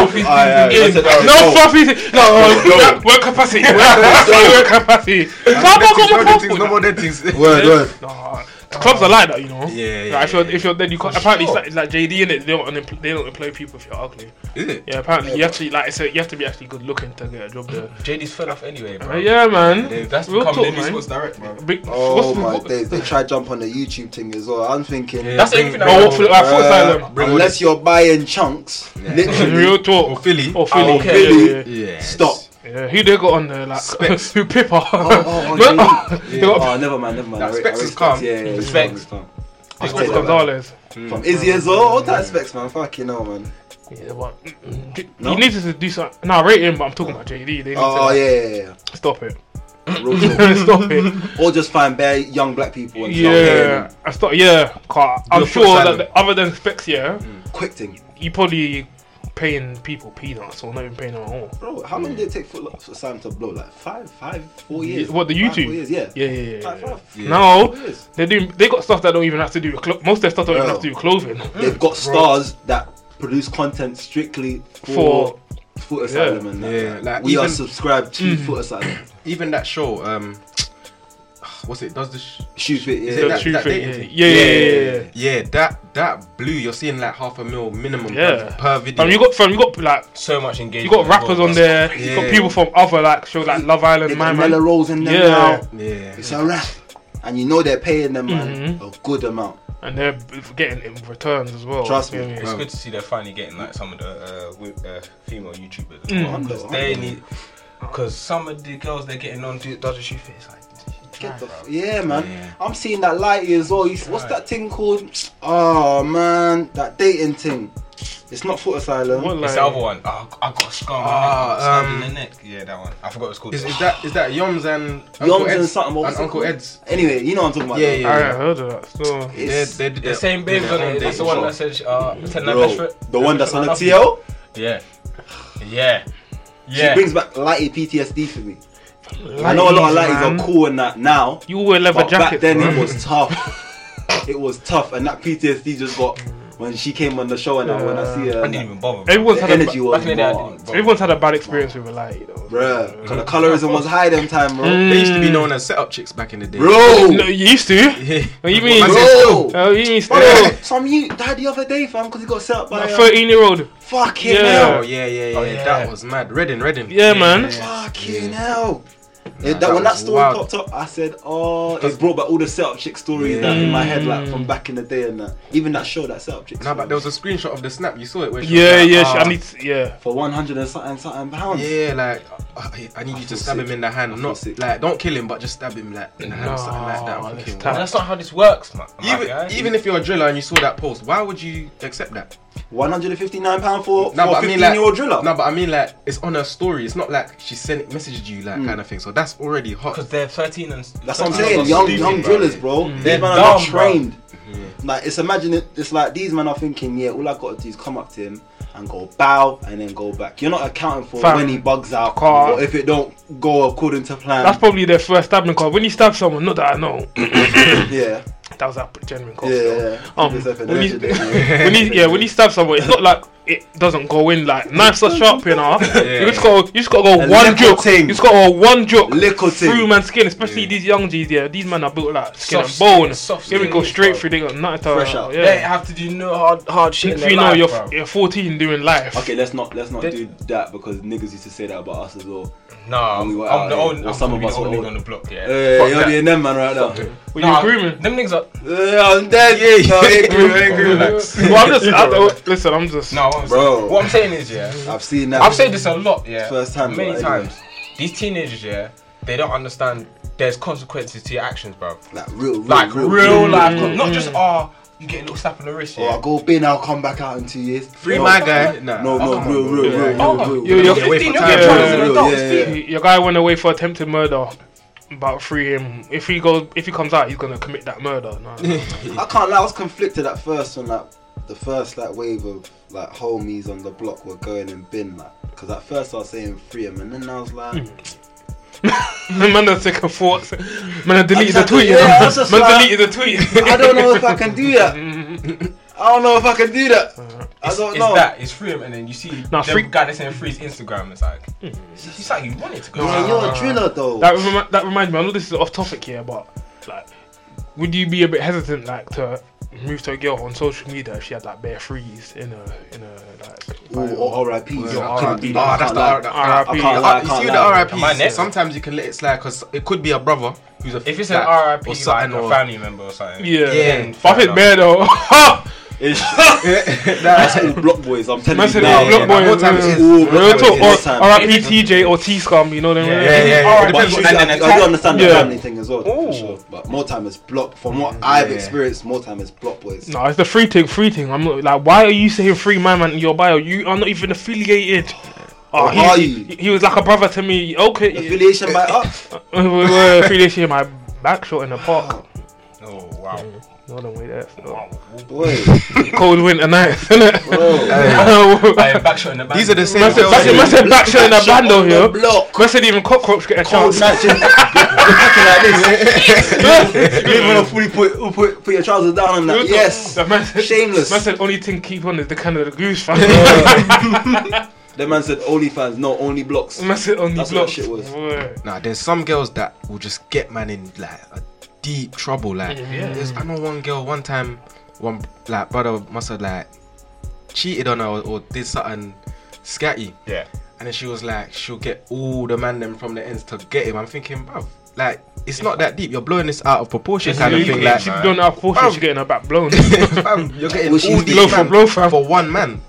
[SPEAKER 6] no.
[SPEAKER 4] fluffy. No,
[SPEAKER 6] Go.
[SPEAKER 4] no. Work capacity. Work capacity. Work capacity. Come on, come
[SPEAKER 3] No dead things, no
[SPEAKER 4] on,
[SPEAKER 3] more dead things.
[SPEAKER 6] Word, word.
[SPEAKER 4] come on. clubs are like that, you
[SPEAKER 5] Yeah,
[SPEAKER 4] know. Like,
[SPEAKER 5] yeah,
[SPEAKER 4] if you're if you're then you can't,
[SPEAKER 5] For
[SPEAKER 4] apparently
[SPEAKER 5] sure.
[SPEAKER 4] it's like, it's like JD in it. They don't unempl- they don't employ people if you're ugly.
[SPEAKER 5] Is it?
[SPEAKER 4] Yeah, apparently you have to like so you have to be actually good looking to get a job there.
[SPEAKER 5] JD's fell off anyway, bro.
[SPEAKER 4] But Uh, yeah, man.
[SPEAKER 5] They- That's
[SPEAKER 4] Real
[SPEAKER 5] become
[SPEAKER 4] talk,
[SPEAKER 5] the new
[SPEAKER 4] man.
[SPEAKER 5] sports direct, bro.
[SPEAKER 4] Big,
[SPEAKER 6] Oh
[SPEAKER 4] what's the-
[SPEAKER 6] my
[SPEAKER 4] what-
[SPEAKER 6] days! They try jump on the YouTube thing as well. I'm thinking,
[SPEAKER 5] Yeah.
[SPEAKER 4] That's
[SPEAKER 5] Bring-
[SPEAKER 4] everything. I
[SPEAKER 5] bro,
[SPEAKER 4] want for the- I thought
[SPEAKER 6] uh,
[SPEAKER 4] it's like,
[SPEAKER 5] bring all
[SPEAKER 6] unless you're buying chunks,
[SPEAKER 4] like,
[SPEAKER 6] literally
[SPEAKER 4] real talk.
[SPEAKER 5] Or Oh, Philly.
[SPEAKER 4] Or Philly.
[SPEAKER 5] okay.
[SPEAKER 4] Yeah, yeah, yeah.
[SPEAKER 5] Yeah.
[SPEAKER 6] stop.
[SPEAKER 4] Yeah, who they got on there? Like
[SPEAKER 5] Specs.
[SPEAKER 4] who Pippa?
[SPEAKER 6] Oh, oh, oh,
[SPEAKER 4] No,
[SPEAKER 6] yeah.
[SPEAKER 4] they got
[SPEAKER 6] oh, never mind, never mind.
[SPEAKER 5] Nah,
[SPEAKER 6] I re- I
[SPEAKER 5] Specs is
[SPEAKER 6] respect-
[SPEAKER 5] calm.
[SPEAKER 6] Yeah, yeah, yeah,
[SPEAKER 5] Specs.
[SPEAKER 6] Specs is calm.
[SPEAKER 4] Pippa
[SPEAKER 6] I'll take that back.
[SPEAKER 4] Gonzalez.
[SPEAKER 6] From Izzy as well. All that specs, man. Fuck you know, man.
[SPEAKER 4] Yeah, but mm, d-
[SPEAKER 6] No?
[SPEAKER 4] he needs to do something. Nah, rate him. But I'm talking about JD. They need
[SPEAKER 6] Oh
[SPEAKER 4] to
[SPEAKER 6] yeah, yeah,
[SPEAKER 4] stop it.
[SPEAKER 6] yeah. Real talk.
[SPEAKER 4] stop it.
[SPEAKER 6] or just find bare young black people and start getting
[SPEAKER 4] Yeah, I start. Yeah, 'cause I'm
[SPEAKER 5] Do a foot
[SPEAKER 4] sure that
[SPEAKER 5] salad.
[SPEAKER 4] the- other than specs, yeah,
[SPEAKER 6] them. quick thing.
[SPEAKER 4] you probably paying people peanuts or not even paying them at all.
[SPEAKER 6] Bro, how long did it take for, for Sam to blow? Like five, five, four years.
[SPEAKER 4] What, the
[SPEAKER 6] Five,
[SPEAKER 4] YouTube?
[SPEAKER 6] four years, yeah.
[SPEAKER 4] Yeah, yeah, yeah.
[SPEAKER 6] Five,
[SPEAKER 4] yeah, yeah. Oh.
[SPEAKER 6] five,
[SPEAKER 5] Yeah.
[SPEAKER 4] Now
[SPEAKER 6] four years.
[SPEAKER 4] they do. They got stuff that don't even have to do. With clo- most of their stuff don't even
[SPEAKER 6] Bro.
[SPEAKER 4] have to do with clothing.
[SPEAKER 6] They've got stars that produce content strictly for, Foot Asylum and that.
[SPEAKER 5] Yeah, like
[SPEAKER 6] we are
[SPEAKER 5] even,
[SPEAKER 6] subscribed to Foot Asylum.
[SPEAKER 5] even that show, um, what's it? Does the sh-
[SPEAKER 6] Shoe fit, yeah.
[SPEAKER 5] Is it
[SPEAKER 4] The
[SPEAKER 5] that-
[SPEAKER 4] true
[SPEAKER 5] that
[SPEAKER 4] thing,
[SPEAKER 5] dating
[SPEAKER 4] yeah, yeah, yeah, yeah, yeah.
[SPEAKER 5] yeah, that that blue, you're seeing like half a mil minimum
[SPEAKER 4] Yeah.
[SPEAKER 5] per, per video.
[SPEAKER 4] Fam, you got from you got like
[SPEAKER 5] so much engagement.
[SPEAKER 4] you got rappers on there. You
[SPEAKER 5] Yeah.
[SPEAKER 4] got people from other like shows like Love Island,
[SPEAKER 6] They
[SPEAKER 4] My
[SPEAKER 6] got
[SPEAKER 4] Man.
[SPEAKER 6] Mella rolls in there
[SPEAKER 4] Yeah.
[SPEAKER 6] now.
[SPEAKER 5] Yeah,
[SPEAKER 6] It's a wrap. And you know they're paying them man a good amount.
[SPEAKER 4] and they're b- getting it in returns as well.
[SPEAKER 6] Trust
[SPEAKER 4] You know
[SPEAKER 6] me.
[SPEAKER 4] what I
[SPEAKER 5] it's
[SPEAKER 4] mean?
[SPEAKER 5] good to see they're finally getting like some of the uh, wi- uh, female YouTubers as
[SPEAKER 4] Mm.
[SPEAKER 5] well, because they need because some of the girls they're getting on do does a shoe fit. It's like
[SPEAKER 6] Get the f- yeah, man.
[SPEAKER 5] Yeah.
[SPEAKER 6] I'm seeing that lighty as well. You s- what's that thing called? Oh man, that dating thing. It's not Foot Asylum.
[SPEAKER 4] What,
[SPEAKER 5] it's
[SPEAKER 4] like-
[SPEAKER 5] the other one. Oh, I got a scar on
[SPEAKER 3] Ah,
[SPEAKER 5] my neck. Um, in the
[SPEAKER 3] um,
[SPEAKER 5] neck. Yeah, that one. I forgot what it's called.
[SPEAKER 3] Is, is that is that Yoms and
[SPEAKER 6] Yoms
[SPEAKER 3] Uncle
[SPEAKER 6] and
[SPEAKER 3] Ed's
[SPEAKER 6] something. what was
[SPEAKER 3] and
[SPEAKER 6] it
[SPEAKER 3] Uncle
[SPEAKER 6] called?
[SPEAKER 3] Ed's?
[SPEAKER 6] Anyway, you know what I'm talking about.
[SPEAKER 3] Yeah,
[SPEAKER 6] though.
[SPEAKER 3] yeah.
[SPEAKER 4] I ain't heard of that. So
[SPEAKER 5] They,
[SPEAKER 6] It's,
[SPEAKER 5] they did
[SPEAKER 4] Yeah.
[SPEAKER 5] the same babe
[SPEAKER 3] Yeah,
[SPEAKER 5] on
[SPEAKER 3] on
[SPEAKER 5] it. That's the
[SPEAKER 3] dating
[SPEAKER 5] one
[SPEAKER 3] show.
[SPEAKER 5] that says uh, ten
[SPEAKER 6] bro, the one that's on the TL.
[SPEAKER 5] Yeah, yeah,
[SPEAKER 6] She
[SPEAKER 5] yeah.
[SPEAKER 6] brings back lighty PTSD for me. I know a lot of
[SPEAKER 4] man.
[SPEAKER 6] lighties are cool and that now,
[SPEAKER 4] you wear leather
[SPEAKER 6] but back
[SPEAKER 4] jackets.
[SPEAKER 6] then
[SPEAKER 4] man.
[SPEAKER 6] it was tough. it was tough, and that PTSD just got when she came on the show and I when I see her.
[SPEAKER 5] I didn't
[SPEAKER 6] and that-
[SPEAKER 5] even bother. bro.
[SPEAKER 4] Everyone's
[SPEAKER 6] The
[SPEAKER 4] had a
[SPEAKER 6] energy
[SPEAKER 4] ba-
[SPEAKER 6] was
[SPEAKER 5] Back in the day, I
[SPEAKER 6] mad.
[SPEAKER 5] didn't bother.
[SPEAKER 4] everyone's had a bad experience with a light, you know.
[SPEAKER 6] Bruh, 'cause the colorism was high them time, bro.
[SPEAKER 4] Mm.
[SPEAKER 3] They used to be known as setup chicks back in the day.
[SPEAKER 6] Bro,
[SPEAKER 4] No, you used to.
[SPEAKER 3] Yeah.
[SPEAKER 4] What you mean?
[SPEAKER 3] Man's
[SPEAKER 6] bro.
[SPEAKER 3] here still.
[SPEAKER 4] Oh, you mean still?
[SPEAKER 6] Bro, some you died the other day, fam, because he got set up by
[SPEAKER 4] A
[SPEAKER 6] a
[SPEAKER 4] thirteen-year-old.
[SPEAKER 6] fucking
[SPEAKER 4] Yeah.
[SPEAKER 3] Oh
[SPEAKER 6] hell.
[SPEAKER 3] yeah, yeah, yeah,
[SPEAKER 5] Oh, yeah.
[SPEAKER 3] That was mad. Redding, Redding.
[SPEAKER 4] Yeah, man.
[SPEAKER 6] Fucking hell. Yeah, that,
[SPEAKER 3] that
[SPEAKER 6] when that
[SPEAKER 3] was
[SPEAKER 6] story
[SPEAKER 3] wild.
[SPEAKER 6] popped up, I said, "Oh, it brought back all the setup chick stories that in my head, like from back in the day, and that even that show that setup chicks.
[SPEAKER 3] No, Mm. but there was a screenshot of the snap. You saw it. Where she was
[SPEAKER 4] Yeah,
[SPEAKER 3] like,
[SPEAKER 4] yeah.
[SPEAKER 3] "Ah,
[SPEAKER 4] sh- I need. To, yeah.
[SPEAKER 6] for one hundred and something, something pounds.
[SPEAKER 3] Yeah, like I, I need you
[SPEAKER 6] feel
[SPEAKER 3] to stab
[SPEAKER 6] sick.
[SPEAKER 3] him in the hand.
[SPEAKER 6] I feel
[SPEAKER 3] Not
[SPEAKER 6] sick.
[SPEAKER 3] like don't kill him, but just stab him like in the hand or something like that.
[SPEAKER 4] No,
[SPEAKER 3] I'm
[SPEAKER 4] that's
[SPEAKER 3] thinking, what?
[SPEAKER 4] tough.
[SPEAKER 5] That's not how this works, man. my
[SPEAKER 3] Even
[SPEAKER 5] guy.
[SPEAKER 3] even if you're a driller and you saw that post, why would you accept that?
[SPEAKER 6] one hundred and fifty nine pound for,
[SPEAKER 3] No, but
[SPEAKER 6] for a
[SPEAKER 3] I mean
[SPEAKER 6] fifteen
[SPEAKER 3] like
[SPEAKER 6] year old driller.
[SPEAKER 3] No, but I mean like it's on her story. It's not like she sent messaged you
[SPEAKER 6] Hmm.
[SPEAKER 3] like kind of thing. So that's already hot.
[SPEAKER 5] because they're thirteen and
[SPEAKER 6] That's what I'm
[SPEAKER 5] 13
[SPEAKER 6] saying.
[SPEAKER 5] and
[SPEAKER 6] Young,
[SPEAKER 5] stupid, bro.
[SPEAKER 6] young drillers, bro. These
[SPEAKER 5] They're
[SPEAKER 6] men are not
[SPEAKER 5] dumb, bro.
[SPEAKER 6] trained. Like it's imagine it, it's like these men are thinking, yeah, all I got to do is come up to him and go bow and then go back. You're not accounting for
[SPEAKER 4] Fam.
[SPEAKER 6] when he bugs out
[SPEAKER 4] Car.
[SPEAKER 6] or if it don't go according to plan.
[SPEAKER 4] That's probably their first stabbing call. When you stab someone, not that I know,
[SPEAKER 6] yeah,
[SPEAKER 4] that was a genuine
[SPEAKER 6] yeah,
[SPEAKER 4] call.
[SPEAKER 6] yeah. yeah.
[SPEAKER 4] Um,
[SPEAKER 6] It's effing
[SPEAKER 4] when you-
[SPEAKER 6] urgent, yeah.
[SPEAKER 4] when you yeah, when you stab someone, it's not like it doesn't go in like knives are sharp, you know. You just got you just got to
[SPEAKER 6] A
[SPEAKER 4] go
[SPEAKER 6] little
[SPEAKER 4] one joke.
[SPEAKER 6] thing.
[SPEAKER 4] You just got to go one joke.
[SPEAKER 6] Little
[SPEAKER 4] Through
[SPEAKER 6] thing.
[SPEAKER 4] man's skin, especially these young G's. Yeah, these men are built like skin
[SPEAKER 5] Soft
[SPEAKER 4] and bone.
[SPEAKER 5] skin, soft
[SPEAKER 4] Here we
[SPEAKER 5] skin,
[SPEAKER 4] go straight
[SPEAKER 5] bro.
[SPEAKER 4] through. They got nothing to.
[SPEAKER 6] Fresh out.
[SPEAKER 4] Yeah.
[SPEAKER 5] They have to do no hard hard shit. in
[SPEAKER 4] If you
[SPEAKER 5] their
[SPEAKER 4] know
[SPEAKER 5] life,
[SPEAKER 4] you're,
[SPEAKER 5] bro.
[SPEAKER 4] f- you're 14 doing life.
[SPEAKER 6] Okay, let's not let's not
[SPEAKER 5] They-
[SPEAKER 6] do that because niggas used to say that about us as well.
[SPEAKER 5] Nah,
[SPEAKER 6] We were out
[SPEAKER 5] I'm the
[SPEAKER 6] here,
[SPEAKER 5] only.
[SPEAKER 6] or
[SPEAKER 5] I'm
[SPEAKER 6] some
[SPEAKER 5] some
[SPEAKER 6] of
[SPEAKER 5] of the
[SPEAKER 6] us were
[SPEAKER 5] only
[SPEAKER 6] old.
[SPEAKER 5] on the block. Yeah.
[SPEAKER 6] Hey,
[SPEAKER 5] Fuck
[SPEAKER 6] you're
[SPEAKER 5] that.
[SPEAKER 6] being them man right now.
[SPEAKER 4] Were you
[SPEAKER 5] Nah,
[SPEAKER 4] agreeing?
[SPEAKER 5] Them niggas are.
[SPEAKER 6] Uh, I'm dead. No, I agree, I agree.
[SPEAKER 5] Relax.
[SPEAKER 4] well, I'm just. I, I- listen, I'm just.
[SPEAKER 5] No, I'm
[SPEAKER 6] Bro.
[SPEAKER 5] bro. What I'm saying is, yeah,
[SPEAKER 6] I've seen that.
[SPEAKER 5] I've said this a lot, yeah,
[SPEAKER 6] First hand,
[SPEAKER 5] many
[SPEAKER 6] right,
[SPEAKER 5] times. These teenagers, yeah, they don't understand. There's consequences to your actions, bro.
[SPEAKER 6] like real, real,
[SPEAKER 5] Like real,
[SPEAKER 6] real
[SPEAKER 5] life,
[SPEAKER 4] Mm,
[SPEAKER 5] not just ah, you get a little slap on the wrist,
[SPEAKER 6] Oh,
[SPEAKER 5] yeah.
[SPEAKER 6] I'll go bin, I'll come back out in two years.
[SPEAKER 3] Free
[SPEAKER 6] no,
[SPEAKER 3] my guy. Nah.
[SPEAKER 6] No, no,
[SPEAKER 5] Oh,
[SPEAKER 6] real, real,
[SPEAKER 5] yeah.
[SPEAKER 6] real, real,
[SPEAKER 5] Oh,
[SPEAKER 4] you're-
[SPEAKER 6] real.
[SPEAKER 5] You're
[SPEAKER 4] you're-
[SPEAKER 3] Yeah,
[SPEAKER 5] 15,
[SPEAKER 3] wait for
[SPEAKER 5] you're
[SPEAKER 3] time.
[SPEAKER 5] getting trouble as an
[SPEAKER 6] Yeah,
[SPEAKER 5] adult.
[SPEAKER 6] yeah,
[SPEAKER 5] it's
[SPEAKER 6] yeah.
[SPEAKER 5] fifty.
[SPEAKER 4] Y- Your guy went away for attempted murder. About free him. If he goes, if he comes out, he's gonna commit that murder. No, no.
[SPEAKER 6] I can't lie, I was conflicted at first when like the first like wave of like homies on the block were going and bin like. Because at first I was saying free 'em, and then I was like,
[SPEAKER 4] man, I took a thought. Man, I deleted the
[SPEAKER 6] Exactly,
[SPEAKER 4] tweet.
[SPEAKER 6] yeah,
[SPEAKER 4] you know?
[SPEAKER 6] I was just
[SPEAKER 4] man,
[SPEAKER 6] like-
[SPEAKER 4] deleted the tweet.
[SPEAKER 6] I don't know if I can do that. I don't know if I can do that. I
[SPEAKER 5] It's,
[SPEAKER 6] don't
[SPEAKER 5] it's
[SPEAKER 6] know.
[SPEAKER 5] that. It's free him, and then you see
[SPEAKER 4] Nah,
[SPEAKER 5] nah,
[SPEAKER 4] free-
[SPEAKER 5] free guy that's saying free's Instagram. It's like,
[SPEAKER 6] Hmm.
[SPEAKER 5] it's like you wanted to go.
[SPEAKER 6] Yeah, you're a driller though.
[SPEAKER 4] That, remi- that reminds me. I know this is off topic here, but like would you be a bit hesitant, like, to move to a girl on social media if she had like bare freeze in a in a like?
[SPEAKER 6] Ooh, or RIP.
[SPEAKER 4] Yeah,
[SPEAKER 6] Oh, I can't-
[SPEAKER 4] R.I.P..
[SPEAKER 6] I
[SPEAKER 3] Oh,
[SPEAKER 6] can't
[SPEAKER 3] that's the
[SPEAKER 6] lie.
[SPEAKER 3] R- the
[SPEAKER 4] R.I.P..
[SPEAKER 3] You
[SPEAKER 6] I can't
[SPEAKER 3] see with
[SPEAKER 6] lie.
[SPEAKER 5] Am I
[SPEAKER 3] the RIP.
[SPEAKER 5] next?
[SPEAKER 3] Sometimes you can let it slide because it could be a brother who's a
[SPEAKER 5] If it's
[SPEAKER 3] like,
[SPEAKER 5] an
[SPEAKER 3] or
[SPEAKER 5] RIP, like
[SPEAKER 3] something
[SPEAKER 5] a
[SPEAKER 3] or-
[SPEAKER 5] family member or something.
[SPEAKER 4] Yeah.
[SPEAKER 5] then
[SPEAKER 4] But I
[SPEAKER 5] fair
[SPEAKER 4] think
[SPEAKER 5] enough.
[SPEAKER 4] bare though.
[SPEAKER 6] It's
[SPEAKER 3] Nah,
[SPEAKER 6] that's all block boys. I'm telling
[SPEAKER 4] Man
[SPEAKER 6] you.
[SPEAKER 4] said,
[SPEAKER 6] now.
[SPEAKER 4] "Oh, block
[SPEAKER 3] yeah,
[SPEAKER 4] boys."
[SPEAKER 3] more time
[SPEAKER 4] yeah.
[SPEAKER 3] it is.
[SPEAKER 6] Ooh,
[SPEAKER 3] Real
[SPEAKER 4] Real
[SPEAKER 6] block boys
[SPEAKER 4] talk,
[SPEAKER 6] is
[SPEAKER 4] or
[SPEAKER 6] this time.
[SPEAKER 4] R.I.P. TJ or T Scum, you know them.
[SPEAKER 5] Yeah,
[SPEAKER 3] yeah, yeah.
[SPEAKER 5] Alright,
[SPEAKER 6] But
[SPEAKER 5] depends
[SPEAKER 6] you-
[SPEAKER 5] what- and
[SPEAKER 6] I,
[SPEAKER 5] then
[SPEAKER 6] I do
[SPEAKER 5] attack-
[SPEAKER 6] understand the
[SPEAKER 4] Yeah.
[SPEAKER 6] family thing as well, for
[SPEAKER 5] Ooh.
[SPEAKER 6] sure. But more time is block. From what I've
[SPEAKER 3] Yeah.
[SPEAKER 6] experienced, more time is block boys.
[SPEAKER 4] No, it's the free thing, free thing. I'm not, like, why are you saying free man man in your bio? You are not even affiliated. Oh,
[SPEAKER 6] Or are
[SPEAKER 4] he,
[SPEAKER 6] you?
[SPEAKER 4] he- he was like a brother to me. Okay,
[SPEAKER 6] Affiliation by us.
[SPEAKER 4] affiliation. My back shot in the park.
[SPEAKER 5] Oh wow.
[SPEAKER 4] No, don't wait there. still.
[SPEAKER 6] Boy,
[SPEAKER 4] Cold winter nights, innit?
[SPEAKER 6] bro.
[SPEAKER 5] Hey, back shot in the back.
[SPEAKER 3] These are the same.
[SPEAKER 4] Man said- man said- man said back shot in the bando
[SPEAKER 6] The
[SPEAKER 4] here.
[SPEAKER 6] block.
[SPEAKER 4] Man said even cockroach get a
[SPEAKER 6] Cold
[SPEAKER 4] chance.
[SPEAKER 6] snatching. You're acting like this. You even fully put, put, put your trousers down and that. Yes.
[SPEAKER 4] The man said,
[SPEAKER 6] Shameless.
[SPEAKER 4] Man said only thing keep on is the kind of the goose fan.
[SPEAKER 6] The man said OnlyFans, no, only blocks.
[SPEAKER 4] man said only
[SPEAKER 6] That's what
[SPEAKER 4] block.
[SPEAKER 6] that shit was.
[SPEAKER 3] Nah, there's some girls that will just get man in like a deep trouble. Like, there's, I know one girl one time, one like brother must have like cheated on her or, or did something scatty,
[SPEAKER 5] yeah.
[SPEAKER 3] and then she was like, she'll get all the man them from the ends to get him. I'm thinking, bruv, like it's not that deep. You're blowing this out of proportion,
[SPEAKER 5] It's
[SPEAKER 3] kind of
[SPEAKER 5] really
[SPEAKER 3] thing.
[SPEAKER 5] deep.
[SPEAKER 3] Like,
[SPEAKER 4] She don't know how fortunate she's getting her back blown.
[SPEAKER 3] fam, you're getting all
[SPEAKER 6] Which is
[SPEAKER 3] these
[SPEAKER 4] blow for
[SPEAKER 3] man
[SPEAKER 4] blow, fam.
[SPEAKER 3] for one man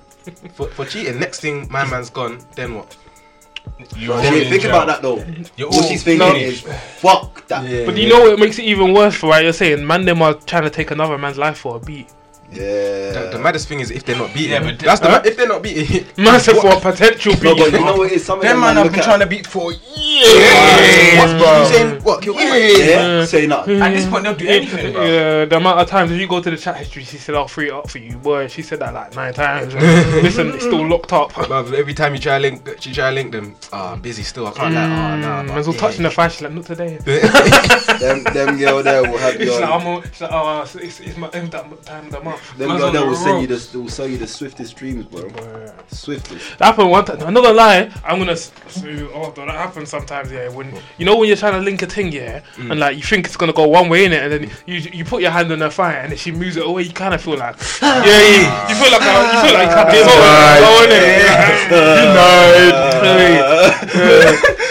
[SPEAKER 3] for, for cheating. Next thing, my man's gone. Then what?
[SPEAKER 5] You're
[SPEAKER 6] Shit, think about that though.
[SPEAKER 5] You're
[SPEAKER 6] All
[SPEAKER 5] all
[SPEAKER 6] she's thinking
[SPEAKER 4] no.
[SPEAKER 6] is, fuck that. Yeah.
[SPEAKER 4] But do you know what makes it even worse for what you're saying? Man, them are trying to take another man's life for a beat.
[SPEAKER 3] The, the maddest thing is if they're not beating.
[SPEAKER 5] Yeah, but
[SPEAKER 3] that's the ma- if they're not beating.
[SPEAKER 4] Man said for a potential
[SPEAKER 6] No,
[SPEAKER 4] beat.
[SPEAKER 6] but you know what it is? Some of
[SPEAKER 5] Them
[SPEAKER 6] them
[SPEAKER 5] man
[SPEAKER 6] man
[SPEAKER 5] have
[SPEAKER 6] look
[SPEAKER 5] been
[SPEAKER 6] at
[SPEAKER 5] trying to beat for years.
[SPEAKER 3] What?
[SPEAKER 6] bro.
[SPEAKER 3] You saying what? Kill
[SPEAKER 6] Yeah, say nothing.
[SPEAKER 5] At this point, they'll do anything, bro.
[SPEAKER 4] Yeah, the amount of times if you go to the chat history, she said I'll free it up for you, boy. She said that like nine times. Listen, it's still locked up.
[SPEAKER 3] Bruv, every time you try link, she try link them. Ah, I'm busy still. I can't. Like, oh, nah,
[SPEAKER 4] Mm, Man's all touching the fashion like not today.
[SPEAKER 6] Them, them girl there will have
[SPEAKER 4] It's
[SPEAKER 6] you
[SPEAKER 4] like,
[SPEAKER 6] on.
[SPEAKER 4] I'm all, it's like, oh, it's, it's, it's my end that time of the month.
[SPEAKER 6] Them girl there will send you the, will sell you the swiftest dreams, bro. Swiftest.
[SPEAKER 4] That happened one time. I'm not gonna lie. I'm gonna. s- So, oh, that happens sometimes. Yeah, when you know when you're trying to link a thing, yeah, and like you think it's gonna go one way in it, and then you you put your hand on her thigh, and then she moves it away. You kind of feel like, yeah, yeah, you feel like uh, you feel like you can't get over it.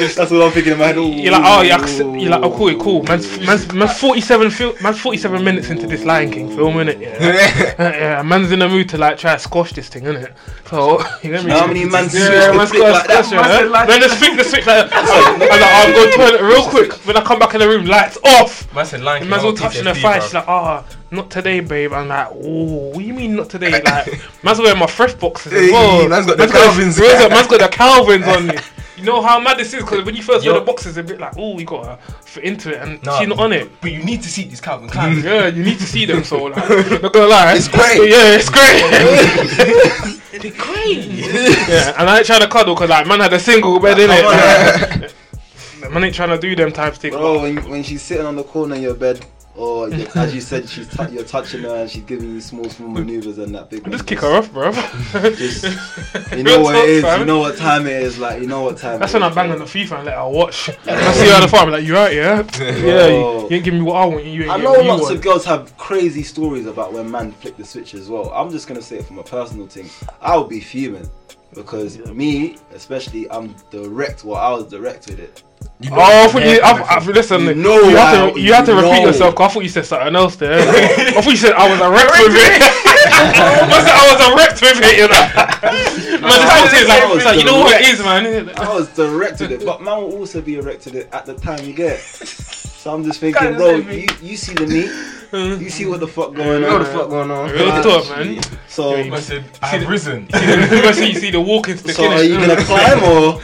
[SPEAKER 6] That's what I'm thinking in my head.
[SPEAKER 4] You're like, oh yeah, I can s- you're like, oh cool, cool. Man's, man's, man's 47 fil- man's 47 minutes into this Lion King film, innit? Yeah, Uh, yeah. Man's in the mood to like try to squash this thing, innit? So you know what I mean?
[SPEAKER 6] How many man
[SPEAKER 4] Yeah,
[SPEAKER 6] switch
[SPEAKER 4] man's
[SPEAKER 6] the clip
[SPEAKER 4] got
[SPEAKER 6] like
[SPEAKER 4] a
[SPEAKER 6] that?
[SPEAKER 4] squash, yeah. Man, just flick the switch like oh, I'm like, I'm going to toilet real quick. When I come back in the room, lights off.
[SPEAKER 5] Man said Lion
[SPEAKER 4] The
[SPEAKER 5] King.
[SPEAKER 4] man's
[SPEAKER 5] I'm
[SPEAKER 4] all
[SPEAKER 5] on
[SPEAKER 4] touching her
[SPEAKER 5] PTSD,
[SPEAKER 4] thigh.
[SPEAKER 5] bro.
[SPEAKER 4] She's like, ah, not today, babe. I'm like, oh, what you mean not today? Like, man's wearing my fresh boxes as
[SPEAKER 3] Hey,
[SPEAKER 4] well.
[SPEAKER 3] man's got the Calvins.
[SPEAKER 4] man's got- man's got the Calvins on me. You know how mad this is? Because when you first wear
[SPEAKER 5] Yo.
[SPEAKER 4] the boxes, it's a bit like, oh, you got to fit into it. And
[SPEAKER 5] Nah,
[SPEAKER 4] she's not on it.
[SPEAKER 5] But you need to see these Calvin Klein.
[SPEAKER 4] Yeah, you need to see them. So, like, not gonna lie, it's
[SPEAKER 3] great.
[SPEAKER 4] Yeah, it's great. They're great. Yeah, and I ain't trying to cuddle because like man had a single bed in it. man ain't trying to do them type things.
[SPEAKER 6] Bro, when, when she's sitting on the corner of your bed, or you- as you said, she's tou- you're touching her and she's giving you small, small maneuvers and that big.
[SPEAKER 4] Just
[SPEAKER 6] one.
[SPEAKER 4] kick her off, bro.
[SPEAKER 6] Just- you know
[SPEAKER 4] Real
[SPEAKER 6] what
[SPEAKER 4] talk,
[SPEAKER 6] it is.
[SPEAKER 4] fam.
[SPEAKER 6] You know what time it is. Like you know what time.
[SPEAKER 4] That's
[SPEAKER 6] it
[SPEAKER 4] when I
[SPEAKER 6] is,
[SPEAKER 4] bang
[SPEAKER 6] bro.
[SPEAKER 4] on the FIFA and let her watch. When I see her on the farm, like you right, yeah, yeah. You, you ain't giving me what I want. You ain't
[SPEAKER 6] I
[SPEAKER 4] I
[SPEAKER 6] know
[SPEAKER 4] me
[SPEAKER 6] lots
[SPEAKER 4] what.
[SPEAKER 6] of girls have crazy stories about when man flick the switch as well. I'm just gonna say it from a personal thing. I would be fuming because me, especially, I'm direct. Well, I was direct with it.
[SPEAKER 3] You know,
[SPEAKER 4] Oh, I thought you. I, I, listen,
[SPEAKER 6] You
[SPEAKER 4] you,
[SPEAKER 6] know
[SPEAKER 4] had
[SPEAKER 6] how-
[SPEAKER 4] to, you had to
[SPEAKER 6] you
[SPEAKER 4] repeat
[SPEAKER 6] know.
[SPEAKER 4] yourself. 'cause I thought you said something else there. I thought you said I was a wreck with it. I said I was a wreck with it, you know. man,
[SPEAKER 6] I
[SPEAKER 4] this whole thing, like,
[SPEAKER 6] was
[SPEAKER 4] it's like, you know what it is,
[SPEAKER 6] I
[SPEAKER 4] man.
[SPEAKER 6] was direct with it, but man will also be erect with it at the time you get. So I'm just thinking, bro, you, you see the meat, you see what the fuck going
[SPEAKER 3] what the
[SPEAKER 6] on.
[SPEAKER 3] fuck going on?
[SPEAKER 4] Real talk, man.
[SPEAKER 6] So,
[SPEAKER 5] Man said, I've risen.
[SPEAKER 4] You see- you see the walking stick
[SPEAKER 6] so are
[SPEAKER 4] in
[SPEAKER 6] you gonna climb or?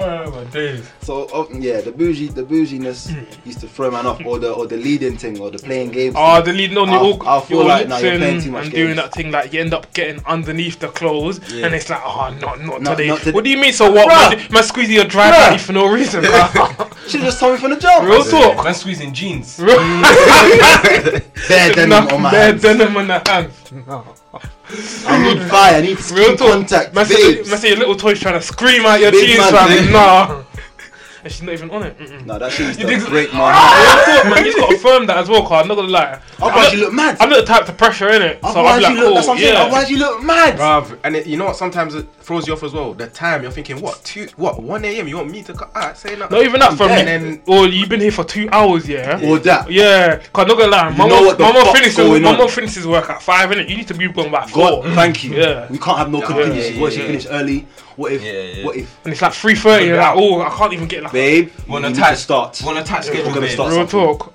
[SPEAKER 5] Oh my days.
[SPEAKER 6] So oh, yeah, the bougie, the bouginess used to throw man off, or the or the leading thing, or the playing games.
[SPEAKER 4] Oh, the leading on the
[SPEAKER 6] I'll-
[SPEAKER 4] all,
[SPEAKER 6] I'll feel
[SPEAKER 4] you're
[SPEAKER 6] like now you're
[SPEAKER 4] lipsing
[SPEAKER 6] playing too much
[SPEAKER 4] and
[SPEAKER 6] games.
[SPEAKER 4] doing that thing like you end up getting underneath the clothes and it's like oh not not,
[SPEAKER 6] Not-
[SPEAKER 4] today.
[SPEAKER 6] not today.
[SPEAKER 4] What do you mean so what?
[SPEAKER 6] Bruh.
[SPEAKER 4] Man, man squeezing your dry body for no reason. bruh.
[SPEAKER 6] She just told me from the jump.
[SPEAKER 4] Real talk.
[SPEAKER 5] Man squeezing jeans.
[SPEAKER 6] Bare denim on my
[SPEAKER 4] bare
[SPEAKER 6] hands.
[SPEAKER 4] denim on the hands. No.
[SPEAKER 6] I need fire. I need skin
[SPEAKER 4] Real talk.
[SPEAKER 6] contact.
[SPEAKER 4] Man, see,
[SPEAKER 6] babes.
[SPEAKER 4] man see your little toys trying to scream out your
[SPEAKER 6] Big
[SPEAKER 4] jeans,
[SPEAKER 6] man, eh?
[SPEAKER 4] fam.
[SPEAKER 6] babes.
[SPEAKER 4] Nah. and she's not even on it. Mm-mm.
[SPEAKER 6] Nah, that shit used
[SPEAKER 4] You think
[SPEAKER 6] to
[SPEAKER 4] so-
[SPEAKER 6] break my heart.
[SPEAKER 4] I thought, man, you just got to firm that as well, car. I'm not gonna lie.
[SPEAKER 6] Otherwise, you look mad.
[SPEAKER 4] I'm not the type to pressure in it, so I'm
[SPEAKER 6] Otherwise,
[SPEAKER 4] like,
[SPEAKER 6] you look.
[SPEAKER 4] cool,
[SPEAKER 6] That's what I'm saying.
[SPEAKER 4] yeah.
[SPEAKER 6] Otherwise, you look mad.
[SPEAKER 3] Bruv, and it, you know what? Sometimes it throws you off as well. The time you're thinking, what two, what one a.m. You want me to cut? Ah, say nothing.
[SPEAKER 4] Not even that for me.
[SPEAKER 3] And then
[SPEAKER 4] or you've been here for two hours, yeah.
[SPEAKER 6] Or that.
[SPEAKER 4] Yeah, cause I'm not gonna lie,
[SPEAKER 6] know
[SPEAKER 4] mama,
[SPEAKER 6] what the
[SPEAKER 4] mama
[SPEAKER 6] fuck's
[SPEAKER 4] finishes,
[SPEAKER 6] going on.
[SPEAKER 4] mama finishes work at five, innit? You need to be gone by four,
[SPEAKER 6] God, thank you.
[SPEAKER 4] Yeah.
[SPEAKER 6] Mm. We can't have no contingencies.
[SPEAKER 5] yeah,
[SPEAKER 6] what if
[SPEAKER 5] yeah.
[SPEAKER 6] she finished early? What if?
[SPEAKER 5] Yeah, yeah.
[SPEAKER 6] What if?
[SPEAKER 4] and it's like three thirty. You're like, oh, I can't even get like
[SPEAKER 6] Babe, you
[SPEAKER 5] Wanna
[SPEAKER 6] need
[SPEAKER 5] touch-
[SPEAKER 6] to start.
[SPEAKER 5] Wanna touch schedule,
[SPEAKER 6] gonna
[SPEAKER 5] babe.
[SPEAKER 6] start.
[SPEAKER 4] real
[SPEAKER 6] something.
[SPEAKER 4] talk.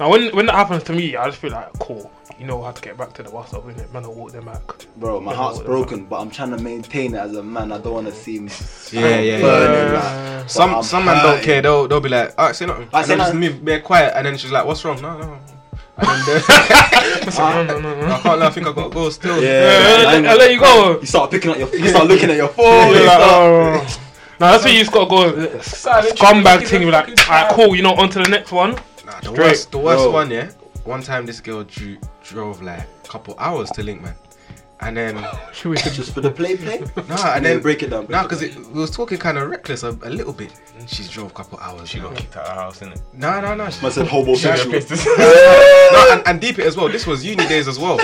[SPEAKER 4] Now, when when that happens to me, I just feel like, cool. You know how to get back to the bus stop, innit? Man, I walk them back.
[SPEAKER 6] Bro, my heart's broken, but I'm trying to maintain it as a man. I don't want to seem
[SPEAKER 3] Yeah, yeah,
[SPEAKER 6] burning. like, but
[SPEAKER 3] Some
[SPEAKER 6] I'm
[SPEAKER 3] some men don't
[SPEAKER 6] hurting.
[SPEAKER 3] care. They'll they'll be like, alright, say nothing.
[SPEAKER 6] Alright,
[SPEAKER 3] and
[SPEAKER 6] say
[SPEAKER 3] they'll just
[SPEAKER 6] nothing.
[SPEAKER 3] move, be quiet, and then she's like, what's wrong? No, no. And then I can't. lie, I think I got to go still.
[SPEAKER 4] Yeah,
[SPEAKER 6] Yeah,
[SPEAKER 4] I
[SPEAKER 6] man.
[SPEAKER 4] let you go.
[SPEAKER 6] You start picking up your, you start looking at your phone.
[SPEAKER 4] You're
[SPEAKER 6] you
[SPEAKER 4] like,
[SPEAKER 6] start-
[SPEAKER 4] oh. Now that's where you just gotta go scumbag thing. You're like, alright, cool. You know, on to the next one.
[SPEAKER 3] Nah, Ah, the
[SPEAKER 4] Straight.
[SPEAKER 3] worst, the worst
[SPEAKER 6] Yo.
[SPEAKER 3] one, yeah. One time, this girl drew, drove like a couple hours to Link, man. And then
[SPEAKER 4] She was
[SPEAKER 6] Just for the play, play. And
[SPEAKER 3] nah, and
[SPEAKER 6] then
[SPEAKER 3] then
[SPEAKER 6] break it down. break
[SPEAKER 3] nah,
[SPEAKER 6] it
[SPEAKER 3] because we was talking kind of reckless a, a little bit. She's drove a couple hours.
[SPEAKER 5] She
[SPEAKER 3] She
[SPEAKER 5] got kicked out of her house, innit?
[SPEAKER 3] nah, nah, nah. she-
[SPEAKER 6] Man said homosexual.
[SPEAKER 3] No, and, and deep it as well. This was uni days as well.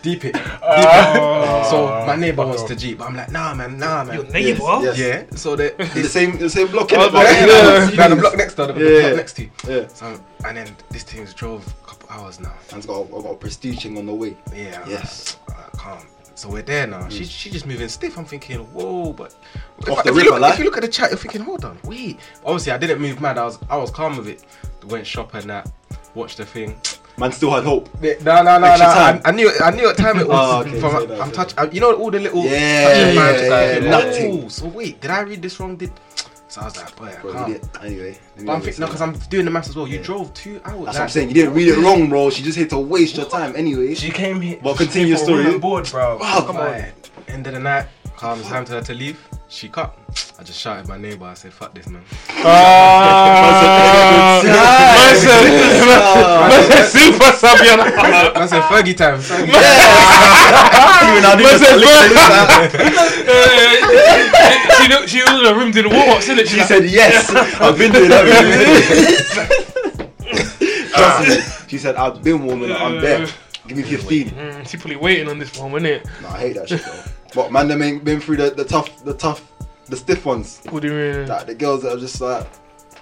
[SPEAKER 3] Deep it. Deep
[SPEAKER 5] Ah.
[SPEAKER 3] it. So my neighbor wants to jeep, but I'm like, nah, man, nah, man.
[SPEAKER 4] neighbor.
[SPEAKER 6] yes.
[SPEAKER 3] Yeah. So they,
[SPEAKER 6] In
[SPEAKER 3] they
[SPEAKER 6] the same, the same block.
[SPEAKER 4] Oh,
[SPEAKER 6] innit,
[SPEAKER 4] but
[SPEAKER 6] man?
[SPEAKER 4] yeah.
[SPEAKER 3] yeah,
[SPEAKER 6] Yeah.
[SPEAKER 3] yeah, the block next to the
[SPEAKER 6] Yeah.
[SPEAKER 3] block next to.
[SPEAKER 6] Yeah.
[SPEAKER 3] So and then this team's drove a couple hours now.
[SPEAKER 6] And it's got, I've got a prestige thing on the way.
[SPEAKER 3] Yeah. I'm
[SPEAKER 6] Yes.
[SPEAKER 3] like, I can't. uh, So we're there now. She she just moving stiff. I'm thinking, whoa, but if,
[SPEAKER 6] Mm. Off
[SPEAKER 3] I-
[SPEAKER 6] the
[SPEAKER 3] if
[SPEAKER 6] rip,
[SPEAKER 3] you
[SPEAKER 6] I
[SPEAKER 3] look,
[SPEAKER 6] like.
[SPEAKER 3] if you look at the chat, you're thinking, hold on, wait. Obviously, I didn't move mad. I was I was calm with it. Went shopping that, watched the thing.
[SPEAKER 6] Man still had hope.
[SPEAKER 3] No, no, no, no.
[SPEAKER 6] Extra
[SPEAKER 3] I,
[SPEAKER 6] time.
[SPEAKER 3] I knew, it, I knew what time it
[SPEAKER 6] Oh,
[SPEAKER 3] was.
[SPEAKER 6] okay,
[SPEAKER 3] from,
[SPEAKER 6] say that,
[SPEAKER 3] I'm
[SPEAKER 6] say
[SPEAKER 3] touch. I, you know all the little.
[SPEAKER 6] Yeah,
[SPEAKER 3] touching
[SPEAKER 6] yeah,
[SPEAKER 3] magic,
[SPEAKER 6] yeah,
[SPEAKER 3] like,
[SPEAKER 6] yeah,
[SPEAKER 3] oh,
[SPEAKER 6] nothing.
[SPEAKER 3] So wait, did I read this wrong? Did so I was like, boy, I
[SPEAKER 6] Bro,
[SPEAKER 3] can't.
[SPEAKER 6] you did- Anyway. let me
[SPEAKER 3] But I'm thinking,
[SPEAKER 6] know what
[SPEAKER 3] no,
[SPEAKER 6] you're
[SPEAKER 3] because
[SPEAKER 6] saying.
[SPEAKER 3] I'm doing the maths as well. You drove two hours.
[SPEAKER 6] That's what
[SPEAKER 3] like,
[SPEAKER 6] I'm saying. You didn't read it wrong, bro. She just had to waste your time anyway.
[SPEAKER 5] She came here.
[SPEAKER 6] Well,
[SPEAKER 5] she came
[SPEAKER 6] continue your
[SPEAKER 5] for a
[SPEAKER 6] story.
[SPEAKER 5] room and board, bro.
[SPEAKER 6] Wow.
[SPEAKER 5] Come on.
[SPEAKER 3] Boy, end of the night, calm. It's time to her to leave. She cut. I just shouted my neighbor. I said, "Fuck this, man."
[SPEAKER 4] Uh, Ah,
[SPEAKER 6] That's a good
[SPEAKER 4] Massive- massive super
[SPEAKER 6] time.
[SPEAKER 4] sabian.
[SPEAKER 3] I said, "Fergie time." Fergie time.
[SPEAKER 6] Even I didn't
[SPEAKER 4] Massive-
[SPEAKER 6] listen to that.
[SPEAKER 4] she looked, she was in the room did the warm ups, innit? She
[SPEAKER 6] She
[SPEAKER 4] like,
[SPEAKER 6] said yes. I've been doing that. really. Trust me. She said I've been warming up. I'm there. Give me 15.
[SPEAKER 4] mm, she probably waiting on this one, innit?
[SPEAKER 6] Nah, I hate that shit though. But man, them ain't been through the, the tough, the tough, the stiff ones.
[SPEAKER 4] What do you mean?
[SPEAKER 6] Like the girls that are just like,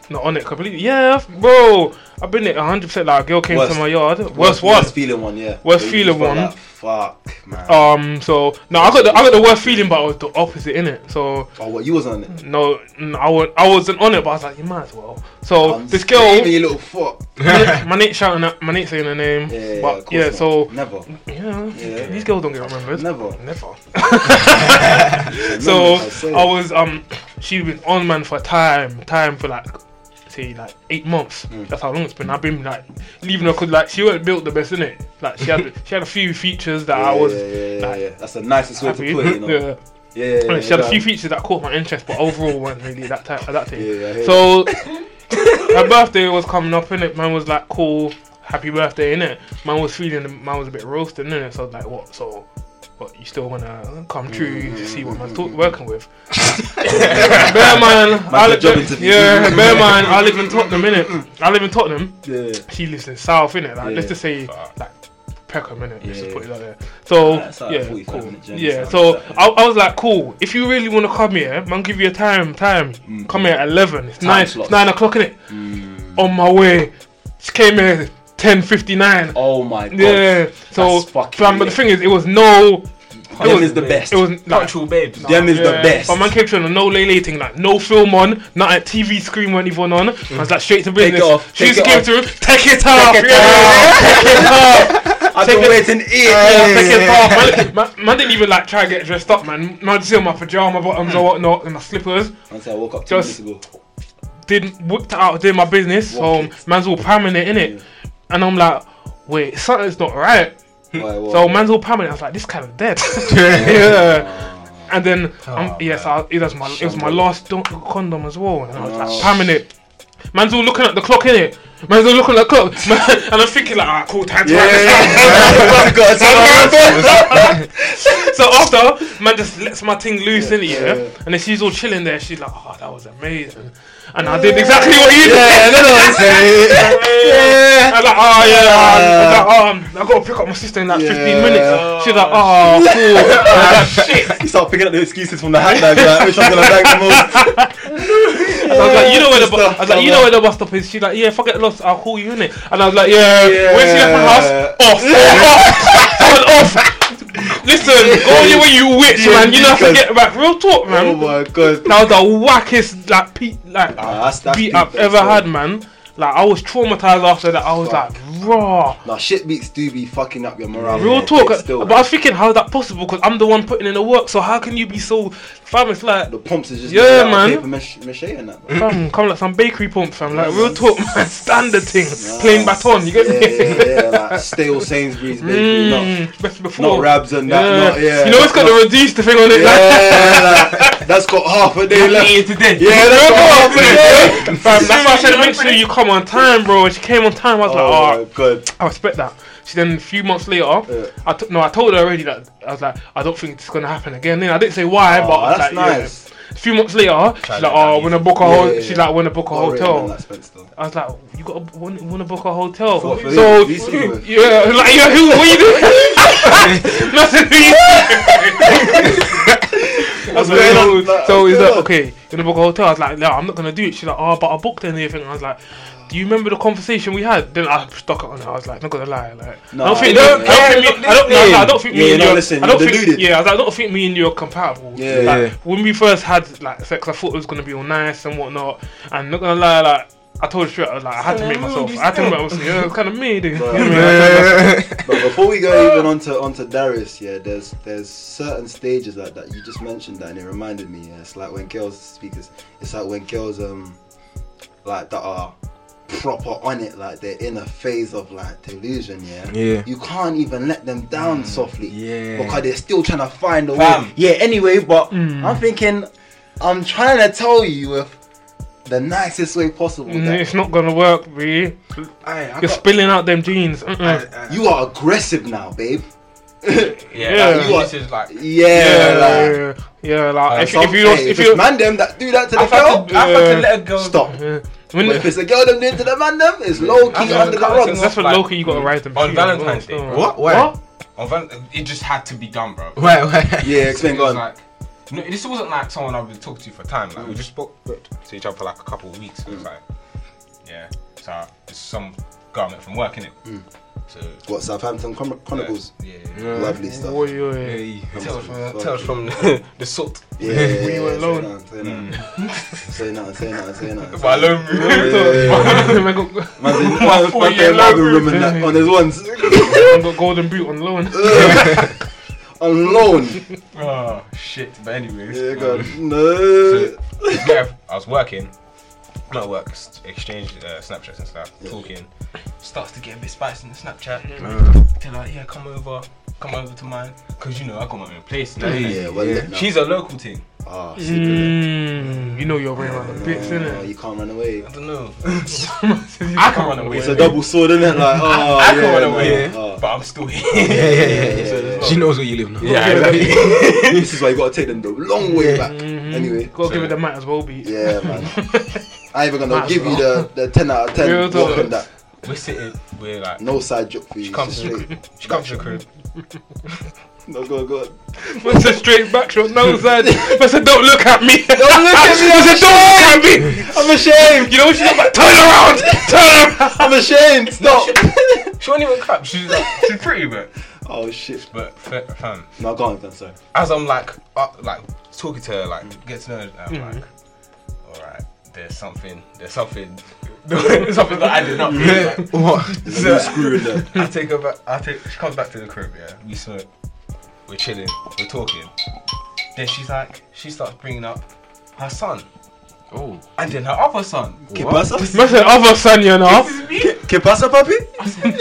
[SPEAKER 4] Not on it completely. Yeah, bro. I've been it 100%. Like, a girl came
[SPEAKER 6] Worst.
[SPEAKER 4] to my yard. Worst one.
[SPEAKER 6] worst feeling one, yeah.
[SPEAKER 4] Worst
[SPEAKER 6] Where you
[SPEAKER 4] feeling
[SPEAKER 6] just felt
[SPEAKER 4] one.
[SPEAKER 6] Like, Fuck, man. Oh.
[SPEAKER 4] Um, so, no, I got, the, I got the worst feeling, but I was the opposite, innit? So,
[SPEAKER 6] Oh, what you was on it?
[SPEAKER 4] no, n- I, was, I wasn't on it, but I was like, you might as well. So,
[SPEAKER 6] I'm
[SPEAKER 4] Oh, this girl,
[SPEAKER 6] screaming, you little fuck.
[SPEAKER 4] my nate shouting at, my nate saying her name.
[SPEAKER 6] Yeah, yeah, of
[SPEAKER 4] but,
[SPEAKER 6] course
[SPEAKER 4] yeah,
[SPEAKER 6] not.
[SPEAKER 4] so,
[SPEAKER 6] never,
[SPEAKER 4] yeah,
[SPEAKER 6] Yeah.
[SPEAKER 4] these girls don't get remembered.
[SPEAKER 6] never.
[SPEAKER 4] Never.
[SPEAKER 6] Remember,
[SPEAKER 4] So
[SPEAKER 6] I said.
[SPEAKER 4] I was um she'd been on man for time, time for like say like eight months.
[SPEAKER 6] Mm.
[SPEAKER 4] That's how long it's been. I've been like leaving her because like she wasn't built the best in it. Like she had she had a few features that
[SPEAKER 6] Yeah,
[SPEAKER 4] I was
[SPEAKER 6] yeah, yeah, yeah,
[SPEAKER 4] like
[SPEAKER 6] yeah. That's the nicest way
[SPEAKER 4] happy.
[SPEAKER 6] to put it, you know.
[SPEAKER 4] yeah.
[SPEAKER 6] Yeah, yeah,
[SPEAKER 4] She had a
[SPEAKER 6] yeah.
[SPEAKER 4] few features that caught my interest, but overall weren't really that type at that thing.
[SPEAKER 6] Yeah, yeah, I hear
[SPEAKER 4] so her birthday was coming up, innit? Man was like, cool, happy birthday, innit? Man was feeling, man was a bit roasted, innit? So I was like, what? So, what? You still wanna come through
[SPEAKER 6] Mm.
[SPEAKER 4] to see what man's talk- working with? bear man, I
[SPEAKER 6] a
[SPEAKER 4] live,
[SPEAKER 6] job interview.
[SPEAKER 4] yeah, bear man, I live in Tottenham, innit? I live in Tottenham.
[SPEAKER 6] Yeah.
[SPEAKER 4] She lives in South, innit? Like, let's
[SPEAKER 6] Yeah.
[SPEAKER 4] just say, like. Peckham, innit? Let's just
[SPEAKER 6] Yeah.
[SPEAKER 4] put it out there. So,
[SPEAKER 6] That's like a
[SPEAKER 4] yeah,
[SPEAKER 6] 45
[SPEAKER 4] cool.
[SPEAKER 6] minute journey,
[SPEAKER 4] Yeah,
[SPEAKER 6] something
[SPEAKER 4] so
[SPEAKER 6] like that.
[SPEAKER 4] I, I was like, cool. If you really want to come here, man, give you a time. Time.
[SPEAKER 6] Mm.
[SPEAKER 4] Come here at eleven. It's nine.
[SPEAKER 6] slot.
[SPEAKER 4] It's nine o'clock, innit?
[SPEAKER 6] Mm.
[SPEAKER 4] On my way. She came here ten fifty nine.
[SPEAKER 6] Oh my god.
[SPEAKER 4] yeah. So,
[SPEAKER 6] that's fucking
[SPEAKER 4] fam, but the
[SPEAKER 6] lit.
[SPEAKER 4] thing is, it was no. It
[SPEAKER 6] Them
[SPEAKER 4] was,
[SPEAKER 6] is the best.
[SPEAKER 4] It was like.
[SPEAKER 5] Punctual babes.
[SPEAKER 6] Them is the
[SPEAKER 4] yeah,
[SPEAKER 6] best.
[SPEAKER 4] But man kept on a no lay thing, like no film on, not a TV screen weren't even on. I was like straight to
[SPEAKER 6] it
[SPEAKER 4] business.
[SPEAKER 6] off,
[SPEAKER 4] She used
[SPEAKER 6] take
[SPEAKER 4] to
[SPEAKER 6] it
[SPEAKER 4] came
[SPEAKER 6] off.
[SPEAKER 4] through, take it off,
[SPEAKER 6] it
[SPEAKER 4] yeah, take it off.
[SPEAKER 6] I've been
[SPEAKER 4] Take it-
[SPEAKER 6] waiting
[SPEAKER 4] Yeah,
[SPEAKER 6] ages.
[SPEAKER 4] second half, oh, man, man, man didn't even like try to get dressed up, man. Man just in my pajama bottoms or whatnot and my slippers.
[SPEAKER 6] Until I woke up two
[SPEAKER 4] Just-
[SPEAKER 6] minutes ago.
[SPEAKER 4] Didn't whipped out doing my business. So man's all pamming it in it, and I'm like, wait, something's not right.
[SPEAKER 6] Why, why?
[SPEAKER 4] So man's all pamming. I was like, this kind of dead. yeah. And then, um, yes, I, it was my it was my last don- condom as well, and I was like
[SPEAKER 6] Oh.
[SPEAKER 4] pamming it. Man's all looking at the clock in it. Man's all looking at the clock, man, and I'm thinking like, alright, cool, time to wrap this up. So after man just lets my thing loose in it, yeah, and then she's all chilling there. She's like, "Oh, that was amazing." and I did exactly what you did.
[SPEAKER 7] Yeah, no, no, it's-
[SPEAKER 4] yeah. I was like, oh yeah, um, I was like, oh, um, I gotta pick up my sister in like 15 minutes. She's like, oh, cool. I was like, shit.
[SPEAKER 6] You start picking up the excuses from the hat now, you're like, which one's gonna bag the most?
[SPEAKER 4] I was like, you know where the bu- I
[SPEAKER 6] Sister,
[SPEAKER 4] was like, you know where the bus stop is. She's like, yeah, if I get lost, I'll call you innit? And I was like, yeah. When she left my house, off, off, off. Listen, go your way, you witch, man. You know how to
[SPEAKER 6] because-
[SPEAKER 4] get back. Real talk,
[SPEAKER 6] Oh
[SPEAKER 4] man.
[SPEAKER 6] my god.
[SPEAKER 4] That was the wackest like pe- like
[SPEAKER 6] Ah, that's- that's
[SPEAKER 4] beat
[SPEAKER 6] deep,
[SPEAKER 4] I've
[SPEAKER 6] that's
[SPEAKER 4] ever
[SPEAKER 6] deep.
[SPEAKER 4] had, man. Like I was traumatized after that. I was like, raw.
[SPEAKER 6] Nah, shit beats do be fucking up your morale.
[SPEAKER 4] Real
[SPEAKER 6] man.
[SPEAKER 4] talk.
[SPEAKER 6] Still,
[SPEAKER 4] But I was thinking, how is that possible? Because I'm the one putting in the work. So how can you be so fam? It's like.
[SPEAKER 6] the pumps is just
[SPEAKER 4] Yeah,
[SPEAKER 6] made out of
[SPEAKER 4] man.
[SPEAKER 6] Paper mache, mache and that. bro.
[SPEAKER 4] Fam, come like some bakery pump, fam. Like real talk, man. Standard thing, plain baton. You get
[SPEAKER 6] Yeah,
[SPEAKER 4] me?
[SPEAKER 6] yeah, yeah, like stale Sainsbury's bakery,
[SPEAKER 4] Mm, best
[SPEAKER 6] not,
[SPEAKER 4] before.
[SPEAKER 6] not rabs and that. Not, yeah,
[SPEAKER 4] you know it's got the reduced thing on it. Like,
[SPEAKER 6] yeah, like, that's got half a day left.
[SPEAKER 5] today.
[SPEAKER 6] Yeah, that's got half a day. left.
[SPEAKER 4] fam, that's why I said make sure you come on time, bro. And she came on time. I was like,
[SPEAKER 6] Oh
[SPEAKER 4] alright.
[SPEAKER 6] my god.
[SPEAKER 4] I respect that. She then a few months later,
[SPEAKER 6] Yeah.
[SPEAKER 4] I t- no, I told her already that I was like, I don't think it's gonna happen again. Then I didn't say why, but I
[SPEAKER 6] Oh,
[SPEAKER 4] was
[SPEAKER 6] that's
[SPEAKER 4] like, yeah.
[SPEAKER 6] nice.
[SPEAKER 4] A few months later, she's like,
[SPEAKER 5] that
[SPEAKER 4] oh,
[SPEAKER 5] easy.
[SPEAKER 4] when I book a
[SPEAKER 6] Yeah,
[SPEAKER 4] ho-
[SPEAKER 6] yeah,
[SPEAKER 4] she's
[SPEAKER 6] yeah.
[SPEAKER 4] like, when I book a
[SPEAKER 6] Well written
[SPEAKER 4] hotel.
[SPEAKER 6] on that Spence though.
[SPEAKER 4] I was like, you got to want, want to book a hotel.
[SPEAKER 6] What, for
[SPEAKER 4] so
[SPEAKER 6] these- these people?
[SPEAKER 4] yeah, like yeah, who, what you doing? Nothing. who you doing? I was like,
[SPEAKER 6] going on?
[SPEAKER 4] no. So he's like,
[SPEAKER 6] What's going on?
[SPEAKER 4] okay, you're gonna book a hotel. I was like, no, I'm not gonna do it. She's like, oh, but I booked anything. I was like. Do you remember the conversation we had? Then I stuck it on her. I was like, not gonna lie, like,
[SPEAKER 6] No,
[SPEAKER 4] I don't think,
[SPEAKER 6] I
[SPEAKER 4] I don't,
[SPEAKER 6] don't-
[SPEAKER 4] think me, I don't, no, no, I don't think me
[SPEAKER 6] Yeah,
[SPEAKER 4] and
[SPEAKER 6] no,
[SPEAKER 4] you,
[SPEAKER 6] listen,
[SPEAKER 4] I don't
[SPEAKER 6] you're
[SPEAKER 4] think,
[SPEAKER 6] deluded.
[SPEAKER 4] yeah, I, was like, I don't think me and you are compatible.
[SPEAKER 6] Yeah,
[SPEAKER 4] like,
[SPEAKER 6] yeah.
[SPEAKER 4] When we first had like sex, I thought it was gonna be all nice and whatnot. And not gonna lie, like, I told you straight, I was like, I had to make myself, I had to make myself, yeah, it's kind of me, dude.
[SPEAKER 6] Bro. But before we go even onto onto Darius, yeah, there's there's certain stages like that. You just mentioned that, and it reminded me. Yeah, it's like when girls speak. It's, it's like when girls um like that are proper on it, like they're in a phase of like delusion. Yeah,
[SPEAKER 7] Yeah.
[SPEAKER 6] You can't even let them down softly.
[SPEAKER 7] yeah.
[SPEAKER 6] because they're still trying to find a
[SPEAKER 5] Fam.
[SPEAKER 6] way. Yeah. Anyway, but I'm thinking, I'm trying to tell you with the nicest way possible.
[SPEAKER 4] Mm,
[SPEAKER 6] That
[SPEAKER 4] It's not gonna work, B.
[SPEAKER 6] Aye, I
[SPEAKER 4] You're
[SPEAKER 6] got-
[SPEAKER 4] spilling out them jeans. Mm-mm.
[SPEAKER 6] you are aggressive now, babe.
[SPEAKER 5] Yeah,
[SPEAKER 4] Yeah.
[SPEAKER 5] like,
[SPEAKER 6] You are-
[SPEAKER 5] this is like.
[SPEAKER 6] yeah, like, Uh,
[SPEAKER 4] yeah, yeah, like if, if you don't, if you,
[SPEAKER 6] man them that do that to the
[SPEAKER 5] I fucking,
[SPEAKER 6] girl,
[SPEAKER 5] I fucking let a girl.
[SPEAKER 6] stop.
[SPEAKER 4] yeah.
[SPEAKER 6] But
[SPEAKER 4] when,
[SPEAKER 6] if it's a girl them doing to the man them, it's low key
[SPEAKER 5] That's
[SPEAKER 6] under the
[SPEAKER 5] what I'm
[SPEAKER 6] rug.
[SPEAKER 5] saying.
[SPEAKER 4] that's what
[SPEAKER 5] like,
[SPEAKER 4] Loki, you gotta rise them
[SPEAKER 5] on
[SPEAKER 4] feet as well,
[SPEAKER 5] Valentine's
[SPEAKER 4] so-
[SPEAKER 5] Day.
[SPEAKER 3] What? Why?
[SPEAKER 4] What?
[SPEAKER 5] On Val- It just had to be done, bro.
[SPEAKER 3] Why? Why?
[SPEAKER 6] Yeah, explain. Go
[SPEAKER 5] It was
[SPEAKER 6] on.
[SPEAKER 5] like, no, this wasn't like someone I've been talking to for time. Like we just spoke to each other for like a couple of weeks. So
[SPEAKER 6] Mm.
[SPEAKER 5] it's like, yeah. So it's some garment from work, innit?
[SPEAKER 6] Mm.
[SPEAKER 5] So
[SPEAKER 6] What Southampton Chron- Chronicles?
[SPEAKER 5] yeah. yeah. uh,
[SPEAKER 6] Lovely stuff.
[SPEAKER 4] Oi, oi.
[SPEAKER 5] Tales from,
[SPEAKER 6] Fuck.
[SPEAKER 5] tales from the, salt.
[SPEAKER 6] Yeah, yeah, yeah,
[SPEAKER 4] We
[SPEAKER 6] yeah,
[SPEAKER 4] were
[SPEAKER 6] say
[SPEAKER 4] alone.
[SPEAKER 6] nothing, Say nothing.
[SPEAKER 5] Mm.
[SPEAKER 6] Say nothing. Say nothing. Say nothing.
[SPEAKER 5] My lone room.
[SPEAKER 4] I got,
[SPEAKER 6] Man's in-
[SPEAKER 5] My
[SPEAKER 6] man's-
[SPEAKER 5] four
[SPEAKER 6] man's
[SPEAKER 5] year
[SPEAKER 6] in lab
[SPEAKER 5] lab
[SPEAKER 6] room and that on his ones
[SPEAKER 4] I got golden boot on loan.
[SPEAKER 6] on loan.
[SPEAKER 5] Oh shit! But anyways,
[SPEAKER 6] Yeah, go
[SPEAKER 5] um,
[SPEAKER 6] on. No.
[SPEAKER 5] So, yeah, I was working, not at work, s- exchanged uh, Snapchats and stuff, talking. Starts to get a bit spicy in the Snapchat. Tell her, yeah, come over, come over to mine, cause you know I got my own place. now.
[SPEAKER 6] Yeah, well, yeah. no.
[SPEAKER 5] She's a local thing.
[SPEAKER 6] Ah, secret.
[SPEAKER 4] Mm, you know you're wearing around the bits,
[SPEAKER 6] No,
[SPEAKER 4] innit?
[SPEAKER 6] you can't run away.
[SPEAKER 5] I don't know. I can run away.
[SPEAKER 6] It's a double sword, isn't it? Like, oh,
[SPEAKER 5] I can
[SPEAKER 6] yeah,
[SPEAKER 5] run
[SPEAKER 6] no,
[SPEAKER 5] away,
[SPEAKER 6] ah.
[SPEAKER 5] but I'm still here.
[SPEAKER 3] Yeah, yeah, yeah, yeah.
[SPEAKER 6] So there's
[SPEAKER 3] She knows where you live now.
[SPEAKER 5] Yeah, exactly.
[SPEAKER 6] this is why you gotta take them the long way back. Anyway,
[SPEAKER 4] Mm-hmm. Gotta give it the might as well beat.
[SPEAKER 6] yeah, man. I even gonna give you the, the ten out of ten
[SPEAKER 4] Real talk.
[SPEAKER 6] walk on that.
[SPEAKER 5] We're sitting, we're like,
[SPEAKER 6] No side joke for you.
[SPEAKER 5] she comes to the
[SPEAKER 6] straight.
[SPEAKER 5] crib. She comes to the crib.
[SPEAKER 6] No, go, go. on.
[SPEAKER 4] What's a straight back shot? No side. I said, don't look at me. Don't
[SPEAKER 6] look at me,
[SPEAKER 4] I said, don't look at me.
[SPEAKER 6] I'm ashamed.
[SPEAKER 4] You know what she looked like? Turn around. Turn around.
[SPEAKER 6] I'm ashamed. Stop.
[SPEAKER 5] She won't even clap. She's like, she's pretty, but
[SPEAKER 6] oh shit.
[SPEAKER 5] but fa- fam.
[SPEAKER 6] No, go on, then. Sorry.
[SPEAKER 5] as I'm like up, like talking to her, like get to know her, I'm like, all right, there's something, there's something, there's something that I did not really like.
[SPEAKER 3] What?
[SPEAKER 6] You screwing them.
[SPEAKER 5] I take her back. I take. She comes back to the crib. Yeah, we smoke. We're chilling. We're talking. Then she's like, she starts bringing up her son.
[SPEAKER 3] Oh.
[SPEAKER 5] And then her other son.
[SPEAKER 6] Que pasa?
[SPEAKER 4] I said, other son, you know.
[SPEAKER 6] Que pasa, papi?
[SPEAKER 4] I said,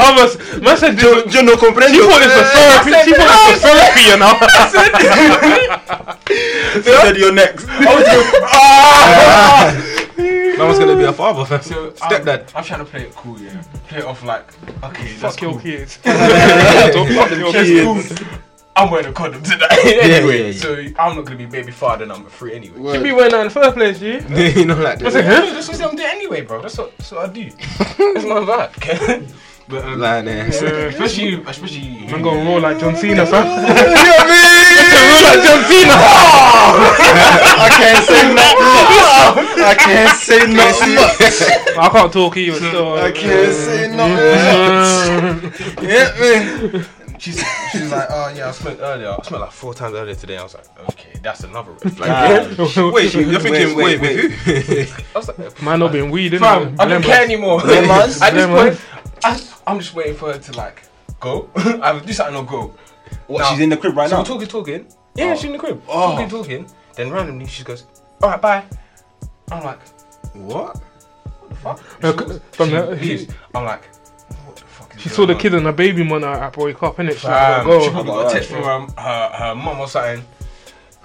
[SPEAKER 4] other son. I said, this-
[SPEAKER 6] Yo no
[SPEAKER 4] she
[SPEAKER 6] comprendo.
[SPEAKER 4] thought this was therapy. She thought this was therapy, you know.
[SPEAKER 6] She said you're next.
[SPEAKER 3] Mama's gonna be a father, fam.
[SPEAKER 5] So um,
[SPEAKER 3] Stepdad.
[SPEAKER 5] I'm, I'm trying to play it cool, yeah. Play it off like, okay, that's
[SPEAKER 4] Fuck your
[SPEAKER 5] cool.
[SPEAKER 4] kids.
[SPEAKER 6] Fuck them
[SPEAKER 5] That's
[SPEAKER 6] kids.
[SPEAKER 5] cool. I'm wearing a condom tonight anyway,
[SPEAKER 3] yeah, yeah.
[SPEAKER 5] so I'm not gonna be baby father number three anyway.
[SPEAKER 4] Should be wearing that in the first place, G.
[SPEAKER 3] you know, like
[SPEAKER 5] That's,
[SPEAKER 3] this.
[SPEAKER 5] that's what I'm doing anyway, bro. That's what, that's what I do. that's my vibe. okay? but um,
[SPEAKER 4] Uh,
[SPEAKER 3] Like this.
[SPEAKER 5] especially you, especially you.
[SPEAKER 4] I'm gonna roll like John Cena, fam.
[SPEAKER 6] I can't say nothing. I can't say nothing.
[SPEAKER 4] I can't talk either. So, uh,
[SPEAKER 6] I can't say nothing. Yeah, man.
[SPEAKER 5] She's, she's like, oh yeah, I smoked earlier. I smoked like four times earlier today. I was like, okay, that's another red flag.
[SPEAKER 3] Wait, you're thinking, wait, wait,
[SPEAKER 5] I was like, "F-
[SPEAKER 4] Man, not being weed,
[SPEAKER 5] fam,
[SPEAKER 4] innit?
[SPEAKER 5] I don't care anymore. I
[SPEAKER 6] Lemons?
[SPEAKER 5] just wait,
[SPEAKER 4] Lemons.
[SPEAKER 5] I, I'm just waiting for her to like go. I would do something or go.
[SPEAKER 6] What,
[SPEAKER 5] Nah.
[SPEAKER 6] she's in the crib right
[SPEAKER 5] So
[SPEAKER 6] now?
[SPEAKER 5] we're talking, talking. Yeah, she's in the crib.
[SPEAKER 6] Oh.
[SPEAKER 5] Talking, talking. Then randomly she goes, all right, bye. I'm like,
[SPEAKER 3] What?
[SPEAKER 5] fuck.
[SPEAKER 4] Uh,
[SPEAKER 5] She goes-
[SPEAKER 4] from
[SPEAKER 5] she
[SPEAKER 4] the- he-
[SPEAKER 5] leaves. I'm like, what the fuck is
[SPEAKER 4] She saw the
[SPEAKER 5] going on?"
[SPEAKER 4] kid and the baby mother at Boy Cup, innit? She's like,
[SPEAKER 5] Um,
[SPEAKER 4] go.
[SPEAKER 5] she probably got a text
[SPEAKER 6] Alright.
[SPEAKER 5] from her, her, her mum or something.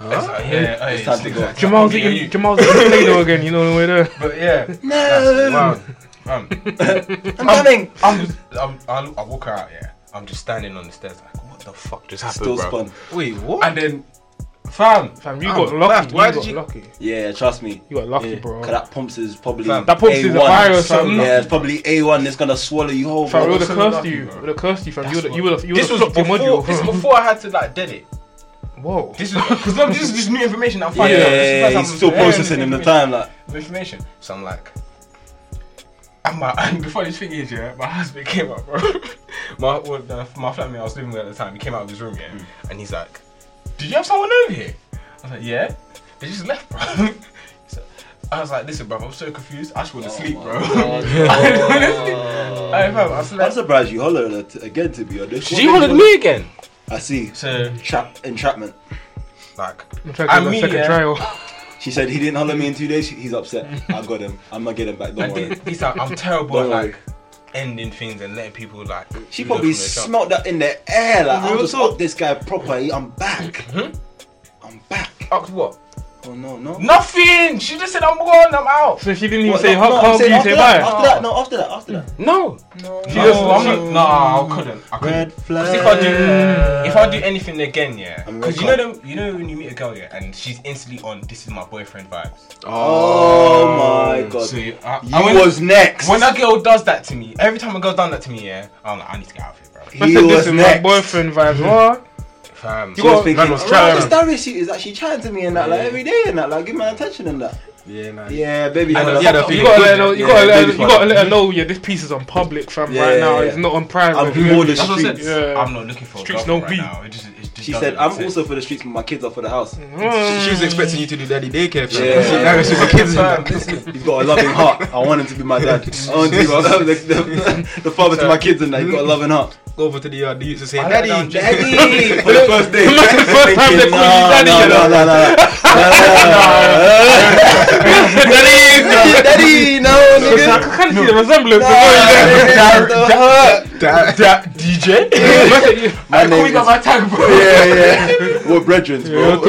[SPEAKER 5] It's like, yeah, hey,
[SPEAKER 6] time to
[SPEAKER 5] it's-
[SPEAKER 6] go.
[SPEAKER 5] it's-
[SPEAKER 4] Jamal's
[SPEAKER 5] yeah,
[SPEAKER 4] eating,
[SPEAKER 5] you-
[SPEAKER 4] Jamal's eating Play-Doh again, you know the way there.
[SPEAKER 5] But yeah, that's wild. Um,
[SPEAKER 6] I'm coming.
[SPEAKER 5] I'm just, I'm, I, look, I walk her out. Yeah, I'm just standing on the stairs. Like, what the fuck just happened,
[SPEAKER 6] Still
[SPEAKER 5] bro?
[SPEAKER 6] spun.
[SPEAKER 3] Wait, what?
[SPEAKER 5] And then, fam,
[SPEAKER 4] Fam, you
[SPEAKER 3] Oh,
[SPEAKER 4] got
[SPEAKER 3] left.
[SPEAKER 4] lucky.
[SPEAKER 3] Why
[SPEAKER 4] you
[SPEAKER 3] did
[SPEAKER 4] got
[SPEAKER 3] you-
[SPEAKER 4] lucky.
[SPEAKER 6] Yeah, trust me.
[SPEAKER 4] You got lucky,
[SPEAKER 6] Yeah,
[SPEAKER 4] bro.
[SPEAKER 6] 'cause that pumps is probably
[SPEAKER 5] Fam,
[SPEAKER 4] that pumps is a
[SPEAKER 6] A1.
[SPEAKER 4] virus, fam.
[SPEAKER 6] Yeah, it's probably A1. It's gonna swallow you whole.
[SPEAKER 4] Fam, it
[SPEAKER 6] bro.
[SPEAKER 4] would have
[SPEAKER 5] so
[SPEAKER 4] cursed
[SPEAKER 5] lucky,
[SPEAKER 4] you.
[SPEAKER 5] bro.
[SPEAKER 4] It would have cursed you, fam. You
[SPEAKER 5] That's
[SPEAKER 4] would've-
[SPEAKER 5] what-
[SPEAKER 4] You would have you would
[SPEAKER 5] this
[SPEAKER 4] have
[SPEAKER 5] was
[SPEAKER 4] stopped your
[SPEAKER 5] before.
[SPEAKER 4] module.
[SPEAKER 5] This was
[SPEAKER 4] fam.
[SPEAKER 5] before I had to like dead it.
[SPEAKER 4] Whoa.
[SPEAKER 5] This was because no, this is just new information I'm
[SPEAKER 6] Yeah,
[SPEAKER 5] finding out. This is the first time
[SPEAKER 6] he's
[SPEAKER 5] I'm
[SPEAKER 6] still
[SPEAKER 5] learning
[SPEAKER 6] processing in the
[SPEAKER 5] information.
[SPEAKER 6] time. Like,
[SPEAKER 5] of information. So I'm like, and my and the funniest thing is, yeah, my husband came out, bro. my well, the, my flatmate I was living with at the time, he came out of his room, yeah,
[SPEAKER 6] Hmm.
[SPEAKER 5] and he's like, "Did you have someone over here?" I was like, "Yeah." They just left, bro. so, I was like, "Listen, bro, I'm so confused. I just want to sleep, bro." I, fam, I
[SPEAKER 6] I'm
[SPEAKER 5] slept.
[SPEAKER 6] surprised you hollered at again. To be honest, What made you holler-
[SPEAKER 5] me again.
[SPEAKER 6] I see.
[SPEAKER 5] So
[SPEAKER 6] Trap entrapment.
[SPEAKER 5] like,
[SPEAKER 4] In fact,
[SPEAKER 5] I
[SPEAKER 4] I
[SPEAKER 5] mean,
[SPEAKER 4] second
[SPEAKER 5] yeah.
[SPEAKER 4] trial.
[SPEAKER 6] She said he didn't holler me in two days. He's upset. I got him. I'm gonna get him back. Don't
[SPEAKER 5] I
[SPEAKER 6] worry.
[SPEAKER 5] did, he's like, I'm terrible at
[SPEAKER 6] Don't worry.
[SPEAKER 5] like ending things and letting people like.
[SPEAKER 6] She
[SPEAKER 5] know
[SPEAKER 6] probably
[SPEAKER 5] from their jump.
[SPEAKER 6] smelt that in the air. Like, I'll
[SPEAKER 5] Real
[SPEAKER 6] just
[SPEAKER 5] talk. Hmm?
[SPEAKER 6] up this guy properly. I'm back. I'm back.
[SPEAKER 5] Asked what?
[SPEAKER 6] Oh no, no.
[SPEAKER 5] Nothing. She just said I'm gone. I'm out.
[SPEAKER 4] So she didn't even
[SPEAKER 6] What,
[SPEAKER 4] say
[SPEAKER 6] no,
[SPEAKER 4] how
[SPEAKER 6] no, I'm
[SPEAKER 4] how do
[SPEAKER 6] saying
[SPEAKER 4] you
[SPEAKER 6] after
[SPEAKER 4] say
[SPEAKER 6] that,
[SPEAKER 4] bye?
[SPEAKER 6] After that, no, after that, after that.
[SPEAKER 5] No. No. She
[SPEAKER 4] just-
[SPEAKER 5] I'm not, no, I couldn't. I couldn't.
[SPEAKER 6] Red
[SPEAKER 5] Because if I
[SPEAKER 6] flag.
[SPEAKER 5] do, if I do anything again, yeah.
[SPEAKER 6] I'm
[SPEAKER 5] Because you know
[SPEAKER 6] red
[SPEAKER 5] them, you know when you meet a girl, yeah, and she's instantly on. This is my boyfriend vibes.
[SPEAKER 6] Oh my god.
[SPEAKER 5] So you- I,
[SPEAKER 6] You
[SPEAKER 5] I went-
[SPEAKER 6] was next.
[SPEAKER 5] when that girl does that to me, every time a girl done that to me, yeah, I'm like, I need to get out of here, bro.
[SPEAKER 4] I
[SPEAKER 6] he
[SPEAKER 4] said
[SPEAKER 6] was
[SPEAKER 4] this is my
[SPEAKER 6] next.
[SPEAKER 4] boyfriend vibes. What?
[SPEAKER 5] Fam.
[SPEAKER 6] She was
[SPEAKER 4] got-
[SPEAKER 6] thinking,
[SPEAKER 4] man was
[SPEAKER 6] "Oh,
[SPEAKER 4] chatting.
[SPEAKER 6] this diary sheet is actually chatting to me and that, like every day and that, like give my attention and that.
[SPEAKER 3] Yeah, nah.
[SPEAKER 6] Yeah, baby.
[SPEAKER 5] And
[SPEAKER 6] holla.
[SPEAKER 5] the other
[SPEAKER 6] Fuck
[SPEAKER 5] thing-
[SPEAKER 4] You
[SPEAKER 6] you.
[SPEAKER 4] gotta let her know. You gotta
[SPEAKER 6] Yeah,
[SPEAKER 4] let her,
[SPEAKER 6] baby
[SPEAKER 4] you gotta let her know. Yeah, this piece is on public, fam.
[SPEAKER 6] Yeah,
[SPEAKER 4] right now,
[SPEAKER 6] yeah,
[SPEAKER 4] it's
[SPEAKER 6] yeah.
[SPEAKER 4] not on private.
[SPEAKER 6] I'm
[SPEAKER 4] You
[SPEAKER 6] for the
[SPEAKER 5] That's what I said.
[SPEAKER 6] streets.
[SPEAKER 4] Yeah.
[SPEAKER 5] I'm not looking for a
[SPEAKER 4] Streets
[SPEAKER 5] girlfriend
[SPEAKER 4] no
[SPEAKER 5] right
[SPEAKER 4] beat.
[SPEAKER 5] now. It just, it just
[SPEAKER 6] She
[SPEAKER 5] doesn't
[SPEAKER 6] said, "I'm
[SPEAKER 5] make sense."
[SPEAKER 6] also for the streets, but my kids are for the house.
[SPEAKER 4] Mm.
[SPEAKER 3] She was expecting you to do daddy daycare. fam.
[SPEAKER 6] Yeah.
[SPEAKER 3] See, now it's with the kids.
[SPEAKER 5] Fam,
[SPEAKER 3] in
[SPEAKER 5] listen,
[SPEAKER 6] He's got a loving heart. I want him to be my dad. I want him to be my, the, the, the father to my kids and that. He's got a loving heart.
[SPEAKER 3] Go over to the yard. They used to say,
[SPEAKER 5] I
[SPEAKER 3] daddy.
[SPEAKER 5] don't-
[SPEAKER 6] Daddy, for the first day.
[SPEAKER 4] Imagine the first time they
[SPEAKER 6] Thinking,
[SPEAKER 4] call you
[SPEAKER 6] "Nah,
[SPEAKER 4] daddy,
[SPEAKER 6] nah,
[SPEAKER 4] you know."
[SPEAKER 6] nah, nah, nah, nah. Daddy, no,
[SPEAKER 4] I
[SPEAKER 6] nigga.
[SPEAKER 4] can't see the resemblance.
[SPEAKER 6] Nah,
[SPEAKER 3] Dad.
[SPEAKER 5] DJ.
[SPEAKER 6] My
[SPEAKER 5] Call
[SPEAKER 6] name
[SPEAKER 5] me by
[SPEAKER 6] is-
[SPEAKER 5] my tag, bro.
[SPEAKER 6] Yeah, yeah. We're brethren, bro.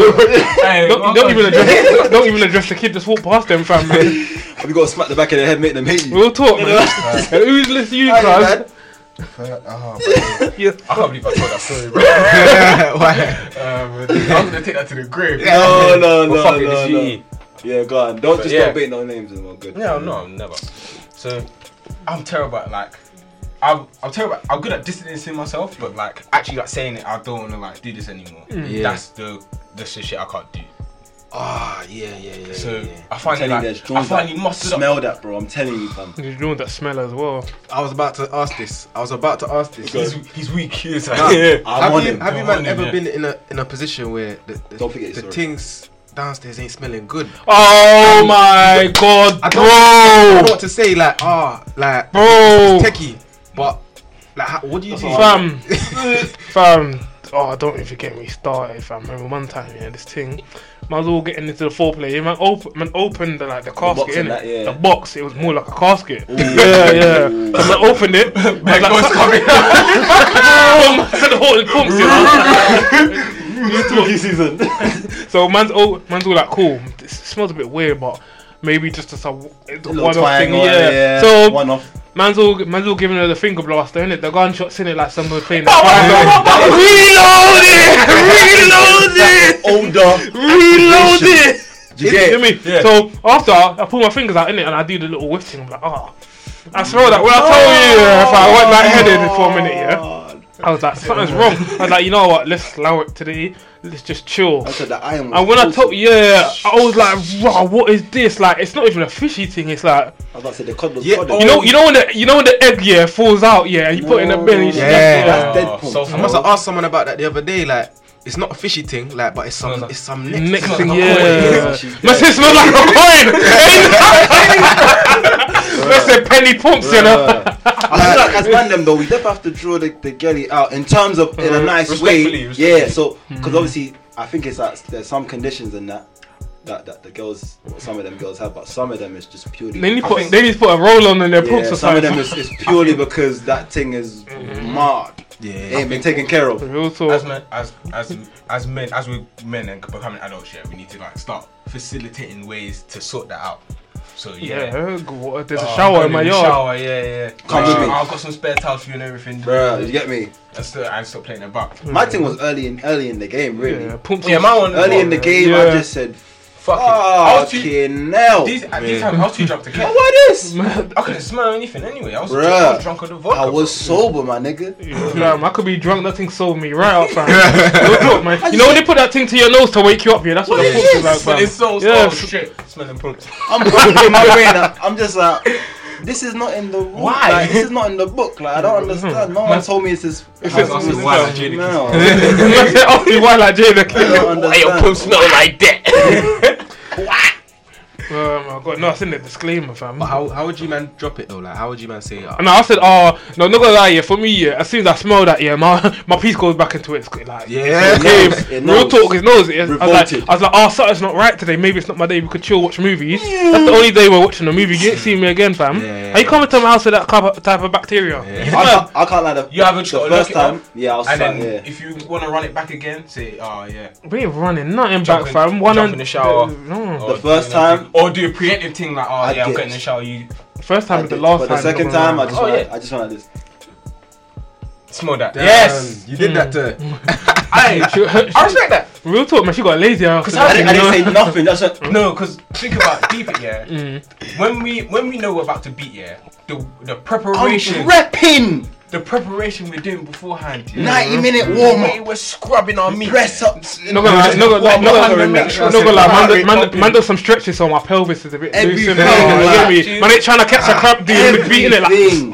[SPEAKER 5] Hey,
[SPEAKER 4] Don't, don't even address. Don't even address the kid. Just walk past them, fam. Man.
[SPEAKER 6] We gotta smack the back of their head, make them hate you.
[SPEAKER 4] We'll talk, man. Who's listening, to you, cuz? Yeah.
[SPEAKER 5] I can't believe I told that story, bro.
[SPEAKER 3] Why?
[SPEAKER 5] Um, I'm gonna take that to the grave.
[SPEAKER 6] No,
[SPEAKER 5] Well,
[SPEAKER 6] no, no,
[SPEAKER 5] fuck it,
[SPEAKER 6] no,
[SPEAKER 5] it's
[SPEAKER 6] no.
[SPEAKER 5] GE.
[SPEAKER 6] Yeah, go on. Don't just
[SPEAKER 5] yeah.
[SPEAKER 6] don't bait no names and we're good.
[SPEAKER 5] No, no, I'm never. So, I'm terrible at like, I'm, I'm terrible. At, I'm good at distancing myself, but like actually like saying it, I don't want to like do this anymore.
[SPEAKER 3] Yeah.
[SPEAKER 5] That's the that's the shit I can't do.
[SPEAKER 3] Ah, yeah, yeah, yeah.
[SPEAKER 5] So
[SPEAKER 3] yeah.
[SPEAKER 5] I
[SPEAKER 6] I'm
[SPEAKER 5] finally
[SPEAKER 6] telling you,
[SPEAKER 5] like,
[SPEAKER 6] there's
[SPEAKER 5] I
[SPEAKER 6] drones
[SPEAKER 5] finally
[SPEAKER 6] that
[SPEAKER 5] mustered up.
[SPEAKER 6] smell that, bro. I'm telling you, fam.
[SPEAKER 4] You're doing that smell as well.
[SPEAKER 3] I was about to ask this. I was about to ask this.
[SPEAKER 5] He's, he's weak. He's like,
[SPEAKER 3] Nah,
[SPEAKER 6] I'm
[SPEAKER 3] have
[SPEAKER 6] on
[SPEAKER 3] you,
[SPEAKER 6] him.
[SPEAKER 3] have you
[SPEAKER 5] I'm
[SPEAKER 3] man
[SPEAKER 5] on him,
[SPEAKER 3] ever
[SPEAKER 5] yeah.
[SPEAKER 3] been in a in a position where the, the,
[SPEAKER 6] Don't forget
[SPEAKER 3] the
[SPEAKER 6] his story.
[SPEAKER 3] things downstairs ain't smelling good?
[SPEAKER 4] Oh my god,
[SPEAKER 3] I don't, I don't know
[SPEAKER 4] bro,
[SPEAKER 3] what to say. Like, ah, like
[SPEAKER 4] bro,
[SPEAKER 3] techie, but like, how, what do you do?
[SPEAKER 4] fam, fam. Oh, don't even get me started, fam. Remember one time, yeah, this thing. Man was all getting into the foreplay. Yeah, man, open, man opened the, like the casket
[SPEAKER 6] box
[SPEAKER 4] in
[SPEAKER 6] and that, yeah.
[SPEAKER 4] The box. It was more like a casket. Yeah, yeah. So man opened it. Man, like,
[SPEAKER 5] God's coming.
[SPEAKER 4] "Boom!" Said the whole pumps, you know?
[SPEAKER 6] Spooky season.
[SPEAKER 4] So man's all, man's all like, cool. This smells a bit weird, but maybe just as a
[SPEAKER 6] Little
[SPEAKER 4] one-off
[SPEAKER 6] twang
[SPEAKER 4] thing.
[SPEAKER 6] or-
[SPEAKER 4] yeah. So
[SPEAKER 6] one off.
[SPEAKER 4] Man's all, man's all giving her the finger blaster, innit? The gunshots in it like someone playing. Reload it! Reload it! Reload it!
[SPEAKER 5] You get it?
[SPEAKER 4] You know what I mean?
[SPEAKER 5] Yeah.
[SPEAKER 4] So after I pull my fingers out in it and I do the little whip thing, I'm like, oh. I smell that. When I tell you, yeah, if I went lightheaded for a minute,
[SPEAKER 6] Oh,
[SPEAKER 4] yeah. I was like, something's wrong. I was like, you know what? Let's allow it today. Let's just chill.
[SPEAKER 6] I said that iron. was
[SPEAKER 4] And when I
[SPEAKER 6] awful.
[SPEAKER 4] told, yeah, I was like, wow, what is this? Like, it's not even a fishy thing. It's like,
[SPEAKER 6] I was about to say the cod was
[SPEAKER 5] Yeah,
[SPEAKER 6] cod.
[SPEAKER 5] oh,
[SPEAKER 4] you know, you know when the, you know when the egg yeah falls out yeah, and you put it in the bin. And you yeah.
[SPEAKER 3] Yeah.
[SPEAKER 6] Oh. That's Deadpool.
[SPEAKER 5] So
[SPEAKER 3] I must have asked someone about that the other day. Like, it's not a fishy thing, like, but it's some,
[SPEAKER 5] no.
[SPEAKER 3] it's some next.
[SPEAKER 4] Next
[SPEAKER 3] thing.
[SPEAKER 4] thing,
[SPEAKER 6] yeah,
[SPEAKER 4] yeah.
[SPEAKER 6] she's
[SPEAKER 4] My
[SPEAKER 6] dead.
[SPEAKER 4] sister smells like a coin. That's a penny pumps, you know.
[SPEAKER 6] I feel like as man them though, we definitely have to draw the, the girlie out in terms of in a nice way.
[SPEAKER 5] Mm-hmm. Respectfully, Mm-hmm.
[SPEAKER 6] Yeah, so because obviously I think it's that there's some conditions in that that that the girls, some of them girls have, but some of them is just purely.
[SPEAKER 4] They need to put they need to put a roll on in their pumps
[SPEAKER 6] yeah,
[SPEAKER 4] or
[SPEAKER 6] some
[SPEAKER 4] something.
[SPEAKER 6] of them is, is purely because that thing is
[SPEAKER 5] Mm-hmm.
[SPEAKER 6] marred. It
[SPEAKER 3] Yeah.
[SPEAKER 6] ain't been taken care of.
[SPEAKER 4] Real
[SPEAKER 5] as
[SPEAKER 4] talk.
[SPEAKER 5] men, as as as men, as we're men and becoming adults, yeah, we need to like start facilitating ways to sort that out. So yeah.
[SPEAKER 4] Yeah, go water. There's
[SPEAKER 5] Oh,
[SPEAKER 4] a shower
[SPEAKER 5] I'm
[SPEAKER 4] in my
[SPEAKER 5] going the
[SPEAKER 4] yard.
[SPEAKER 5] Shower, yeah, yeah.
[SPEAKER 6] Come with me.
[SPEAKER 5] I've got some spare towels for you and everything.
[SPEAKER 6] Bruh, you get me?
[SPEAKER 5] I still, I still playing about.
[SPEAKER 6] My thing was early in early in the game, really.
[SPEAKER 4] Yeah, pumps.
[SPEAKER 5] Yeah, my one.
[SPEAKER 6] Early in the Ah, game, I
[SPEAKER 4] Yeah.
[SPEAKER 6] just said,
[SPEAKER 5] Fuck it. I was too.
[SPEAKER 6] "Fucking hell!"
[SPEAKER 5] These, at these times, I was too drunk to care.
[SPEAKER 6] What is?
[SPEAKER 5] I couldn't smell anything anyway. I was,
[SPEAKER 6] Bruh.
[SPEAKER 5] drunk, I was drunk on the vodka.
[SPEAKER 6] I was sober, my nigga.
[SPEAKER 4] Fam, I could be drunk. That thing sold me right out, fam. Real talk, man. You know when they put that thing to your nose to wake you up, yeah. That's what,
[SPEAKER 6] What
[SPEAKER 4] the
[SPEAKER 6] is
[SPEAKER 4] pumps
[SPEAKER 6] this?
[SPEAKER 4] is like,
[SPEAKER 5] But
[SPEAKER 4] fam.
[SPEAKER 5] it's so
[SPEAKER 4] Yeah.
[SPEAKER 5] yeah. shit. Smelling punks.
[SPEAKER 6] I'm in my brain. I- I'm just like, this is not in the book.
[SPEAKER 5] Why? Hmm.
[SPEAKER 6] Like, this is not in the book. Like, I don't understand. No one told me it's this. It's
[SPEAKER 5] I was asking why the Jada
[SPEAKER 6] No,
[SPEAKER 5] keeps-
[SPEAKER 6] I
[SPEAKER 4] Only one like Jay the
[SPEAKER 6] don't understand.
[SPEAKER 5] smell like that?
[SPEAKER 4] Um, I got no. I seen the disclaimer, fam.
[SPEAKER 3] How, how would you man drop it though? Like, how would you man say? Uh,
[SPEAKER 4] No, I said, oh, no, not gonna lie, yeah, for me, yeah, as soon as I smell that, yeah, my my piece goes back into it. It's good, like,
[SPEAKER 3] yeah.
[SPEAKER 6] It
[SPEAKER 4] okay,
[SPEAKER 6] knows, it
[SPEAKER 4] real
[SPEAKER 6] knows.
[SPEAKER 4] talk, it knows. It, I, was
[SPEAKER 6] Revolted.
[SPEAKER 4] like, I was like, oh, something's not right today. Maybe it's not my day. We could chill, watch movies. That's the only day we're watching a movie. You ain't seen me again, fam.
[SPEAKER 3] Yeah, yeah,
[SPEAKER 4] Are you coming to my house with that type of, type of bacteria?
[SPEAKER 6] I can't, I can't lie. The,
[SPEAKER 5] You haven't
[SPEAKER 6] the
[SPEAKER 5] got to
[SPEAKER 6] first
[SPEAKER 5] look it up.
[SPEAKER 6] time. Yeah, I was
[SPEAKER 5] And then
[SPEAKER 6] like, yeah.
[SPEAKER 5] if you want to run it back again, say, oh yeah.
[SPEAKER 4] We ain't running nothing
[SPEAKER 5] Jump
[SPEAKER 4] back,
[SPEAKER 5] in-
[SPEAKER 4] fam. One
[SPEAKER 5] jump
[SPEAKER 4] and-
[SPEAKER 5] in the shower.
[SPEAKER 4] No.
[SPEAKER 5] Or
[SPEAKER 6] The first
[SPEAKER 5] do anything-
[SPEAKER 6] time-
[SPEAKER 5] Or do a preemptive thing like, oh yeah, I'm
[SPEAKER 6] did.
[SPEAKER 5] getting in the shower. You
[SPEAKER 4] First
[SPEAKER 6] I
[SPEAKER 4] time is the
[SPEAKER 6] did.
[SPEAKER 4] last
[SPEAKER 6] but
[SPEAKER 4] time.
[SPEAKER 6] the second time, I just,
[SPEAKER 5] Oh,
[SPEAKER 6] wanted,
[SPEAKER 5] yeah.
[SPEAKER 6] I just wanted this.
[SPEAKER 5] smell that.
[SPEAKER 3] Damn,
[SPEAKER 5] Yes.
[SPEAKER 3] um, you did that to.
[SPEAKER 5] I, I respect that.
[SPEAKER 4] real talk, man. She got lazy. after
[SPEAKER 6] I
[SPEAKER 4] that,
[SPEAKER 6] didn't, I
[SPEAKER 4] you know?
[SPEAKER 6] didn't say nothing. That's just,
[SPEAKER 5] No, because think about it, deep it, yeah.
[SPEAKER 4] Mm.
[SPEAKER 5] When we when we know we're about to beat, yeah, the the
[SPEAKER 6] I'm
[SPEAKER 5] preparation,
[SPEAKER 6] repping.
[SPEAKER 5] the preparation we're doing beforehand. Yeah.
[SPEAKER 6] Ninety minute
[SPEAKER 5] The
[SPEAKER 6] warm
[SPEAKER 5] way
[SPEAKER 6] up.
[SPEAKER 5] we're scrubbing our meat.
[SPEAKER 6] Press ups.
[SPEAKER 4] No gonna lie, no gonna lie, no
[SPEAKER 6] Warm up
[SPEAKER 4] gonna
[SPEAKER 6] in
[SPEAKER 4] lie,
[SPEAKER 6] that.
[SPEAKER 4] no gonna lie, man, do- man,
[SPEAKER 5] Up
[SPEAKER 4] do-
[SPEAKER 5] in.
[SPEAKER 4] man does some stretches so my pelvis is a bit loose
[SPEAKER 6] Everything,
[SPEAKER 4] in there, you
[SPEAKER 6] like, Ah,
[SPEAKER 4] get me? Man ain't trying to catch a crab deal with beating it like,
[SPEAKER 6] Everything.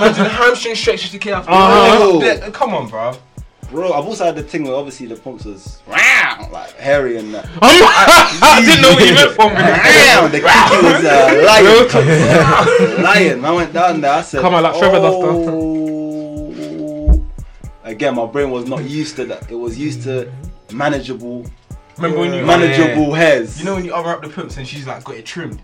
[SPEAKER 5] Man, do the hamstring stretches to get after.
[SPEAKER 6] Uh-huh.
[SPEAKER 5] Yeah, uh, Come on, bro.
[SPEAKER 6] Bro, I've also had the thing where obviously the pumps was like hairy and that.
[SPEAKER 4] I didn't know what you meant for me.
[SPEAKER 6] Damn, the kiki was a lion. lion. I went down there. I said,
[SPEAKER 4] Come on, like Trevor Duster.
[SPEAKER 6] oh. Again, my brain was not used to that. It was used to manageable,
[SPEAKER 5] Remember when you
[SPEAKER 6] manageable hairs.
[SPEAKER 5] You know when you arm up the pimps and she's like got it trimmed.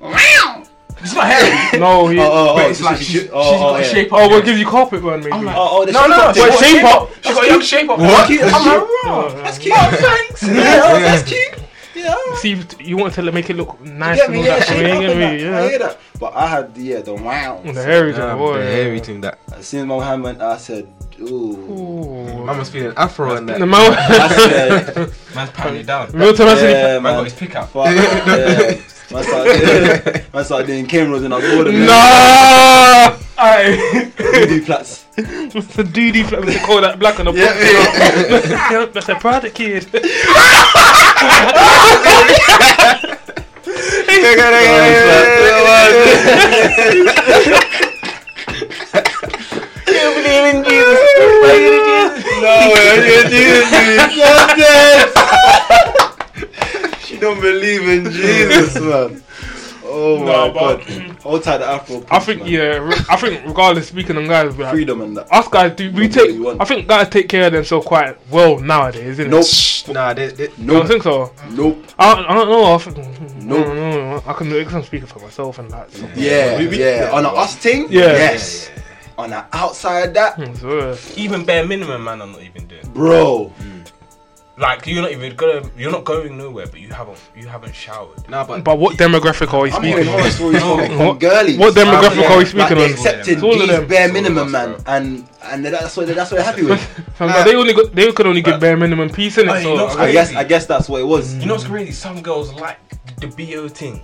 [SPEAKER 5] It's not hairy.
[SPEAKER 4] No, he,
[SPEAKER 6] oh,
[SPEAKER 4] oh,
[SPEAKER 6] oh,
[SPEAKER 5] but
[SPEAKER 6] oh,
[SPEAKER 5] it's
[SPEAKER 6] so
[SPEAKER 5] like
[SPEAKER 6] she-
[SPEAKER 5] she's,
[SPEAKER 6] she- oh,
[SPEAKER 5] she's
[SPEAKER 6] oh,
[SPEAKER 5] got
[SPEAKER 6] yeah.
[SPEAKER 5] shape up.
[SPEAKER 4] we'll
[SPEAKER 5] yeah.
[SPEAKER 4] give you carpet burn maybe.
[SPEAKER 5] I'm like,
[SPEAKER 6] Oh, oh, the
[SPEAKER 5] No, no, she's
[SPEAKER 6] shape
[SPEAKER 5] got
[SPEAKER 6] up.
[SPEAKER 4] shape
[SPEAKER 5] shape
[SPEAKER 4] up.
[SPEAKER 5] up. She's got young shape up.
[SPEAKER 6] What? That's
[SPEAKER 5] I'm
[SPEAKER 6] cute.
[SPEAKER 5] like, raw.
[SPEAKER 6] That's cute.
[SPEAKER 5] Oh, thanks.
[SPEAKER 6] Yeah, oh, that's cute. Yeah.
[SPEAKER 4] See, you, you want to make it look nice
[SPEAKER 6] Get
[SPEAKER 4] and all
[SPEAKER 6] me, yeah,
[SPEAKER 4] that, so
[SPEAKER 6] shape
[SPEAKER 4] you
[SPEAKER 6] up
[SPEAKER 4] ain't
[SPEAKER 6] and
[SPEAKER 4] gonna be,
[SPEAKER 6] that. I
[SPEAKER 4] yeah.
[SPEAKER 6] hear that. But I had, yeah, the wow.
[SPEAKER 4] The hairy thing,
[SPEAKER 3] Damn,
[SPEAKER 4] boy.
[SPEAKER 3] Um, the hairy thing that.
[SPEAKER 6] As soon as my hand went, I said, ooh.
[SPEAKER 4] Ooh.
[SPEAKER 3] Man was feeling afro and that.
[SPEAKER 4] The mouth.
[SPEAKER 6] I said,
[SPEAKER 5] Man's pounding down.
[SPEAKER 4] Real time, I said,
[SPEAKER 6] yeah,
[SPEAKER 5] Man got
[SPEAKER 6] man.
[SPEAKER 5] his pick up.
[SPEAKER 6] Fuck, yeah. Man started, man started doing cameras and I was bored of them.
[SPEAKER 4] nah. Aye.
[SPEAKER 6] Voodoo plats.
[SPEAKER 4] It's a doody flag. They call that black on the box. That's a product kid.
[SPEAKER 6] She don't believe in Jesus, man. Oh
[SPEAKER 4] Nah,
[SPEAKER 6] my
[SPEAKER 4] but-
[SPEAKER 6] god. Hold tight the afro.
[SPEAKER 4] I think yeah. re- I think regardless, speaking on guys, like,
[SPEAKER 6] Freedom and that.
[SPEAKER 4] us guys do we
[SPEAKER 6] What do
[SPEAKER 4] take.
[SPEAKER 6] you want?
[SPEAKER 4] I think guys take care of themselves quite well nowadays, isn't
[SPEAKER 6] Nope.
[SPEAKER 4] it?
[SPEAKER 3] Nah, they, they,
[SPEAKER 4] I don't think so.
[SPEAKER 6] Nope.
[SPEAKER 4] I don't, I don't know. I think, hmm, no.
[SPEAKER 6] Nope.
[SPEAKER 4] No, no, I can I can speak for myself and that. So.
[SPEAKER 6] Yeah, yeah. On a us thing,
[SPEAKER 4] Yeah.
[SPEAKER 6] yes. On a outside that,
[SPEAKER 4] So, uh,
[SPEAKER 5] Even bare minimum, man, I'm not even doing.
[SPEAKER 6] bro.
[SPEAKER 5] Like you're not even gonna, you're not going nowhere, but you haven't, you haven't showered.
[SPEAKER 6] Nah, but
[SPEAKER 4] But what demographic are we
[SPEAKER 6] I'm
[SPEAKER 4] speaking
[SPEAKER 6] hearing horror
[SPEAKER 4] on?
[SPEAKER 6] stories from, from
[SPEAKER 4] What-
[SPEAKER 6] girlies.
[SPEAKER 4] What demographic are we
[SPEAKER 6] like
[SPEAKER 4] speaking
[SPEAKER 6] they
[SPEAKER 4] on?
[SPEAKER 6] accepted
[SPEAKER 4] It's all of
[SPEAKER 6] these
[SPEAKER 4] them.
[SPEAKER 6] bare
[SPEAKER 5] all of
[SPEAKER 6] minimum,
[SPEAKER 5] us,
[SPEAKER 6] man, and and that's what that's what they're happy with.
[SPEAKER 4] Fam, like, they only got, they could only get bare minimum peace in
[SPEAKER 5] Hey,
[SPEAKER 4] it. So
[SPEAKER 5] look,
[SPEAKER 6] uh, I guess I guess that's what it was.
[SPEAKER 4] Mm.
[SPEAKER 5] You know what's crazy? Some girls like the bo thing.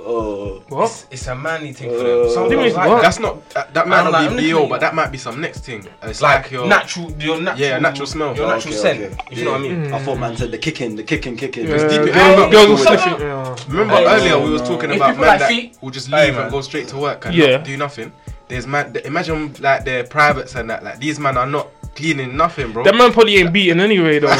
[SPEAKER 6] Oh,
[SPEAKER 4] what?
[SPEAKER 5] It's a manly thing for them. Some
[SPEAKER 6] Uh,
[SPEAKER 5] girls like
[SPEAKER 4] what?
[SPEAKER 5] that.
[SPEAKER 3] That's not that, that might
[SPEAKER 5] I'm
[SPEAKER 3] not
[SPEAKER 5] like, I'm
[SPEAKER 3] be
[SPEAKER 5] looking
[SPEAKER 3] BO,
[SPEAKER 5] at
[SPEAKER 3] but
[SPEAKER 5] you.
[SPEAKER 3] that might be some next thing. It's like,
[SPEAKER 5] like
[SPEAKER 3] your
[SPEAKER 5] natural, your natural,
[SPEAKER 3] Yeah, natural smell.
[SPEAKER 5] your
[SPEAKER 6] Oh,
[SPEAKER 5] natural
[SPEAKER 6] okay,
[SPEAKER 5] scent.
[SPEAKER 6] okay.
[SPEAKER 5] If you know what I mean.
[SPEAKER 6] I thought man said the kicking, the kicking, kicking.
[SPEAKER 4] Yeah,
[SPEAKER 3] deep in-
[SPEAKER 4] girls-
[SPEAKER 3] I'm
[SPEAKER 4] girls will
[SPEAKER 3] not cool
[SPEAKER 4] sniff
[SPEAKER 5] with
[SPEAKER 4] it, yeah.
[SPEAKER 3] Remember
[SPEAKER 5] Hey,
[SPEAKER 3] earlier
[SPEAKER 5] no,
[SPEAKER 3] we was
[SPEAKER 5] no.
[SPEAKER 3] talking
[SPEAKER 5] If
[SPEAKER 3] about
[SPEAKER 5] people
[SPEAKER 3] men
[SPEAKER 5] like
[SPEAKER 3] that
[SPEAKER 5] feet-
[SPEAKER 3] will just
[SPEAKER 5] Hey,
[SPEAKER 3] leave
[SPEAKER 5] man.
[SPEAKER 3] and go straight to work and
[SPEAKER 4] Yeah.
[SPEAKER 3] not do nothing. There's man. th- Imagine like their privates and that. Like these men are not cleaning nothing, bro.
[SPEAKER 4] That man probably ain't beating anyway though.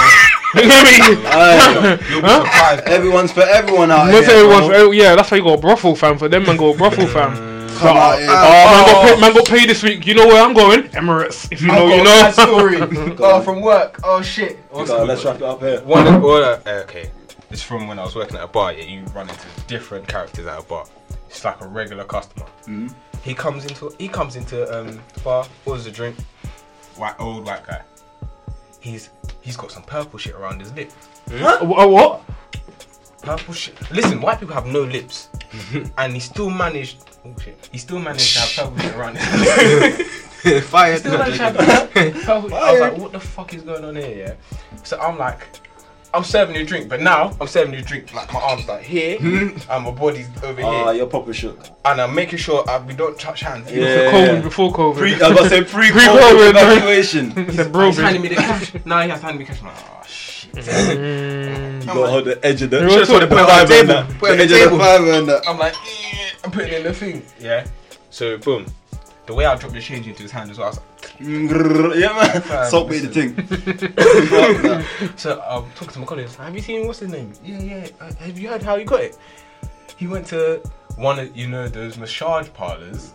[SPEAKER 4] You know what I mean?
[SPEAKER 6] Ah, Aye.
[SPEAKER 5] You'll be surprised.
[SPEAKER 6] everyone's for everyone out
[SPEAKER 4] Not
[SPEAKER 6] here.
[SPEAKER 4] everyone
[SPEAKER 6] bro.
[SPEAKER 4] for every- yeah, that's why you got a brothel fam. For them, man, got a brothel fam.
[SPEAKER 6] Come out here.
[SPEAKER 4] Oh, man, got paid, man got paid this week. You know where I'm going? Emirates. If you know, you know.
[SPEAKER 3] oh, from work. Oh shit.
[SPEAKER 6] So, let's wrap it up here.
[SPEAKER 5] One, of- one of- uh, okay. It's from when I was working at a bar. Yeah, you run into different characters at a bar. It's like a regular customer. He comes into he comes into um the bar, orders a drink. White old white guy. He's he's got some purple shit around his lip.
[SPEAKER 4] Wha- what?
[SPEAKER 5] Purple shit. Listen, white people have no lips, and he still managed. Oh shit! He still managed to have purple shit around his lip.
[SPEAKER 3] Fire.
[SPEAKER 5] Still managed to have purple. I was like, what the fuck is going on here? Yeah. So I'm like. I'm serving you a drink, but now I'm serving you a drink. Like my arms like here, and my body's over here.
[SPEAKER 6] Hmm? Ah, you're proper shook.
[SPEAKER 5] and I'm making sure uh, we don't touch hands.
[SPEAKER 6] Yeah.
[SPEAKER 4] COVID before COVID.
[SPEAKER 6] Pre, I was say pre
[SPEAKER 4] Pre-COVID,
[SPEAKER 6] COVID evacuation. You
[SPEAKER 4] It's a
[SPEAKER 5] Bro,
[SPEAKER 4] bro.
[SPEAKER 5] he's
[SPEAKER 4] bro.
[SPEAKER 5] handing me the cash. now he has to hand me cash. I'm like, oh shit.
[SPEAKER 4] Mm.
[SPEAKER 6] gotta hold the edge of the.
[SPEAKER 4] You want to
[SPEAKER 6] Put the
[SPEAKER 4] put it on
[SPEAKER 6] five
[SPEAKER 4] the
[SPEAKER 6] on
[SPEAKER 4] table.
[SPEAKER 6] that. Put the edge of the five on that.
[SPEAKER 5] I'm like, eh, I'm putting in the thing. Yeah. So boom. The way I dropped the change into his hand as well. I was
[SPEAKER 6] Mm, Yeah man,
[SPEAKER 5] Fam,
[SPEAKER 6] salt bait the thing. Fuck that.
[SPEAKER 5] like, so I'm talking to my colleagues. Have you seen what's his name? Yeah, yeah. Uh, have you heard how he got it? He went to one of you know those massage parlors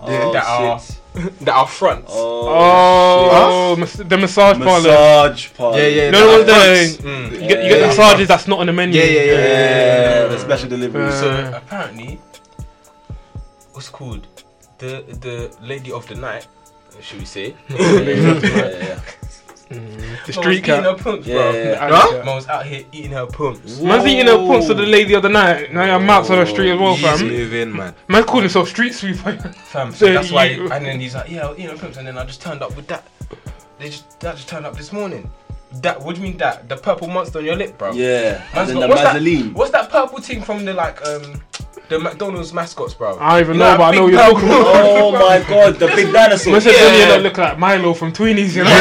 [SPEAKER 6] Oh,
[SPEAKER 5] that are
[SPEAKER 6] shit.
[SPEAKER 5] that are fronts.
[SPEAKER 6] Oh.
[SPEAKER 4] Oh, mas- the massage parlor.
[SPEAKER 6] massage parlor.
[SPEAKER 3] Yeah, yeah.
[SPEAKER 4] No, no,
[SPEAKER 3] that-
[SPEAKER 4] the,
[SPEAKER 5] Mm.
[SPEAKER 4] you get, you get the
[SPEAKER 6] Yeah.
[SPEAKER 4] massages that's not on the menu.
[SPEAKER 3] Yeah, yeah, yeah. yeah, yeah.
[SPEAKER 6] Yeah, the special delivery.
[SPEAKER 4] Uh,
[SPEAKER 5] So apparently, what's it called the the lady of the night, should we say?
[SPEAKER 6] yeah,
[SPEAKER 4] The street
[SPEAKER 5] Mum was eating her
[SPEAKER 4] cat.
[SPEAKER 5] pumps,
[SPEAKER 6] Yeah,
[SPEAKER 5] bro.
[SPEAKER 6] yeah, yeah.
[SPEAKER 4] Huh?
[SPEAKER 5] Mum was out here eating her pumps.
[SPEAKER 6] yeah.
[SPEAKER 4] Man's eating a punch to the lady of the night. Now your mouth's on the street as well, fam.
[SPEAKER 3] moving, man.
[SPEAKER 4] Man calling himself street sweeper.
[SPEAKER 5] Fam, so
[SPEAKER 4] So
[SPEAKER 5] that's why.
[SPEAKER 4] you-
[SPEAKER 5] And then he's like, yeah, you know, pumps. And then I just turned up with that. They just that just turned up this morning. That what do you mean that the purple monster on your lip, bro?
[SPEAKER 6] yeah.
[SPEAKER 5] Man's
[SPEAKER 6] And then
[SPEAKER 5] got-
[SPEAKER 6] the
[SPEAKER 5] what's
[SPEAKER 6] Mazaline.
[SPEAKER 5] That, what's that purple thing from the like um the McDonald's mascots, bro?
[SPEAKER 4] I don't even
[SPEAKER 5] You
[SPEAKER 4] know,
[SPEAKER 5] that
[SPEAKER 4] but I know what
[SPEAKER 5] big
[SPEAKER 4] you're
[SPEAKER 5] purple-
[SPEAKER 4] talking about.
[SPEAKER 6] Oh my god, the big dinosaur.
[SPEAKER 4] Man said
[SPEAKER 6] Yeah.
[SPEAKER 4] Billy don't look like Milo from Tweenies, you know?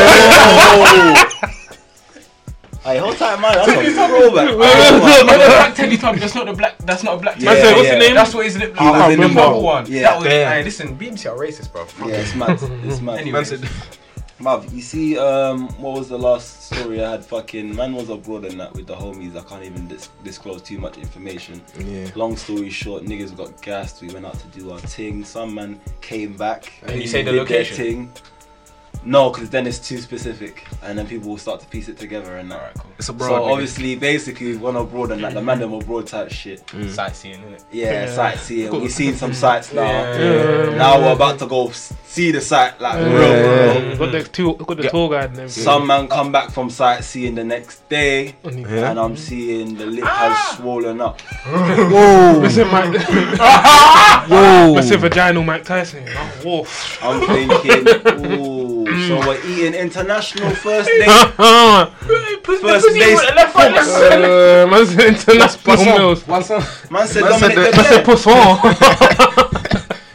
[SPEAKER 6] Hey, hold tight, man. That's a throwback.
[SPEAKER 5] No, the black Teletubby, that's not the black. That's not a black.
[SPEAKER 6] Yeah,
[SPEAKER 5] Teletubby.
[SPEAKER 6] yeah.
[SPEAKER 4] what's the name?
[SPEAKER 5] That's what his lip.
[SPEAKER 6] can't
[SPEAKER 5] Like, the
[SPEAKER 6] remember.
[SPEAKER 5] purple one.
[SPEAKER 6] Yeah,
[SPEAKER 5] that was,
[SPEAKER 3] damn.
[SPEAKER 5] hey, listen, BBC are racist, bro. Fuck.
[SPEAKER 6] Yeah, it's mad. It's mad.
[SPEAKER 5] Anyway.
[SPEAKER 3] Man said,
[SPEAKER 6] Mav, you see, um, what was the last story I had? Fucking man was abroad and that with the homies. I can't even dis- disclose too much information.
[SPEAKER 3] yeah.
[SPEAKER 6] Long story short, niggas got gassed. We went out to do our ting. Some man came back.
[SPEAKER 5] And you say the
[SPEAKER 6] did their
[SPEAKER 5] location?
[SPEAKER 6] Ting. No, because then it's too specific, and then people will start to piece it together and that.
[SPEAKER 5] Alright, cool.
[SPEAKER 3] It's a
[SPEAKER 6] so
[SPEAKER 3] broad. nigga.
[SPEAKER 6] obviously, basically, we went abroad and like the man them abroad type shit.
[SPEAKER 5] Sightseeing, innit?
[SPEAKER 6] Yeah,
[SPEAKER 4] Yeah.
[SPEAKER 6] sightseeing. We've seen some sights now.
[SPEAKER 5] Yeah.
[SPEAKER 6] Now we're about to go s- see the sight, like real, real.
[SPEAKER 4] Um, Got the, two, got the tour guide and everything.
[SPEAKER 6] Some man come back from sightseeing the next day,
[SPEAKER 3] Yeah.
[SPEAKER 6] and I'm seeing the lip has swollen up.
[SPEAKER 4] Listen, Mike. Listen, vaginal Mike Tyson. you know? Woof.
[SPEAKER 6] I'm thinking, ooh, so we're eating international first day.
[SPEAKER 4] Uh,
[SPEAKER 6] First day.
[SPEAKER 4] man's international meals.
[SPEAKER 3] What's up?
[SPEAKER 6] Man said,
[SPEAKER 3] Man said that-
[SPEAKER 6] Dominic, the,
[SPEAKER 4] That's a poisson.
[SPEAKER 6] the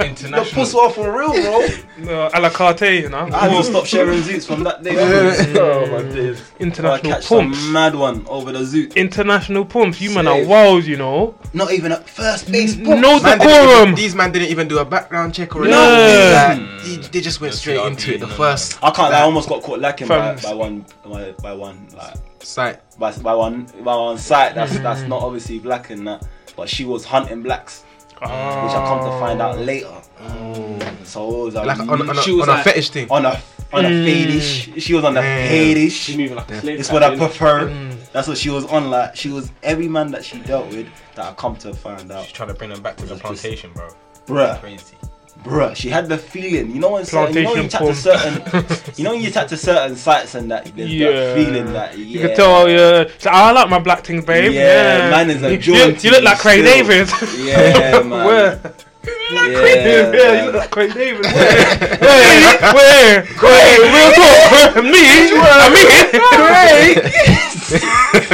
[SPEAKER 5] International.
[SPEAKER 6] puss off for real, bro.
[SPEAKER 4] No, a la carte, you know.
[SPEAKER 6] I had to
[SPEAKER 4] Woof.
[SPEAKER 6] stop sharing zoots from that day. onwards.
[SPEAKER 5] Oh my days.
[SPEAKER 6] I
[SPEAKER 4] International
[SPEAKER 6] catch
[SPEAKER 4] pumps.
[SPEAKER 6] some mad one over the zoo.
[SPEAKER 4] International pumps. You man are
[SPEAKER 6] Safe.
[SPEAKER 4] wild, you know.
[SPEAKER 6] Not even at first base.
[SPEAKER 4] No
[SPEAKER 3] Man didn't even-
[SPEAKER 4] decorum.
[SPEAKER 3] These man didn't even do a background check or anything.
[SPEAKER 4] Yeah.
[SPEAKER 3] Like, they, they just went
[SPEAKER 5] Hmm. Just
[SPEAKER 3] straight
[SPEAKER 5] the
[SPEAKER 3] into it. The
[SPEAKER 5] RP,
[SPEAKER 3] first
[SPEAKER 6] I can't. lie, I almost got caught lacking by,
[SPEAKER 4] Fam.
[SPEAKER 6] by one, by, by one, like
[SPEAKER 3] sight.
[SPEAKER 6] by, by one, by one site. That's
[SPEAKER 3] Mm.
[SPEAKER 6] that's not obviously black and that, but she was hunting blacks. which I come to find out later. So it was a,
[SPEAKER 3] Oh. Mm. Like on, on, a,
[SPEAKER 5] She was
[SPEAKER 3] on a
[SPEAKER 5] like- "Oh,
[SPEAKER 3] fetish thing.
[SPEAKER 6] on a on a fetish. She was on a
[SPEAKER 3] Yeah. Mm.
[SPEAKER 6] fetish.
[SPEAKER 1] moving like a slave.
[SPEAKER 6] It's what I
[SPEAKER 1] cat,
[SPEAKER 6] prefer. That's what she was on. Like she was every man that she dealt with that I come to find
[SPEAKER 5] She's
[SPEAKER 6] out.
[SPEAKER 5] trying to bring them back to the
[SPEAKER 6] Just-
[SPEAKER 5] plantation, bro.
[SPEAKER 6] Bruh,
[SPEAKER 5] Crazy.
[SPEAKER 6] bruh, she had the feeling. You know when certain, you know when you chat to
[SPEAKER 4] Plantation
[SPEAKER 6] certain, you know when you chat to certain sites and that, there's
[SPEAKER 4] Yeah.
[SPEAKER 6] that feeling that yeah,
[SPEAKER 4] You can tell, oh, yeah. She's like, I like my black thing, babe.
[SPEAKER 6] Yeah,
[SPEAKER 4] Yeah,
[SPEAKER 6] mine is a
[SPEAKER 4] You- you,
[SPEAKER 6] jaunty
[SPEAKER 4] you look like Craig
[SPEAKER 6] still.
[SPEAKER 4] Davis.
[SPEAKER 6] Yeah, man.
[SPEAKER 4] Where?
[SPEAKER 6] Yeah,
[SPEAKER 4] Yeah, you
[SPEAKER 6] man.
[SPEAKER 4] look like Craig Davis. Where? Where? Where? Craig, real talk. Where? Me? I mean, Craig.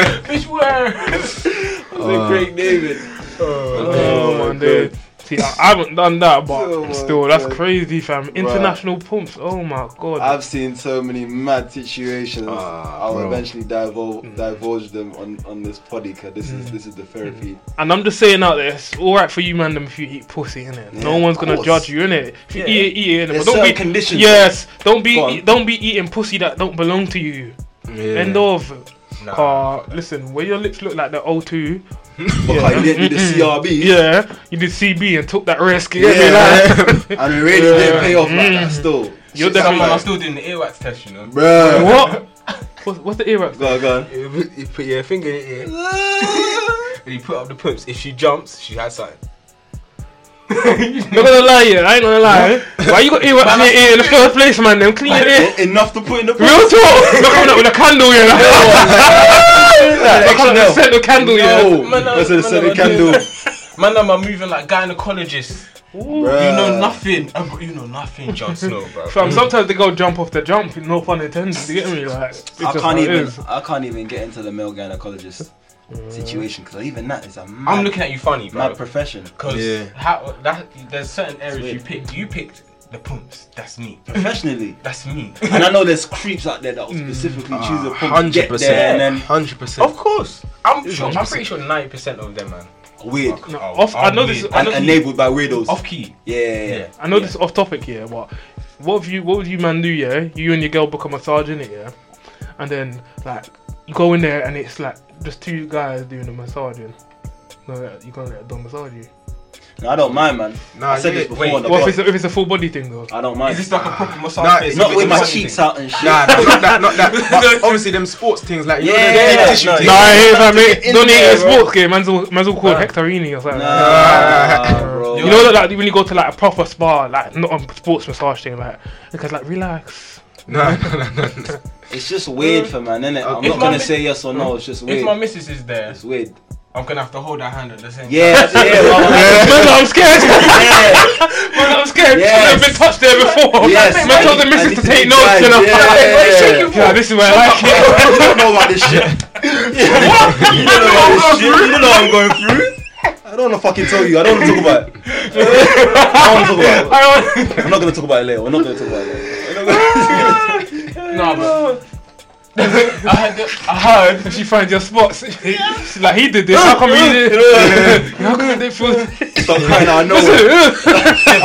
[SPEAKER 6] Oh. Craig David.
[SPEAKER 4] Oh, my dude. See, I I haven't done that, but
[SPEAKER 6] Oh my
[SPEAKER 4] still, that's
[SPEAKER 6] God.
[SPEAKER 4] crazy, fam. International pumps. Oh my god.
[SPEAKER 6] I've seen so many mad situations. I'll
[SPEAKER 3] bro.
[SPEAKER 6] eventually divulge,
[SPEAKER 4] Mm.
[SPEAKER 6] divulge them on, on this poddy because this is this is the therapy.
[SPEAKER 4] And I'm just saying out there, it's alright for you, man, them if you eat pussy, innit? it. no
[SPEAKER 6] Yeah,
[SPEAKER 4] one's
[SPEAKER 6] of
[SPEAKER 4] gonna
[SPEAKER 6] course.
[SPEAKER 4] judge you, innit? If you
[SPEAKER 6] Yeah.
[SPEAKER 4] eat it, eat it, innit?
[SPEAKER 6] There's
[SPEAKER 4] But don't be
[SPEAKER 6] certain conditions.
[SPEAKER 4] Yes, don't be
[SPEAKER 6] Go on.
[SPEAKER 4] don't be eating pussy that don't belong to you. End of.
[SPEAKER 5] Nah.
[SPEAKER 4] Car, listen, where your lips look like the O2,
[SPEAKER 6] But I didn't do the CRB,
[SPEAKER 4] yeah, you did CB and took that risk. Yeah,
[SPEAKER 6] Yeah.
[SPEAKER 4] like, Mm.
[SPEAKER 6] and it really didn't pay off like that. Still,
[SPEAKER 4] you're
[SPEAKER 5] Someone, I'm
[SPEAKER 4] definitely
[SPEAKER 5] still doing the earwax test, you know.
[SPEAKER 6] bro.
[SPEAKER 4] what? What's, what's the earwax?
[SPEAKER 6] Go on, go on.
[SPEAKER 5] You you put your finger in it here. and you put up the pumps. If she jumps, she has something.
[SPEAKER 4] Not gonna lie, yeah, I ain't gonna lie. Why you got earwax in your ear in the first place, man? Them clean your ear.
[SPEAKER 6] En- Enough to put in the
[SPEAKER 4] Real talk. Not coming up with a candle, yeah. Not coming up with a scent of candle, yeah.
[SPEAKER 6] No,
[SPEAKER 5] Man, I-
[SPEAKER 6] that's a
[SPEAKER 5] man,
[SPEAKER 6] silly
[SPEAKER 5] I-
[SPEAKER 6] candle.
[SPEAKER 5] Man, I'm moving like gynecologist.
[SPEAKER 6] Bruh.
[SPEAKER 5] You know nothing. I've got- You know nothing, Jon Snow, bro.
[SPEAKER 4] Fam, sometimes they go jump off the jump, no pun intended. You get me? Like, it's
[SPEAKER 6] Mm. I
[SPEAKER 4] just how
[SPEAKER 6] can't
[SPEAKER 4] it
[SPEAKER 6] even.
[SPEAKER 4] is.
[SPEAKER 6] I can't even get into the male gynecologist situation because even that is a mad,
[SPEAKER 5] I'm looking at you funny, bro.
[SPEAKER 6] mad profession.
[SPEAKER 5] Because
[SPEAKER 3] Yeah.
[SPEAKER 5] how that there's certain areas you
[SPEAKER 6] weird.
[SPEAKER 5] picked. You picked the pumps. That's me.
[SPEAKER 6] Professionally,
[SPEAKER 5] That's me.
[SPEAKER 6] and I know there's creeps out there that will specifically choose a pump to
[SPEAKER 3] Ah, Hundred
[SPEAKER 6] get there
[SPEAKER 3] percent.
[SPEAKER 6] and then
[SPEAKER 3] Hundred percent.
[SPEAKER 5] of course. I'm sure. I'm pretty sure ninety percent of them, man.
[SPEAKER 6] weird
[SPEAKER 5] No,
[SPEAKER 4] off- I know this- I
[SPEAKER 6] Oh, and
[SPEAKER 4] know-
[SPEAKER 6] enabled by weirdos.
[SPEAKER 5] Off key.
[SPEAKER 6] Yeah, yeah, yeah.
[SPEAKER 5] Yeah.
[SPEAKER 4] I know this is off topic here, but what if you what would you man do, yeah? You and your girl book a massage in it, yeah? And then like you go in there and it's like just two guys doing the massaging. No, that- you can't let a dog massage you.
[SPEAKER 6] No, I don't mind, man.
[SPEAKER 3] Nah,
[SPEAKER 6] I said
[SPEAKER 3] you-
[SPEAKER 6] this before
[SPEAKER 5] wait,
[SPEAKER 6] on the
[SPEAKER 4] Well, if it's,
[SPEAKER 6] pod.
[SPEAKER 4] a, if it's a full body thing though.
[SPEAKER 6] I don't
[SPEAKER 5] Is
[SPEAKER 6] mind.
[SPEAKER 5] this like a proper massage?
[SPEAKER 3] Nah,
[SPEAKER 5] place?
[SPEAKER 3] it's
[SPEAKER 6] Not with my
[SPEAKER 5] Something.
[SPEAKER 6] cheeks out and shit.
[SPEAKER 3] Nah, nah, not that, not that. But obviously, them sports things like you
[SPEAKER 6] Yeah,
[SPEAKER 3] know, the
[SPEAKER 6] yeah,
[SPEAKER 3] tissue
[SPEAKER 6] no,
[SPEAKER 3] things.
[SPEAKER 4] Nah, hey, man, mate,
[SPEAKER 6] in
[SPEAKER 4] don't
[SPEAKER 6] there,
[SPEAKER 4] eat a
[SPEAKER 6] bro.
[SPEAKER 4] sports game. Man's all, man's all called Hectorini or something. like that.
[SPEAKER 6] Nah, bro.
[SPEAKER 4] You know that like when you go to like a proper spa, like not a sports massage thing, like because like relax.
[SPEAKER 3] Nah, nah, nah, nah, nah.
[SPEAKER 6] It's just weird for man, innit? I'm
[SPEAKER 5] If
[SPEAKER 6] not
[SPEAKER 5] my
[SPEAKER 6] gonna
[SPEAKER 5] mi-
[SPEAKER 6] say yes or no. It's just
[SPEAKER 5] If my
[SPEAKER 6] weird.
[SPEAKER 5] missus is there,
[SPEAKER 6] It's weird.
[SPEAKER 5] I'm gonna have to hold her hand at the same
[SPEAKER 6] Yeah, yeah, well,
[SPEAKER 4] man, I'm scared.
[SPEAKER 6] yeah.
[SPEAKER 4] Man, I'm scared.
[SPEAKER 6] Yes.
[SPEAKER 4] I've been touched there before.
[SPEAKER 6] Yes.
[SPEAKER 4] Man told the
[SPEAKER 6] I
[SPEAKER 4] missus
[SPEAKER 6] need
[SPEAKER 4] to
[SPEAKER 6] to
[SPEAKER 4] take
[SPEAKER 6] be
[SPEAKER 4] notes,
[SPEAKER 6] blind.
[SPEAKER 4] and I'm
[SPEAKER 6] Yeah.
[SPEAKER 4] like,
[SPEAKER 6] What are you shaking
[SPEAKER 4] yeah, this is where I like it.
[SPEAKER 6] you don't know about this shit. You don't know about this shit. You don't know what I'm going through. I don't want to fucking tell you. I don't want to talk about it. I don't want to talk about
[SPEAKER 4] I
[SPEAKER 6] it. I'm not going to talk about it later. We're not going to talk about it later.
[SPEAKER 5] No, but I heard. The, I heard.
[SPEAKER 4] don't- she finds your spots. She's like, he did this. How come he did it? How come they feel?
[SPEAKER 6] Stop crying out of nowhere.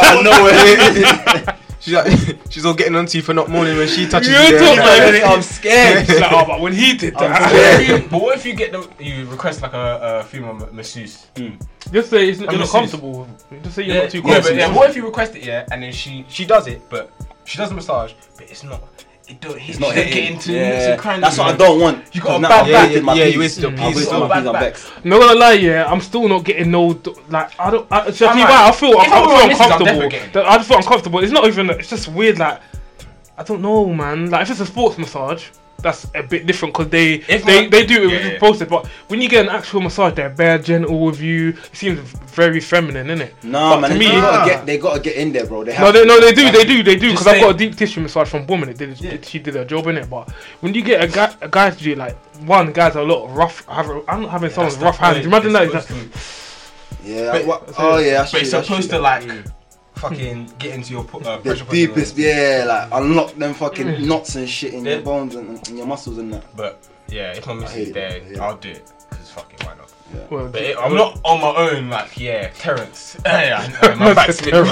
[SPEAKER 6] Out of nowhere.
[SPEAKER 3] She's like, she's all getting on to you for not mourning when she touches
[SPEAKER 4] Real
[SPEAKER 3] you.
[SPEAKER 4] talk,
[SPEAKER 3] There.
[SPEAKER 4] man.
[SPEAKER 6] I'm scared.
[SPEAKER 4] She's like, oh, but when he did
[SPEAKER 6] I'm
[SPEAKER 4] that,
[SPEAKER 6] scared.
[SPEAKER 5] But you- but what if you get them? You request like a, a female ma- masseuse.
[SPEAKER 4] just say it's, you're not
[SPEAKER 5] missus.
[SPEAKER 4] comfortable. Just say you're
[SPEAKER 5] Yeah,
[SPEAKER 4] not too
[SPEAKER 5] yeah, but
[SPEAKER 4] comfortable.
[SPEAKER 5] yeah. What if you request it? Yeah, and then she she does it, but she does the massage, but it's not. It don't. It's
[SPEAKER 6] Not
[SPEAKER 5] getting
[SPEAKER 6] hitting.
[SPEAKER 5] into
[SPEAKER 6] Yeah.
[SPEAKER 5] some cranny,
[SPEAKER 6] That's what I
[SPEAKER 5] man.
[SPEAKER 6] don't want.
[SPEAKER 5] You got a
[SPEAKER 6] Now
[SPEAKER 5] bad
[SPEAKER 6] I've
[SPEAKER 5] back.
[SPEAKER 6] wasted
[SPEAKER 3] Yeah,
[SPEAKER 6] my
[SPEAKER 3] yeah, you
[SPEAKER 6] piece.
[SPEAKER 3] wasted your
[SPEAKER 6] I've
[SPEAKER 3] piece.
[SPEAKER 6] wasted
[SPEAKER 5] Got a
[SPEAKER 6] my
[SPEAKER 5] bad
[SPEAKER 6] piece. I'm
[SPEAKER 5] back.
[SPEAKER 6] vexed.
[SPEAKER 4] No gonna lie, yeah, I'm still not getting no d- like I don't. I, so I,
[SPEAKER 5] I'm
[SPEAKER 4] feel
[SPEAKER 5] like,
[SPEAKER 4] bad, I feel I,
[SPEAKER 5] if I'm
[SPEAKER 4] feel
[SPEAKER 5] honest, I'm
[SPEAKER 4] uncomfortable.
[SPEAKER 5] never getting-
[SPEAKER 4] That- I just feel uncomfortable. It's not even. It's just weird. Like I don't know, man. Like if it's a sports massage, that's a bit different because they
[SPEAKER 5] If
[SPEAKER 4] they,
[SPEAKER 5] my-
[SPEAKER 4] they do it with
[SPEAKER 5] Yeah,
[SPEAKER 4] just
[SPEAKER 5] yeah.
[SPEAKER 4] posted. But when you get an actual massage, they're bare gentle with you. It seems very feminine, innit?
[SPEAKER 6] No,
[SPEAKER 4] But
[SPEAKER 6] man,
[SPEAKER 4] to
[SPEAKER 6] they
[SPEAKER 4] me,
[SPEAKER 6] gotta get they gotta get in there, bro. They have
[SPEAKER 4] no, they, no, they do, they do, they do.
[SPEAKER 5] Just
[SPEAKER 4] Because I've
[SPEAKER 5] say-
[SPEAKER 4] got a deep tissue massage from woman. It did, did- she did her job in it. But when you get a guy, a guy to do it, like one guys are a lot of rough. Have, a- I'm not having someone's rough hands. Imagine that.
[SPEAKER 5] It's
[SPEAKER 4] it's like-
[SPEAKER 5] supposed to-
[SPEAKER 6] Yeah. wha- oh yeah. That's
[SPEAKER 5] But
[SPEAKER 6] true,
[SPEAKER 5] it's
[SPEAKER 6] that's
[SPEAKER 5] supposed
[SPEAKER 6] true.
[SPEAKER 5] to like fucking get into your pu- uh,
[SPEAKER 6] the
[SPEAKER 5] pressure. point,
[SPEAKER 6] deepest. Yeah, like unlock them
[SPEAKER 4] Mm.
[SPEAKER 6] fucking knots and shit in your
[SPEAKER 5] Yeah.
[SPEAKER 6] bones and, and your muscles and that.
[SPEAKER 5] But yeah, if my missus
[SPEAKER 6] hate
[SPEAKER 5] is
[SPEAKER 6] it,
[SPEAKER 5] there,
[SPEAKER 6] yeah.
[SPEAKER 5] I'll do it. Cause fucking why not?
[SPEAKER 4] Well,
[SPEAKER 5] But it, I'm not on my own. Like yeah, Terrence. yeah, I know, my back's been.
[SPEAKER 4] Terrence,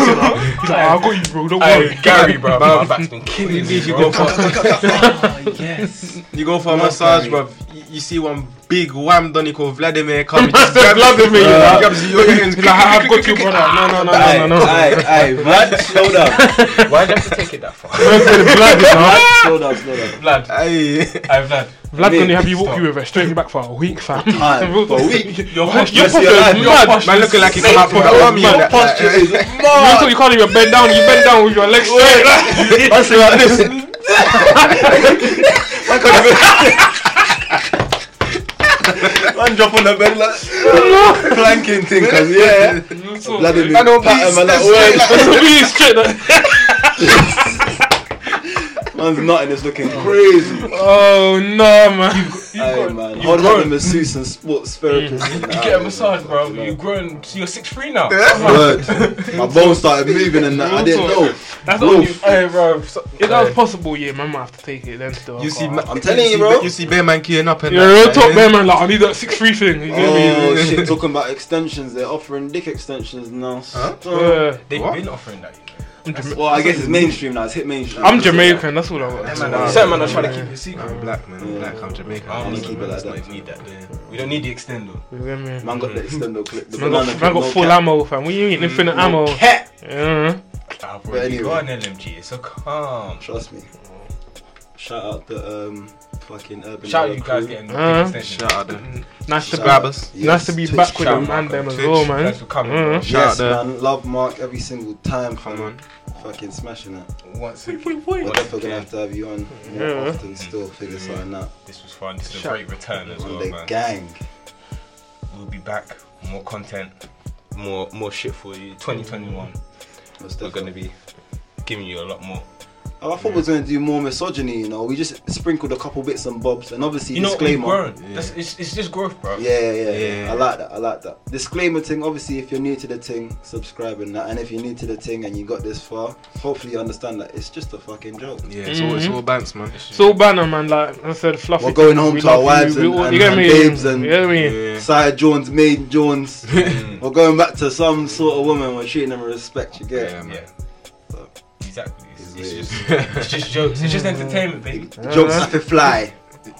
[SPEAKER 4] he's like, I got you, bro. Don't worry.
[SPEAKER 5] Hey, Gary, bro, my back's been killing me, bro.
[SPEAKER 6] Ah, yes.
[SPEAKER 3] You go for a massage,
[SPEAKER 6] Gary.
[SPEAKER 3] bruv. you, you see one big wham donny called Vladimir coming. Just
[SPEAKER 4] Said
[SPEAKER 3] grabs
[SPEAKER 4] Vladimir, you know.
[SPEAKER 3] grabs your hands.
[SPEAKER 4] He's like, "I- I've got you, brother. No, no, no, no, no, no.
[SPEAKER 6] Aye, aye, man, slow down.
[SPEAKER 5] Why do you have to take it that far?
[SPEAKER 4] Don't say the blood, you know.
[SPEAKER 6] Slow down, slow down.
[SPEAKER 5] Vlad,
[SPEAKER 3] Aye.
[SPEAKER 5] I Vlad.
[SPEAKER 4] Vlad
[SPEAKER 6] Mate,
[SPEAKER 4] gonna have you walk you with a straight back for a week, fam.
[SPEAKER 6] Aye, for a week.
[SPEAKER 5] posture-
[SPEAKER 4] Your your posture
[SPEAKER 6] your-
[SPEAKER 4] is
[SPEAKER 6] your
[SPEAKER 4] mad.
[SPEAKER 3] Man, looking like he come out from the army.
[SPEAKER 4] Man,
[SPEAKER 3] like-
[SPEAKER 6] Posture is
[SPEAKER 4] You
[SPEAKER 6] mad.
[SPEAKER 4] thought you can't even bend down. You bend down with your legs straight.
[SPEAKER 6] That's like this.
[SPEAKER 3] eh.
[SPEAKER 6] Man drop on the bed like planking thing, cause yeah, bloody
[SPEAKER 3] I know,
[SPEAKER 6] pat him,
[SPEAKER 3] please,
[SPEAKER 6] I'm like,
[SPEAKER 3] let's
[SPEAKER 6] "Wait."
[SPEAKER 3] get like-
[SPEAKER 4] To be straight, like,
[SPEAKER 6] man's nutting is looking crazy.
[SPEAKER 4] oh no, man.
[SPEAKER 6] Aye, man, hold on to masseuse and sports
[SPEAKER 4] Mm.
[SPEAKER 6] therapist. You
[SPEAKER 5] You get a massage, bro. You've grown. You're six three now.
[SPEAKER 6] Word. My bones started moving and that. I didn't know.
[SPEAKER 4] That's
[SPEAKER 6] Oof.
[SPEAKER 4] all you.
[SPEAKER 5] Hey, bro. So,
[SPEAKER 4] If that was possible, yeah, man might have to take it then. Still,
[SPEAKER 3] You see,
[SPEAKER 4] but-
[SPEAKER 3] ma-
[SPEAKER 6] Oh, I'm telling you,
[SPEAKER 3] see-
[SPEAKER 6] bro.
[SPEAKER 3] You see, bear man queuing up and
[SPEAKER 4] you're a
[SPEAKER 3] that,
[SPEAKER 4] real
[SPEAKER 3] like, eh?
[SPEAKER 4] top man, man. Like I need that six free thing. You get me?
[SPEAKER 6] Oh shit! Talking about extensions, they're offering dick extensions now. Uh,
[SPEAKER 4] Uh,
[SPEAKER 5] they've
[SPEAKER 3] What?
[SPEAKER 5] been offering that. You
[SPEAKER 6] well, I guess it's mainstream now. It's hit mainstream.
[SPEAKER 4] I'm Jamaican. That's all I got.
[SPEAKER 5] know. Certain man are trying to keep it
[SPEAKER 3] I'm
[SPEAKER 5] secret.
[SPEAKER 3] black, man. I'm black. I'm Jamaican.
[SPEAKER 5] I
[SPEAKER 3] I'm
[SPEAKER 5] don't
[SPEAKER 6] keep
[SPEAKER 5] keep
[SPEAKER 6] it
[SPEAKER 5] it
[SPEAKER 6] like
[SPEAKER 5] like
[SPEAKER 6] that.
[SPEAKER 5] that. Need that. yeah. We don't need the extender.
[SPEAKER 4] You get me?
[SPEAKER 6] Man got the extendo clip. The
[SPEAKER 4] Mm-hmm. Man
[SPEAKER 6] banana
[SPEAKER 4] got,
[SPEAKER 6] clip.
[SPEAKER 4] man
[SPEAKER 6] no
[SPEAKER 4] got full
[SPEAKER 6] cap.
[SPEAKER 4] ammo, fam. We ain't infinite ammo.
[SPEAKER 6] Heh.
[SPEAKER 4] Yeah.
[SPEAKER 5] I've already
[SPEAKER 6] anyway.
[SPEAKER 5] got an LMG. So calm.
[SPEAKER 6] Trust me. Shout out the um fucking urban.
[SPEAKER 5] Shout out
[SPEAKER 6] Air
[SPEAKER 5] you guys
[SPEAKER 6] crew.
[SPEAKER 5] getting
[SPEAKER 4] Uh-huh.
[SPEAKER 5] the extension. Mm-hmm.
[SPEAKER 3] Shout out them.
[SPEAKER 4] Nice to be,
[SPEAKER 3] Grab us.
[SPEAKER 6] Yes.
[SPEAKER 4] nice to be
[SPEAKER 6] Twitch
[SPEAKER 4] back with
[SPEAKER 5] shout
[SPEAKER 4] them man
[SPEAKER 5] out,
[SPEAKER 4] them as
[SPEAKER 3] Twitch.
[SPEAKER 4] well, man.
[SPEAKER 5] Thanks for coming.
[SPEAKER 4] Uh,
[SPEAKER 5] bro.
[SPEAKER 6] Yes,
[SPEAKER 3] Shout out
[SPEAKER 6] man. Love Mark every single time.
[SPEAKER 3] Come on.
[SPEAKER 4] Mm-hmm.
[SPEAKER 6] Fucking smashing it.
[SPEAKER 5] Once
[SPEAKER 4] wait,
[SPEAKER 5] again,
[SPEAKER 4] wait.
[SPEAKER 6] We're definitely gonna have to have you on more
[SPEAKER 4] Yeah.
[SPEAKER 6] often. Still figure something out.
[SPEAKER 5] this was fun. This is a
[SPEAKER 4] Shout-
[SPEAKER 5] great return as
[SPEAKER 6] On
[SPEAKER 5] well,
[SPEAKER 6] the
[SPEAKER 5] man.
[SPEAKER 6] gang.
[SPEAKER 5] We'll be back. More content. More more shit for you. 2021.
[SPEAKER 6] Most
[SPEAKER 5] We're gonna
[SPEAKER 6] definitely.
[SPEAKER 5] be giving you a lot more.
[SPEAKER 6] Oh, I thought we was gonna do more misogyny. You know, we just sprinkled a couple bits and bobs, and obviously
[SPEAKER 5] You know, we've
[SPEAKER 6] disclaimer.
[SPEAKER 5] grown. That's, it's, it's just growth, bro.
[SPEAKER 6] Yeah, yeah, yeah,
[SPEAKER 3] Yeah.
[SPEAKER 6] I like that. I like that. Disclaimer thing. Obviously, if you're new to the thing, subscribe and that. And if you're new to the thing and you got this far, hopefully you understand that it's just a fucking joke.
[SPEAKER 3] Yeah, it's all it's all bands, man.
[SPEAKER 4] So banner man, like I said, fluffy.
[SPEAKER 6] We're going home
[SPEAKER 4] we
[SPEAKER 6] to our
[SPEAKER 4] love you,
[SPEAKER 6] wives
[SPEAKER 4] we
[SPEAKER 6] and-
[SPEAKER 4] all-
[SPEAKER 6] and-
[SPEAKER 4] you get
[SPEAKER 6] and
[SPEAKER 4] me?
[SPEAKER 6] babes and-
[SPEAKER 4] you get me?
[SPEAKER 3] Yeah.
[SPEAKER 6] Side Jones, Maid Jones.
[SPEAKER 5] Mm.
[SPEAKER 6] We're going back to some sort of woman. We're treating them with respect. You get.
[SPEAKER 3] Yeah,
[SPEAKER 6] it?
[SPEAKER 3] man.
[SPEAKER 5] Yeah.
[SPEAKER 6] So-
[SPEAKER 5] Exactly. It's, it's
[SPEAKER 6] It's
[SPEAKER 5] just it's just jokes. It's just entertainment, baby.
[SPEAKER 6] Jokes have to fly.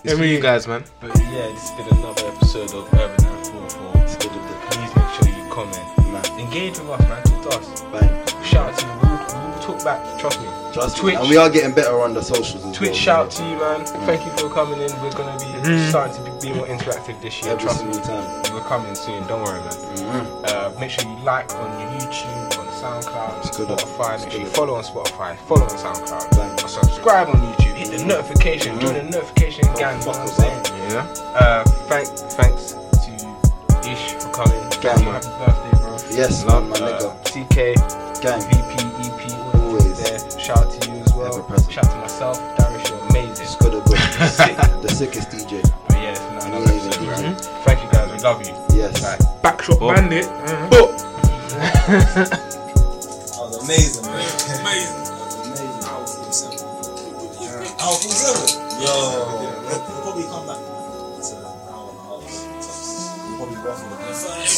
[SPEAKER 3] It's for you guys, man.
[SPEAKER 5] But yeah, this has been another episode of Urban 944. Please make sure you comment.
[SPEAKER 6] Man,
[SPEAKER 5] Engage with us, man. Talk to us.
[SPEAKER 6] bang.
[SPEAKER 5] Shout out to you. We'll, we'll talk back. Trust me.
[SPEAKER 6] Trust me.
[SPEAKER 5] Twitch.
[SPEAKER 6] And we are getting better on the socials as
[SPEAKER 5] Twitch
[SPEAKER 6] well.
[SPEAKER 5] shout out to you, man. Thank you for coming in. We're gonna be starting to be, be more interactive this year.
[SPEAKER 6] every
[SPEAKER 5] Trust me.
[SPEAKER 6] single time.
[SPEAKER 5] Mm-hmm. We're coming soon. Don't worry, man.
[SPEAKER 6] Mhm.
[SPEAKER 5] Uh, make sure you like on your YouTube, on SoundCloud,
[SPEAKER 6] It's good,
[SPEAKER 5] Spotify.
[SPEAKER 6] it's
[SPEAKER 5] Make sure you
[SPEAKER 6] good.
[SPEAKER 5] follow on Spotify, follow on SoundCloud,
[SPEAKER 6] Bang.
[SPEAKER 5] and subscribe on YouTube. Hit the notification. Join the notification gang. You know what I'm saying?
[SPEAKER 3] Yeah.
[SPEAKER 5] Uh, thank, thanks to Ish for coming.
[SPEAKER 6] Gang, man.
[SPEAKER 5] Happy birthday, bro.
[SPEAKER 6] Yes,
[SPEAKER 3] Love,
[SPEAKER 6] man, my
[SPEAKER 5] Uh,
[SPEAKER 6] nigga.
[SPEAKER 5] TK,
[SPEAKER 6] Gang.
[SPEAKER 5] VP, EP,
[SPEAKER 6] Always.
[SPEAKER 5] always there. Shout out to you as
[SPEAKER 6] Ever
[SPEAKER 5] well.
[SPEAKER 6] present.
[SPEAKER 5] Shout out to myself, Darius, you're amazing.
[SPEAKER 6] It's good. bro.
[SPEAKER 5] Sick.
[SPEAKER 6] The sickest DJ.
[SPEAKER 5] But yeah, it's been another
[SPEAKER 6] Amazing
[SPEAKER 5] episode,
[SPEAKER 6] DJ.
[SPEAKER 5] bro. Thank you guys, we love you.
[SPEAKER 6] Yes.
[SPEAKER 5] Bye.
[SPEAKER 4] Backshot
[SPEAKER 3] Oh.
[SPEAKER 4] bandit. uh.
[SPEAKER 5] That was amazing, man.
[SPEAKER 7] I'll be seven. Yo. We'll probably come back to an hour and a half. tops. We'll probably go for it.